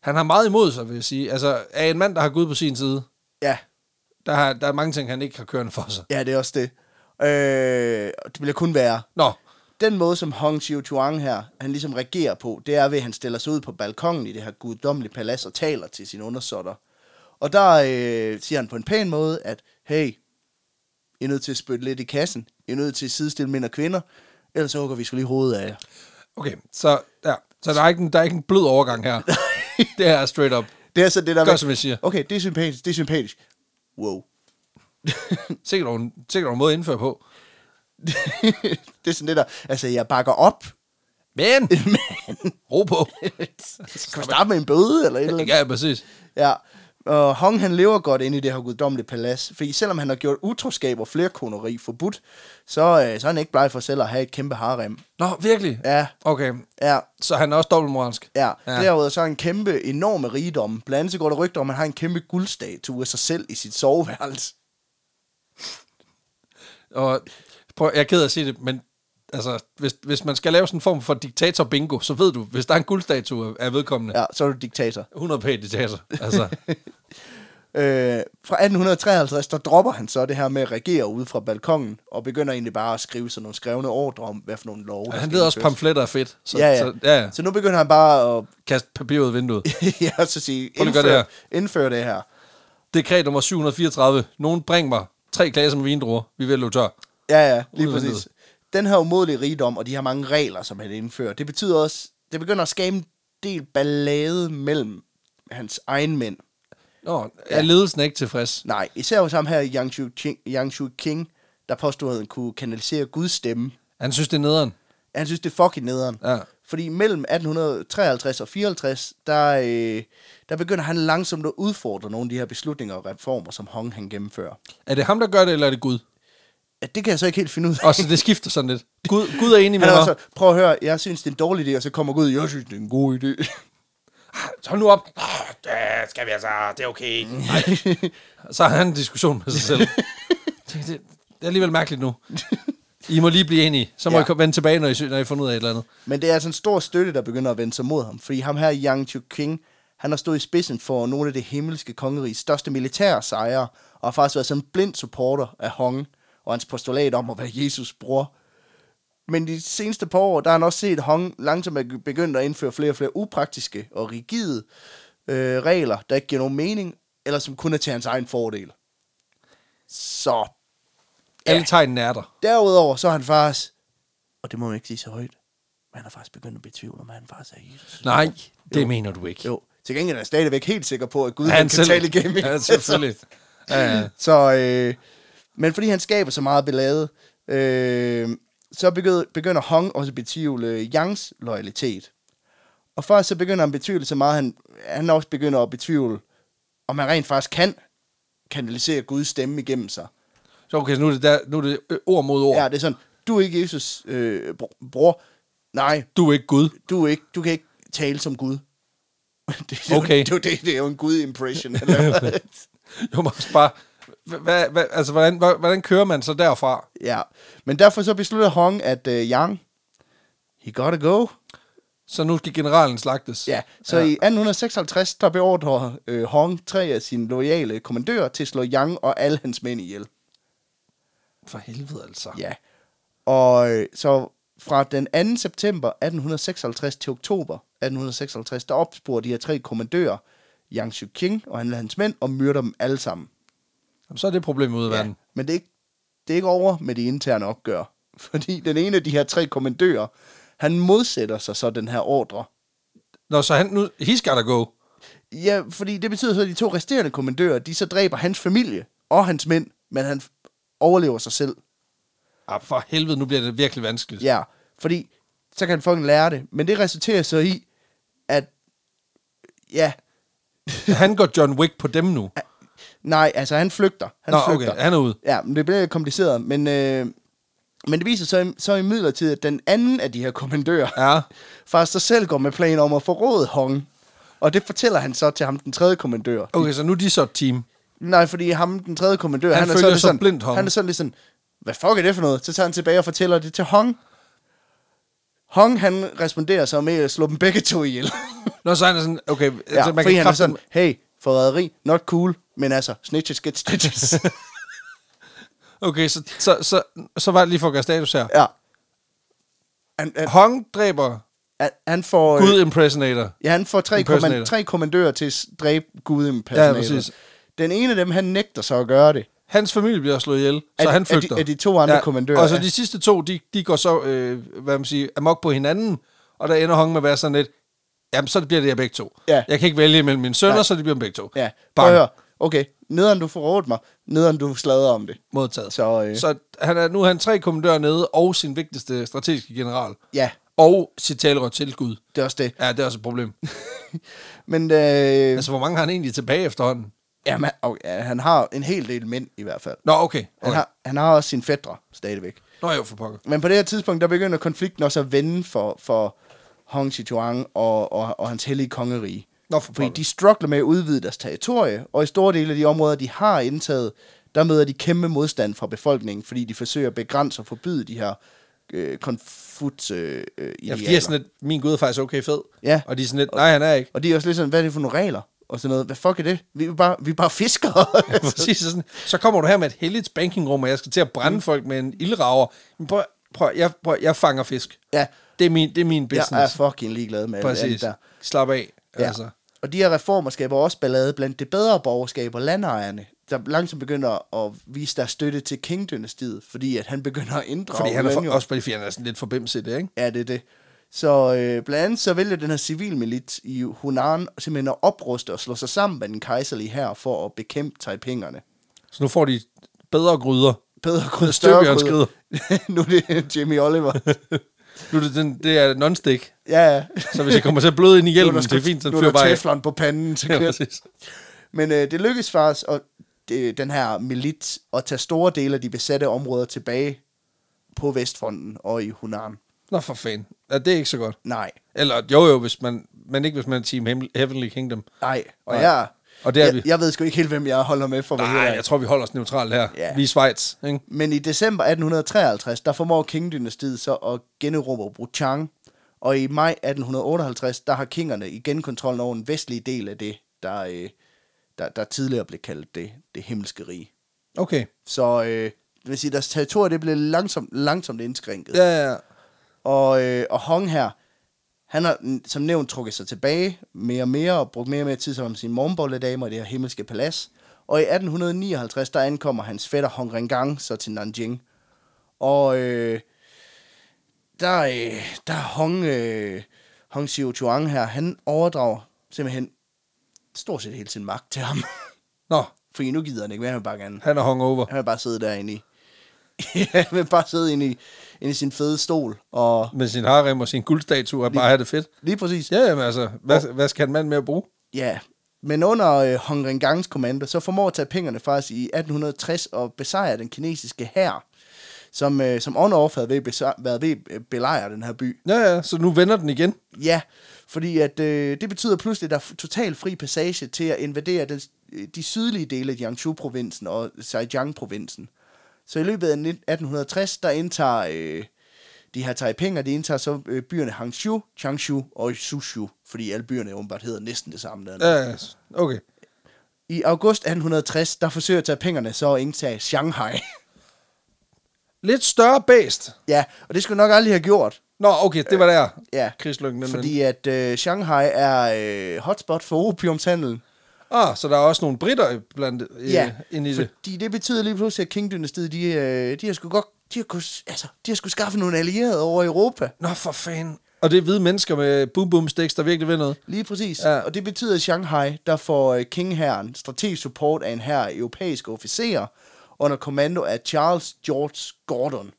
han har meget imod sig, vil jeg sige. Altså, er en mand, der har Gud på sin side, Ja, der, har, der er mange ting, han ikke har kørende for sig. ja det er også det. Øh, og det bliver kun værre. Nå, Den måde, som Hong Xiuchuang her, han ligesom regerer på, det er ved, at han stiller sig ud på balkongen i det her guddommelige palads og taler til sine undersåtter. Og der øh, siger han på en pæn måde, at hey, I er nødt til at spytte lidt i kassen. I er nødt til at sidestille mænd og kvinder, ellers så hugger vi sgu lige hovedet af jer. okay, så, ja. så der, er ikke en, der er ikke en blød overgang her. det her er straight up. Det er så det der Gør, med- som jeg siger. Okay, det er sympatisk, det er sympatisk. Wow. Sikkert nogle, sikkert nogle måde at indføre på. det er sådan det der, altså jeg bakker op. Men, ro på. Skal man starte med en bøde eller et eller andet? Ja, præcis. Ja. Og Hong han lever godt inde i det her guddommelige palads, fordi selvom han har gjort utroskab og flerkoneri forbudt, så, øh, så er han ikke bleg for selv at have et kæmpe harem. Nå, virkelig? Ja, Okay, ja, så han er også dobbeltmoralsk. ja. Ja. ja. Derudover så er han en kæmpe, enorme rigdom. Blandt andet så går der rygter om, at han har en kæmpe guldstatue af sig selv i sit soveværelse. Og prøv, jeg er ked af at sige det, men altså, hvis, hvis man skal lave sådan en form for diktator-bingo, så ved du, hvis der er en guldstatue af vedkommende, ja. Ja, så er du diktator. 100 p diktator. Altså, Øh, fra 1853, der dropper han så det her med at regere ude fra balkongen, og begynder egentlig bare at skrive sådan nogle skrevne ordre om, hvad for nogle love. der og han skal leder også indføres. pamfletter af fedt. Så, ja, ja. Så, ja, ja. så nu begynder han bare at Kast papir ud af vinduet. ja, og så sige, Prøv lige at gøre indfør, det det her. her. indfør det her. Dekret nummer 734. Nogen bring mig tre glaser med vindruer. Vi vil løbe tør. Ja, ja, Ud lige af vinduet. præcis. Den her umådelige rigdom, og de her mange regler, som han indfører, det betyder også, det begynder at skabe en del ballade mellem hans egen mænd. Nå, er ledelsen ikke tilfreds? Nej, især hos ham her, Yang Shu King, Yang Shu King der påstod, at han kunne kanalisere Guds stemme. Han synes, det er nederen. Han synes, det er fucking nederen. Ja. Fordi mellem 1853 og 54, der, øh, der begynder han langsomt at udfordre nogle af de her beslutninger og reformer, som Hong han gennemfører. Er det ham, der gør det, eller er det Gud? Ja, det kan jeg så ikke helt finde ud af. Og så det skifter sådan lidt. Gud, Gud er enig med Han er mig. også, prøv at høre, jeg synes, det er en dårlig idé, og så kommer Gud, jeg synes, det er en god idé. "Ah, Hold nu op. Åh, det skal vi altså, det er okay. Så har han en diskussion med sig selv. det, det, det er alligevel mærkeligt nu. I må lige blive enige. Så må Ja. ja. I komme- vende tilbage, når I, sy- når I finder ud af et eller andet. Men det er altså en stor støtte, der begynder at vende sig mod ham, fordi ham her, Yang Chu King, han har stået i spidsen for nogle af det himmelske kongeriges største militære sejre, og har faktisk været sådan en blind supporter af Hong og hans postulat om at være Jesus' bror. Men de seneste par år, der har han også set Hong langsomt er begyndt at indføre flere og flere upraktiske og rigide øh, regler, der ikke giver nogen mening, eller som kun er til hans egen fordel. Så Alle tegnene er der. Derudover så er han faktisk, og det må man ikke sige så højt, men han er faktisk begyndt at betvivle, om han faktisk er Jesus. Nej, det jo. mener du ikke. Jo, til gengæld er jeg stadigvæk helt sikker på, at Gud Ja, han, han kan tale igennem. Altså, Ja, selvfølgelig. Ja, ja. Så, øh, men fordi han skaber så meget belade, øh, så begynder, begynder Hong også at betvivle Yangs loyalitet. Og først så begynder han at betvivle så meget, han, han også begynder at betvivle, om han rent faktisk kan kanalisere Guds stemme igennem sig. Så okay, så nu er det, der, nu er det øh, ord mod ord. Ja, det er sådan, du er ikke Jesus' øh, bro- bror. Nej, Du er ikke Gud. du, er ikke, du kan ikke tale som Gud. Det, det, Okay. det, det, det, det er jo en Gud-impression. han laver. Jo, men også bare... hva- hva- hva- altså, hvordan, hva- hvordan kører man så derfra? ja, men derfor så beslutter Hong, at uh, Yang, he gotta go. Så nu skal generalen slagtes. Ja, så ja. i 1856, der beordrer øh, Hong tre af sine loyale kommandører til at slå Yang og alle hans mænd ihjel. For helvede altså. Ja. Og øh, så fra den 2. september 1856 til oktober 1856, der opsporer de her tre kommandører, Yang Xuqing og alle hans mænd, og myrder dem alle sammen. Jamen, så er det problemet ude i ja. verden. Men det er, ikke, det er ikke over med de interne opgør. Fordi den ene af de her tre kommandører, han modsætter sig så den her ordre. Nå, så han nu... He's gotta go. Ja, fordi det betyder så, at de to resterende kommandører, de så dræber hans familie og hans mænd, men han f- overlever sig selv. Ah, for helvede, nu bliver det virkelig vanskeligt. Ja, fordi så kan han fucking lære det. Men det resulterer så i, at... Ja, Han går John Wick på dem nu. nej, altså han flygter. Han Nå, flygter. okay, han er ude. Ja, men det bliver kompliceret, men... Øh, men det viser sig så, så i midlertid, at den anden af de her kommandører, Ja. faktisk sig selv går med planer om at forråde Hong. Og det fortæller han så til ham, den tredje kommandør. Okay, så nu er de så et team. Nej, fordi ham, den tredje kommandør, Han han, er så, følger lidt så sådan, blindt Hong. Han er sådan lidt sådan, hvad fuck er det for noget? Så tager han tilbage og fortæller det til Hong. Hong, han responderer så med at slå dem begge to ihjel. Nå, så han er sådan... Okay, ja, ja, altså, man kan fordi han er kraften... sådan, hey, forræderi, not cool, men altså, snitches get stitches. Okay, så, så, så, så var det lige for at gøre status her. ja. Han, han, Hong dræber han, han får... øh, Gud Impersonator. Ja, han får tre, Impersonator. kommand- tre kommandører til at dræbe Gud impersonator. Ja, præcis. Den ene af dem, han nægter så at gøre det. Hans familie bliver slået ihjel, så Af- af han de- flygter. af de to andre kommandører, Og så ja. de sidste to, de, de går så, øh, hvad man siger, amok på hinanden, og der ender Hong med at være sådan lidt, jamen så bliver det jeg begge to. Ja. Jeg kan ikke vælge mellem mine sønner, Nej. så det bliver dem begge to. Ja, prøv at Bang, høre. Okay, nederen du forrådt mig, nederen du slader om det. modtaget. Så, øh, så han er, nu er han tre kommandører nede, og sin vigtigste strategiske general. Ja, Og sit talerør til Gud. det er også det. Ja, det er også et problem. Men øh, altså, hvor mange har han egentlig tilbage efterhånden? jamen, okay, ja, han har en hel del mænd i hvert fald. Nå, okay. Han, okay. har, han har også sine fædre stadigvæk. Nå, jo, for pokker. Men på det her tidspunkt, der begynder konflikten også at vende for, for Hong Zhuang og, og, og hans hellige kongerige. Nå, for Fordi pokker. de struggler med at udvide deres territorie, og i store dele af de områder, de har indtaget, der møder de kæmpe modstand fra befolkningen, fordi de forsøger at begrænse og forbyde de her øh, konfuts øh, øh, Ja, for idealer. de er sådan lidt, min Gud er faktisk okay fed. Ja. Og de er sådan lidt, nej, han er ikke. Og de er også lidt sådan, hvad er det for nogle regler? Og sådan noget. Hvad fuck er det? Vi er bare, vi er bare fiskere. Præcis, så sådan, så kommer du her med et heldigt spankingrum, og jeg skal til at Mm. brænde folk med en ildrager. Men prøv, prøv, jeg, prøv, jeg fanger fisk. ja, Det er min, det er min jeg er business. fucking ligeglad med alt det andet Præcis. der. Slap af. Ja. Ja. Altså. Og de her reformer skaber også ballade blandt det bedre borgerskab og landejerne, der langsomt begynder at vise deres støtte til King-dynastiet, fordi at han begynder at inddrage Fordi han er for, landjorden. også fordi han er sådan lidt forbimset, ikke? Ja, det er det. Så øh, blandt andet så vælger den her civilmilit i Hunan simpelthen at opruste og slå sig sammen med den kejserlige her for at bekæmpe taipingerne. Så nu får de bedre gryder. Bedre krydder, større Støbjørns krydder. nu er det Jimmy Oliver. Nu er det, den, det er non-stick, ja, ja. så hvis jeg kommer til at bløde ind i Nu hjelmen, der det er sgu- fint, så nu er fyrer der bare af. teflon på panden, så Ja, kører præcis. Men øh, det lykkedes faktisk at, øh, den her milit at tage store dele af de besatte områder tilbage på Vestfronten og i Hunan. Nå for fanden. Ja, det er ikke så godt. Nej, Eller jo jo, hvis man, men ikke hvis man er Team Hem- Heavenly Kingdom. nej. Og Nej. jeg, Og det er jeg, vi. jeg ved sgu ikke helt, hvem jeg holder med for. hvad Nej, hedder jeg tror, vi holder os neutralt her. Ja. Vi er Schweiz, ikke? Men i december 1853, der formår Qing-dynastiet så at generobre Wuchang, og i maj 1858, der har kingerne igen kontrollen over den vestlige del af det, der, øh, der, der tidligere blev kaldt det, det himmelske rige. Okay. Så øh, det vil sige, deres territorie det blev langsomt, langsomt indskrænket. Ja, ja, ja. Og, øh, og Hong her, han har mm, som nævnt trukket sig tilbage mere og mere, og brugt mere og mere tid sammen med sine morgenbolledamer i det her himmelske palads. Og i 1859, der ankommer hans fætter Hong Rengang så til Nanjing. Og øh, der, øh, der er Hong, øh, Hong Xiuquan her, han overdrager simpelthen stort set hele sin magt til ham. Nå, Fordi nu gider han ikke mere, han vil bare gerne han er hungover. han vil bare sidde derinde i. han vil bare sidde inde i, inde i sin fede stol. Og Med sin harem og sin guldstatue og bare have det fedt. lige præcis. Ja, jamen altså, hvad, hvad skal en mand mere bruge? Ja, men under øh, Hong Rengangs kommando, så formår at tage pengerne faktisk i 1860 og besejre den kinesiske hær, som, øh, som on off havde ved, besej- været ved at øh, belejre den her by. Ja, ja, så nu vender den igen. Ja, fordi at, øh, det betyder pludselig, at der er total fri passage til at invadere den, øh, de sydlige dele af jiangsu provinsen og zhejiang provinsen Så i løbet af 1860, der indtager øh, de her taipinger, de indtager så øh, byerne Hangzhou, Changshu og Suzhou, fordi alle byerne åbenbart hedder næsten det samme. dernede. Ja, ja, okay. I august 1860, der forsøger Taipingerne så at indtage Shanghai. Lidt større bæst. ja, og det skulle nok aldrig have gjort. Nå, okay, det var der. Ja, Krigsløkken, den fordi at øh, Shanghai er øh, hotspot for opiumshandel. Ah, så der er også nogle britter blandt øh, Ja, ja, ind i det. fordi det betyder lige pludselig, at King-dynastiet, de, øh, de har sgu godt... De har, kunne, altså, de har sgu skaffe nogle allierede over i Europa. Nå, for fanden. Og det er hvide mennesker med boom boom sticks, der virkelig vil noget. Lige præcis. Ja. Ja. Og det betyder, at Shanghai, der får øh, King-herren strategisk support af en her europæiske officerer under kommando af Charles George Gordon.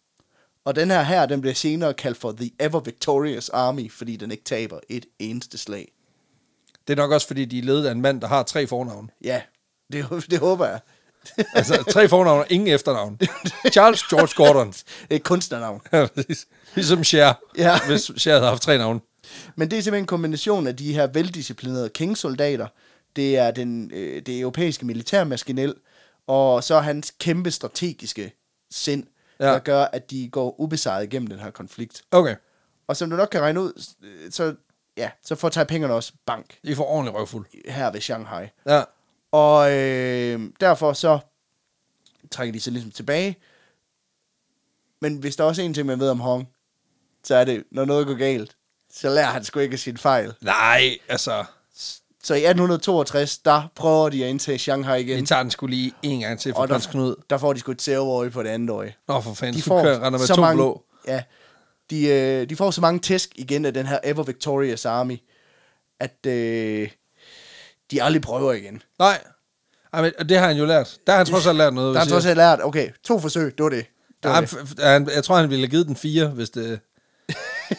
Og den her her, den bliver senere kaldt for The Ever Victorious Army, fordi den ikke taber et eneste slag. Det er nok også, fordi de er ledet af en mand, der har tre fornavne. Ja, det, hå- det håber jeg. Altså, tre fornavne og ingen efternavn. Charles George Gordon. Det er et kunstnernavn. Ja, præcis. ligesom Cher, Ja. ja. hvis Cher havde haft tre navne. Men det er simpelthen en kombination af de her veldisciplinerede King-soldater, det er den, øh, det europæiske militærmaskinel, og så hans kæmpe strategiske sind, ja. Ja. der gør, at de går ubesejret igennem den her konflikt. Okay, Og som du nok kan regne ud, øh, så, ja, så får Taipingerne også bank I får ordentligt røvfuld. her ved Shanghai. Ja. Og øh, derfor så trækker de sig ligesom tilbage. Men hvis der også er en ting, man ved om Hong, så er det, når noget går galt, så lærer han sgu ikke af sin fejl. Nej, altså, Så i 1862, der prøver de at indtage Shanghai vi igen. tager den skulle lige en gang til for Og Prins Knud. der, der får de sgu et sæveøje på det andet øje. Nå, for fanden, de får kører, render med to mange, blå. Ja, de, øh, de får så mange tæsk igen af den her Ever Victorious Army, at øh, de aldrig prøver igen. Nej, Ej, men, og det har han jo lært. Der har han trods alt lært noget. Der har hvis trods jeg- alt lært, okay, to forsøg, det var det. det, der var han, det. han, jeg tror, han ville have givet den fire, hvis det...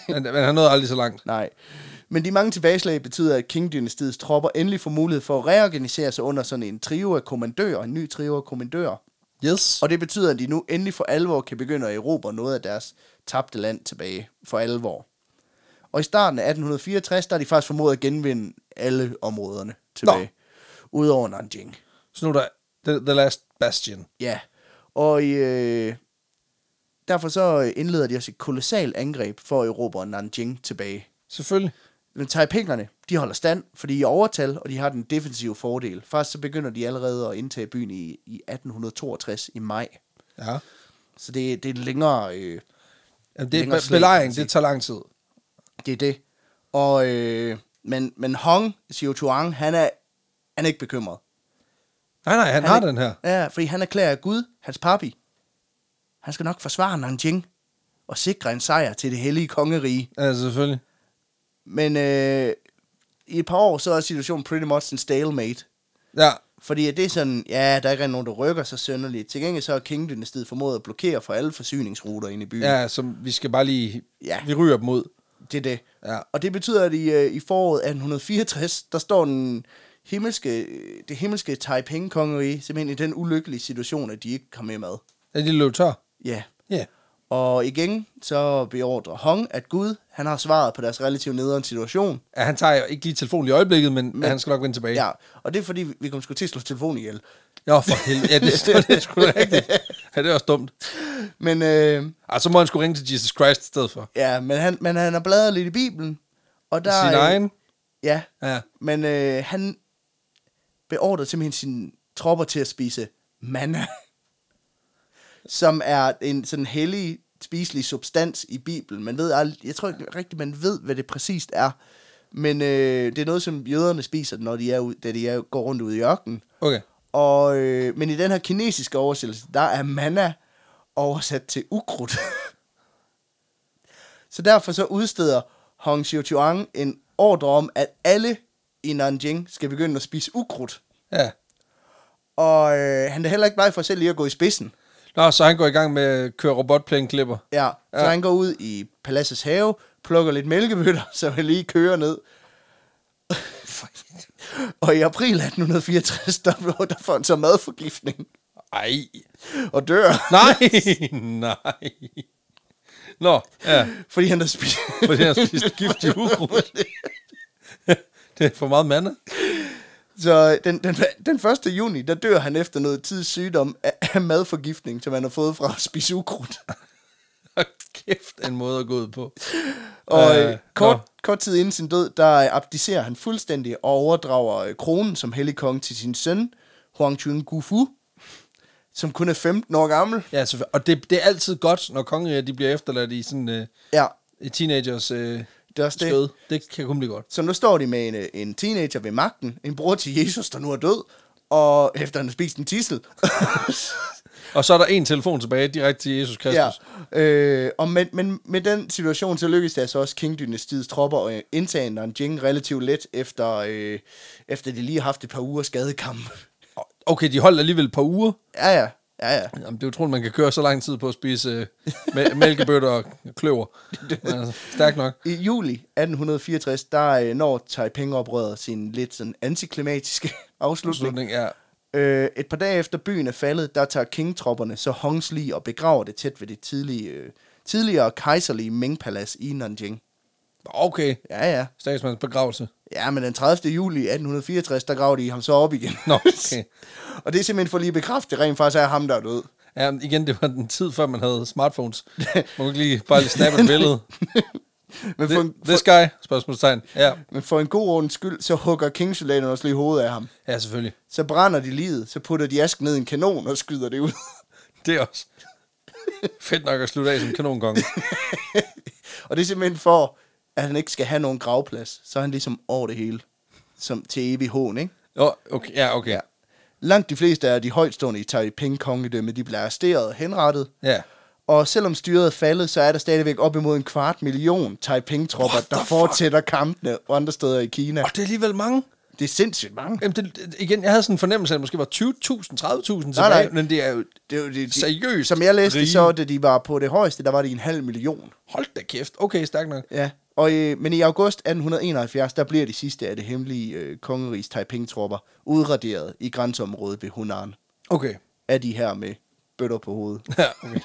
men, men han nåede aldrig så langt. Nej. Men de mange tilbageslag betyder, at King-dynastiets tropper endelig får mulighed for at reorganisere sig under sådan en trio af kommandører, en ny trio af kommandører. Yes. Og det betyder, at de nu endelig for alvor kan begynde at erobre noget af deres tabte land tilbage for alvor. Og i starten af 1864, der er de faktisk formået at genvinde alle områderne tilbage. Nå. Udover Nanjing. Så nu er der the, the Last Bastion. Ja. Og i, øh, derfor så indleder de også et kolossalt angreb for at erobre Nanjing tilbage. Selvfølgelig. Men Taipingerne, de holder stand, fordi de er i overtal, og de har den defensive fordel. Faktisk så begynder de allerede at indtage byen i, i 1862 i maj. Ja. Så det, det er en længere... Øh, Jamen, det er Længere be- slæb, kan man belejring, sige. det tager lang tid. Det er det. Og, øh, men, men Hong Xiuquan, han er, han er ikke bekymret. Nej, nej, han, han er har ikke- den her. Ja, fordi han erklærer Gud, hans papi. Han skal nok forsvare Nanjing. og sikre en sejr til det hellige kongerige. Altså, selvfølgelig. Men øh, i et par år, så er situationen pretty much en stalemate. Ja, Fordi at det er sådan, ja, der er ikke rigtig nogen, der rykker sig sønderligt. Til gengæld så er King-dynastiet formået at blokere for alle forsyningsruter inde i byen. ja som vi skal bare lige... Ja. Vi ryger dem ud. Det er det. Ja. Og det betyder, at i, øh, i foråret 1864, der står den himmelske, øh, det himmelske Taiping-kongerige simpelthen i den ulykkelige situation, at de ikke kom med mad. Er de løbet tør? Ja. Ja. Og igen, så beordrer Hong, at Gud, han har svaret på deres relativt nederen situation. Ja, han tager jo ikke lige telefonen i øjeblikket, men, men han skal nok vende tilbage. Ja, og det er fordi, vi- vi kommer sgu til at slå telefonen ihjel. Nå, for helvede. Ja, det, det er sgu da rigtigt. Ja, det er også dumt. Men, øh, Ej, så må han sgu ringe til Jesus Christ i stedet for. ja, men, han, men han har bladret lidt i Bibelen. Og der, Sin øh, egen? Ja, Ja. men øh, han beordrer simpelthen sine tropper til at spise manna, som er en sådan hellig spiselig substans i Bibelen. Man ved ald- jeg tror ikke rigtigt, man ved, hvad det præcist er, men øh, det er noget, som jøderne spiser, når de er ud, da de er, går rundt ude i ørkenen. Okay. Og, øh, men i den her kinesiske oversættelse, der er manna oversat til ukrudt. så derfor så udsteder Hong Xiuquan en ordre om, at alle i Nanjing skal begynde at spise ukrudt. Ja. Og øh, han er heller ikke bare for selv lige at gå i spidsen. Nå, så han går i gang med at køre robotplæneklipper. Ja, ja. Så Ja. han går ud i paladsets have, plukker lidt mælkebøtter, så han lige kører ned. og i april 1864, der, blev- der får han så madforgiftning Ej. og dør. Nej. Nej. Nå, ja. Fordi han har spist... Fordi han har spist giftig ukrudt. Det er for meget mande. Så den, den, den 1. juni, der dør han efter noget tids sygdom af, af madforgiftning, som han har fået fra at spise ukrudt. Kæft, en måde at gå ud på. Og Øh, øh, kort, nå. kort tid inden sin død, der øh, abdicerer han fuldstændig og overdrager øh, kronen som hellig konge til sin søn, Huang Chun Gufu, som kun er 15 år gammel. Ja, selvfølgelig. Og det, det er altid godt, når kongeriger de bliver efterladt i sådan øh, Ja, i teenagers øh, det er også det. skød. Det kan kun blive godt. Så nu står de med en, øh, en teenager ved magten, en bror til Jesus, der nu er død, og efter han har spist en tissel. Og så er der en telefon tilbage direkte til Jesus Kristus. Ja, Ja. øh, og men, men med den situation, så lykkedes det altså også King-dynastiets tropper at indtage Nanjing relativt let, efter, øh, efter de lige har haft et par uger skadekamp. Okay, de holdt alligevel et par uger. Ja, ja, ja, ja. Jamen, det er utroligt, man kan køre så lang tid på at spise øh, mæ- mælkebøtter og kløver. Men altså, stærkt nok. I juli 1864, der øh, når Taiping-oprøret sin lidt sådan antiklimatiske afslutning. Slutning, ja. Øh, et par dage efter byen er faldet, der tager King-tropperne så Hongs lig og begraver det tæt ved det tidlige, øh, tidligere kejserlige Ming-palads i Nanjing. Okay, Ja, ja. statsmandens begravelse. Ja, men den 30. juli 1864, der gravede de ham så op igen. Nå, okay. og det er simpelthen for lige at bekræfte, rent faktisk er ham, der er død. Ja, men igen, det var den tid, før man havde smartphones. Man kunne lige bare lige snappe et billede. Men for, en, Thi- This guy? Spørgsmålstegn. Ja, men for en god ordens skyld, så hugger kingsoldaterne også lige hovedet af ham. ja selvfølgelig. Så brænder de livet, så putter de asken ned i en kanon og skyder det ud. Det er også fedt nok at slutte af som kanonkonge. og det er simpelthen for, at han ikke skal have nogen gravplads. Så er han ligesom over det hele. Som til evig hån, ikke? Oh, okay, ja, okay. Langt de fleste af de højtstående i Taiping-kongedømme, de bliver arresteret og henrettet. Ja. Og selvom styret er faldet, så er der stadigvæk op imod en kvart million Taiping-tropper, What the der fuck? fortsætter kampene andre steder i Kina. Og det er alligevel mange. Det er sindssygt mange. Jamen, det, det- igen, jeg havde sådan en fornemmelse af, at det måske var 20.000, 30.000 Nej, tilbage, nej. nej, nej. men det er jo... Det er jo det, de, Seriøst? Som jeg læste det, Rige? så, da de var på det højeste, der var det en halv million. Hold da kæft. Okay, stærkt nok. Ja. Og, øh, men i august 1871, der bliver de sidste af det hemmelige øh, kongerigs Taiping-tropper udraderet i grænseområdet ved Hunan Okay. af de her med bøtter på hovedet. Ja, okay.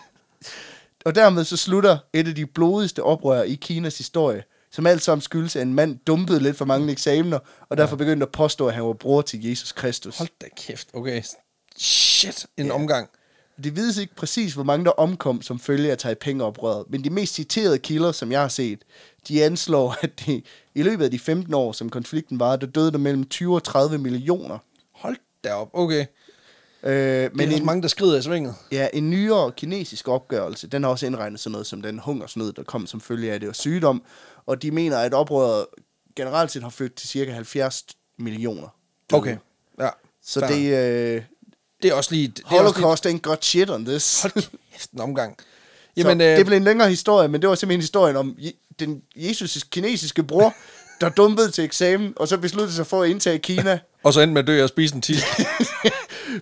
Og dermed så slutter et af de blodigste oprør i Kinas historie, som alt sammen skyldes, at en mand dumpede lidt for mange eksamener, og derfor begyndte at påstå, at han var bror til Jesus Kristus. Hold da kæft. Okay. Shit, en yeah. omgang. Det vides ikke præcis, hvor mange der omkom som følge af Taiping-oprøret, men de mest citerede kilder, som jeg har set, de anslår, at de, i løbet af de 15 år, som konflikten var, der døde der mellem 20 og 30 millioner. Hold da op. Okay. Øh, Men men det er en, en... mange, der skrider i svinget. ja, en nyere kinesisk opgørelse, den har også indregnet sådan noget som den hungersnød, der kom som følge af det og sygdom, og de mener, at oprøret generelt set har ført til cirka 70 millioner. døde. Okay. Ja. Så Fair. det, øh, Det er også lige... Det er også lige, Holocaust ain't got shit on this. hold kæft, en omgang. Jamen, så, øh, det er vel en længere historie, men det var simpelthen historien om Je- den Jesus' kinesiske bror, der dumpede til eksamen, og så besluttede sig for at indtage Kina, Og så endte med at dø og spise en tis.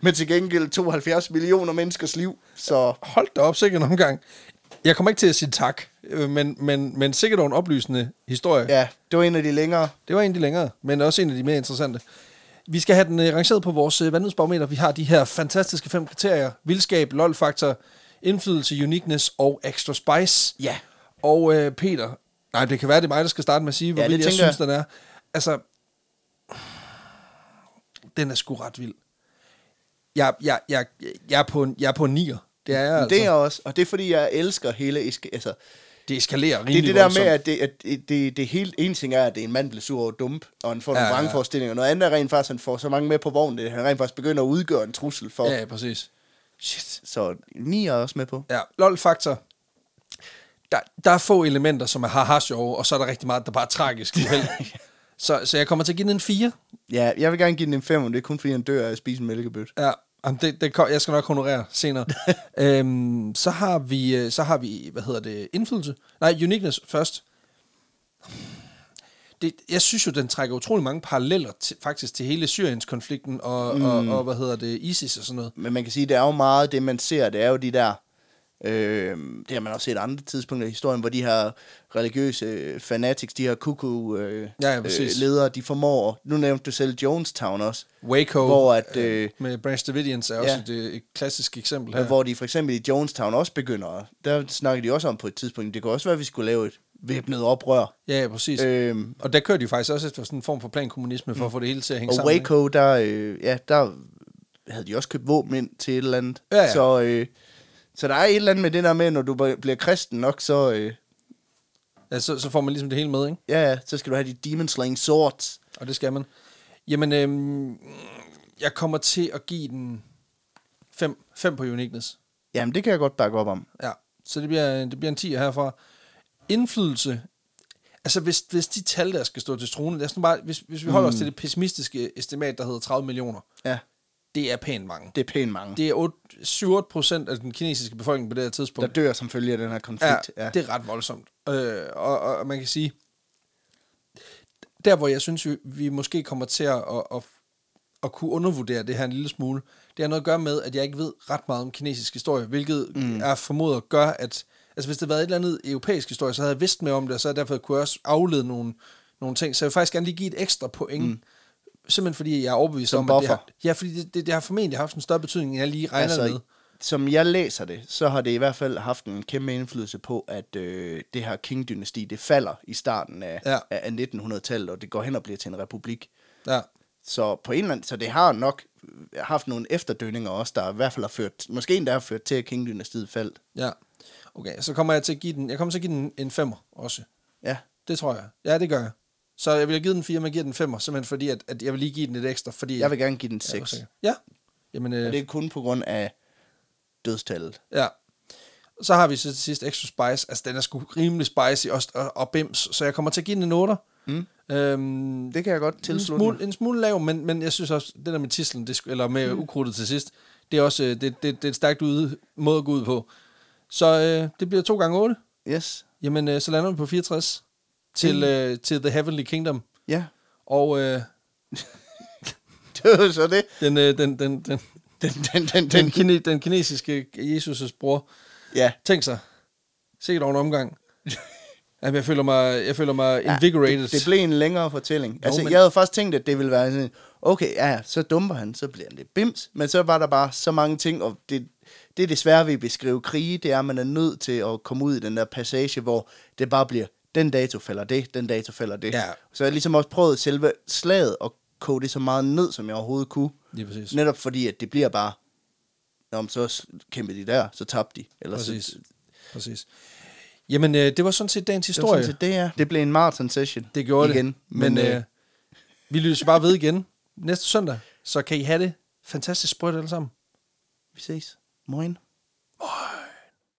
men til gengæld 72 millioner menneskers liv. Så Hold da op, sikkert en omgang. Jeg kommer ikke til at sige tak, øh, men, men, men sikkert en oplysende historie. ja, det var en af de længere. Det var en af de længere, men også en af de mere interessante. Vi skal have den øh, rangeret på vores øh, vanvidsbarometer. Vi har de her fantastiske fem kriterier. Vildskab, lol-faktor, indflydelse, uniqueness og extra spice. Ja. Og øh, Peter, nej, det kan være, det er mig, der skal starte med at sige, hvor Ja, ja, det vild jeg tænker synes, den er. Altså, den er sgu ret vild. Jeg, jeg, jeg, jeg, er, på en, jeg er på en nier. Det er jeg altså. Det er jeg også, og det er fordi, jeg elsker hele... eska- Altså, det eskalerer rimelig det er det der med, voldsomt. at det, at det, det, det hele, en ting er, at det er en mand, der bliver sur over dump, og han får nogle Ja, ja. ja, vrangforestillinger. Noget andet er rent faktisk, at han får så mange med på vognen, at han rent faktisk begynder at udgøre en trussel for. Ja, Ja. ja, præcis. Shit. Så ni er jeg også med på. Ja, lol-faktor. Der, der er få elementer, som er haha sjove, og så er der rigtig meget, der bare er tragisk. uheld. så, så jeg kommer til at give den en 4. Ja, jeg vil gerne give den en 5, men det er kun fordi, han dør af at spise en mælkebøt. Ja, jamen, det, det, kom- jeg skal nok honorere senere. øhm, så, har vi, øh, så har vi, hvad hedder det, indflydelse? Nej, uniqueness først. Det, jeg synes jo, den trækker utrolig mange paralleller til, faktisk til hele Syriens konflikten og, mm. og, og, hvad hedder det, ISIS og sådan noget. Men man kan sige, det er jo meget det, man ser. Det er jo de der... Øh, det har man også set andre tidspunkter i historien, hvor de her religiøse øh, fanatics, de her kuku øh, Ja, ja, øh, præcis. ledere, de formår... Nu nævnte du selv Jonestown også. Waco Hvor at, øh, øh, med Branch Davidians er også ja. et, et klassisk eksempel her. Ja. Hvor de for eksempel i Jonestown også begynder, at- der snakker de også om på et tidspunkt, det kunne også være, at vi skulle lave et væbnet oprør. Ja, ja, præcis. Øhm, Og der kører de faktisk også efter sådan en form for plankommunisme, for at få det hele til at hænge Mm. og sammen. ikke? Waco, der, øh, ja, der havde de også købt våben ind til et eller andet. Ja, ja. Så, øh, så der er et eller andet med det der med, når du b- bliver kristen nok, så, øh, Ja, så, så får man ligesom det hele med, ikke? ja, ja, så skal du have de demon slaying swords. Og det skal man. Jamen, øhm, jeg kommer til at give den 5, 5 på uniqueness. Jamen, det kan jeg godt bakke op om. Ja, så det bliver, det bliver en 10 herfra. Indflydelse. Altså, hvis, hvis de tal, der skal stå til tronen, lad os nu bare, hvis, hvis vi holder mm. os til det pessimistiske estimat, der hedder 30 millioner, Ja, det er pænt mange. det er pænt mange, det, Det er 8, 7-8 procent af den kinesiske befolkning på det her tidspunkt. der dør som følge af den her konflikt. ja, ja. det er ret voldsomt. Øh, og, og man kan sige, der hvor jeg synes, vi, vi måske kommer til at, at, at, at kunne undervurdere det her en lille smule, det har noget at gøre med, at jeg ikke ved ret meget om kinesisk historie, hvilket mm. er formodet gør, at altså, hvis det havde været et eller andet europæisk historie, så havde jeg vidst mere om det, og så derfor kunne jeg også aflede nogle, nogle ting. Så jeg vil faktisk gerne lige give et ekstra point, mm. simpelthen fordi jeg er overbevist Som om, at det har, buffer. ja, fordi det, det, det har formentlig haft en større betydning, end jeg lige regner altså, med. altså, som jeg læser det, så har det i hvert fald haft en kæmpe indflydelse på, at øh, det her King-dynasti, det falder i starten af, Ja. ja. af, af 1900-tallet, og det går hen og bliver til en republik. Ja. Så på en eller anden, så det har nok øh, haft nogle efterdønninger også, der i hvert fald har ført, måske endda har ført til, at King-dynastiet faldt. Ja. Okay, så kommer jeg til at give den, jeg kommer til at give den en femmer også. Ja, Det tror jeg. Ja, det gør jeg. Så jeg vil have givet den fire, men jeg giver den femmer, simpelthen fordi, at, at jeg vil lige give den et ekstra, fordi... jeg vil gerne give den Ja, 6. okay. Ja. Jamen, øh, Og det er kun på grund af dødstallet. ja. Så har vi så til sidst Extra Spice. Altså, den er sgu rimelig spicy og, og, og bims, så jeg kommer til at give den en 8. Mm. Øhm, Det kan jeg godt en tilslutte. mig. smule, en smule lav, men, men jeg synes også, det der med tislen, det, sk- eller med mm. ukrudtet til sidst, det er også øh, det, det, det er et stærkt ude, måde at gå ud på. Så øh, det bliver to gange 8. Yes. Jamen, øh, så lander vi på 64 til, øh, til The Heavenly Kingdom. Ja. Og øh, Det var så det. den, øh, den, den, den, Den, den, den, den, den. kine, den kinesiske Jesus' bror. Ja. Tænk sig. Sikkert over en omgang. Jamen, jeg føler mig, jeg føler mig invigorated. Det, det blev en længere fortælling. altså, men- jeg havde først tænkt, at det ville være sådan, okay, ja, ja, så dumper han, så bliver han lidt bims, men så var der bare så mange ting, og det, det er desværre ved at beskrive krige, det er, at man er nødt til at komme ud i den der passage, hvor det bare bliver, den dato falder det, den dato falder det. Ja. Så jeg har ligesom også prøvet selve slaget og koge det så meget ned, som jeg overhovedet kunne. Lige præcis. Netop fordi, at det bliver bare, Nå, men så s- kæmpede de der, så tabte de. Eller Så, Præcis. altså, det Præcis. Jamen, øh, det var sådan set dagens var sådan historie. set det, ja. det blev en marathon session. Det gjorde igen. det. Men, men øh, vi lyttes jo bare ved igen næste søndag. Så kan I have det fantastisk sprødt alle sammen. vi ses. Moin. Moin.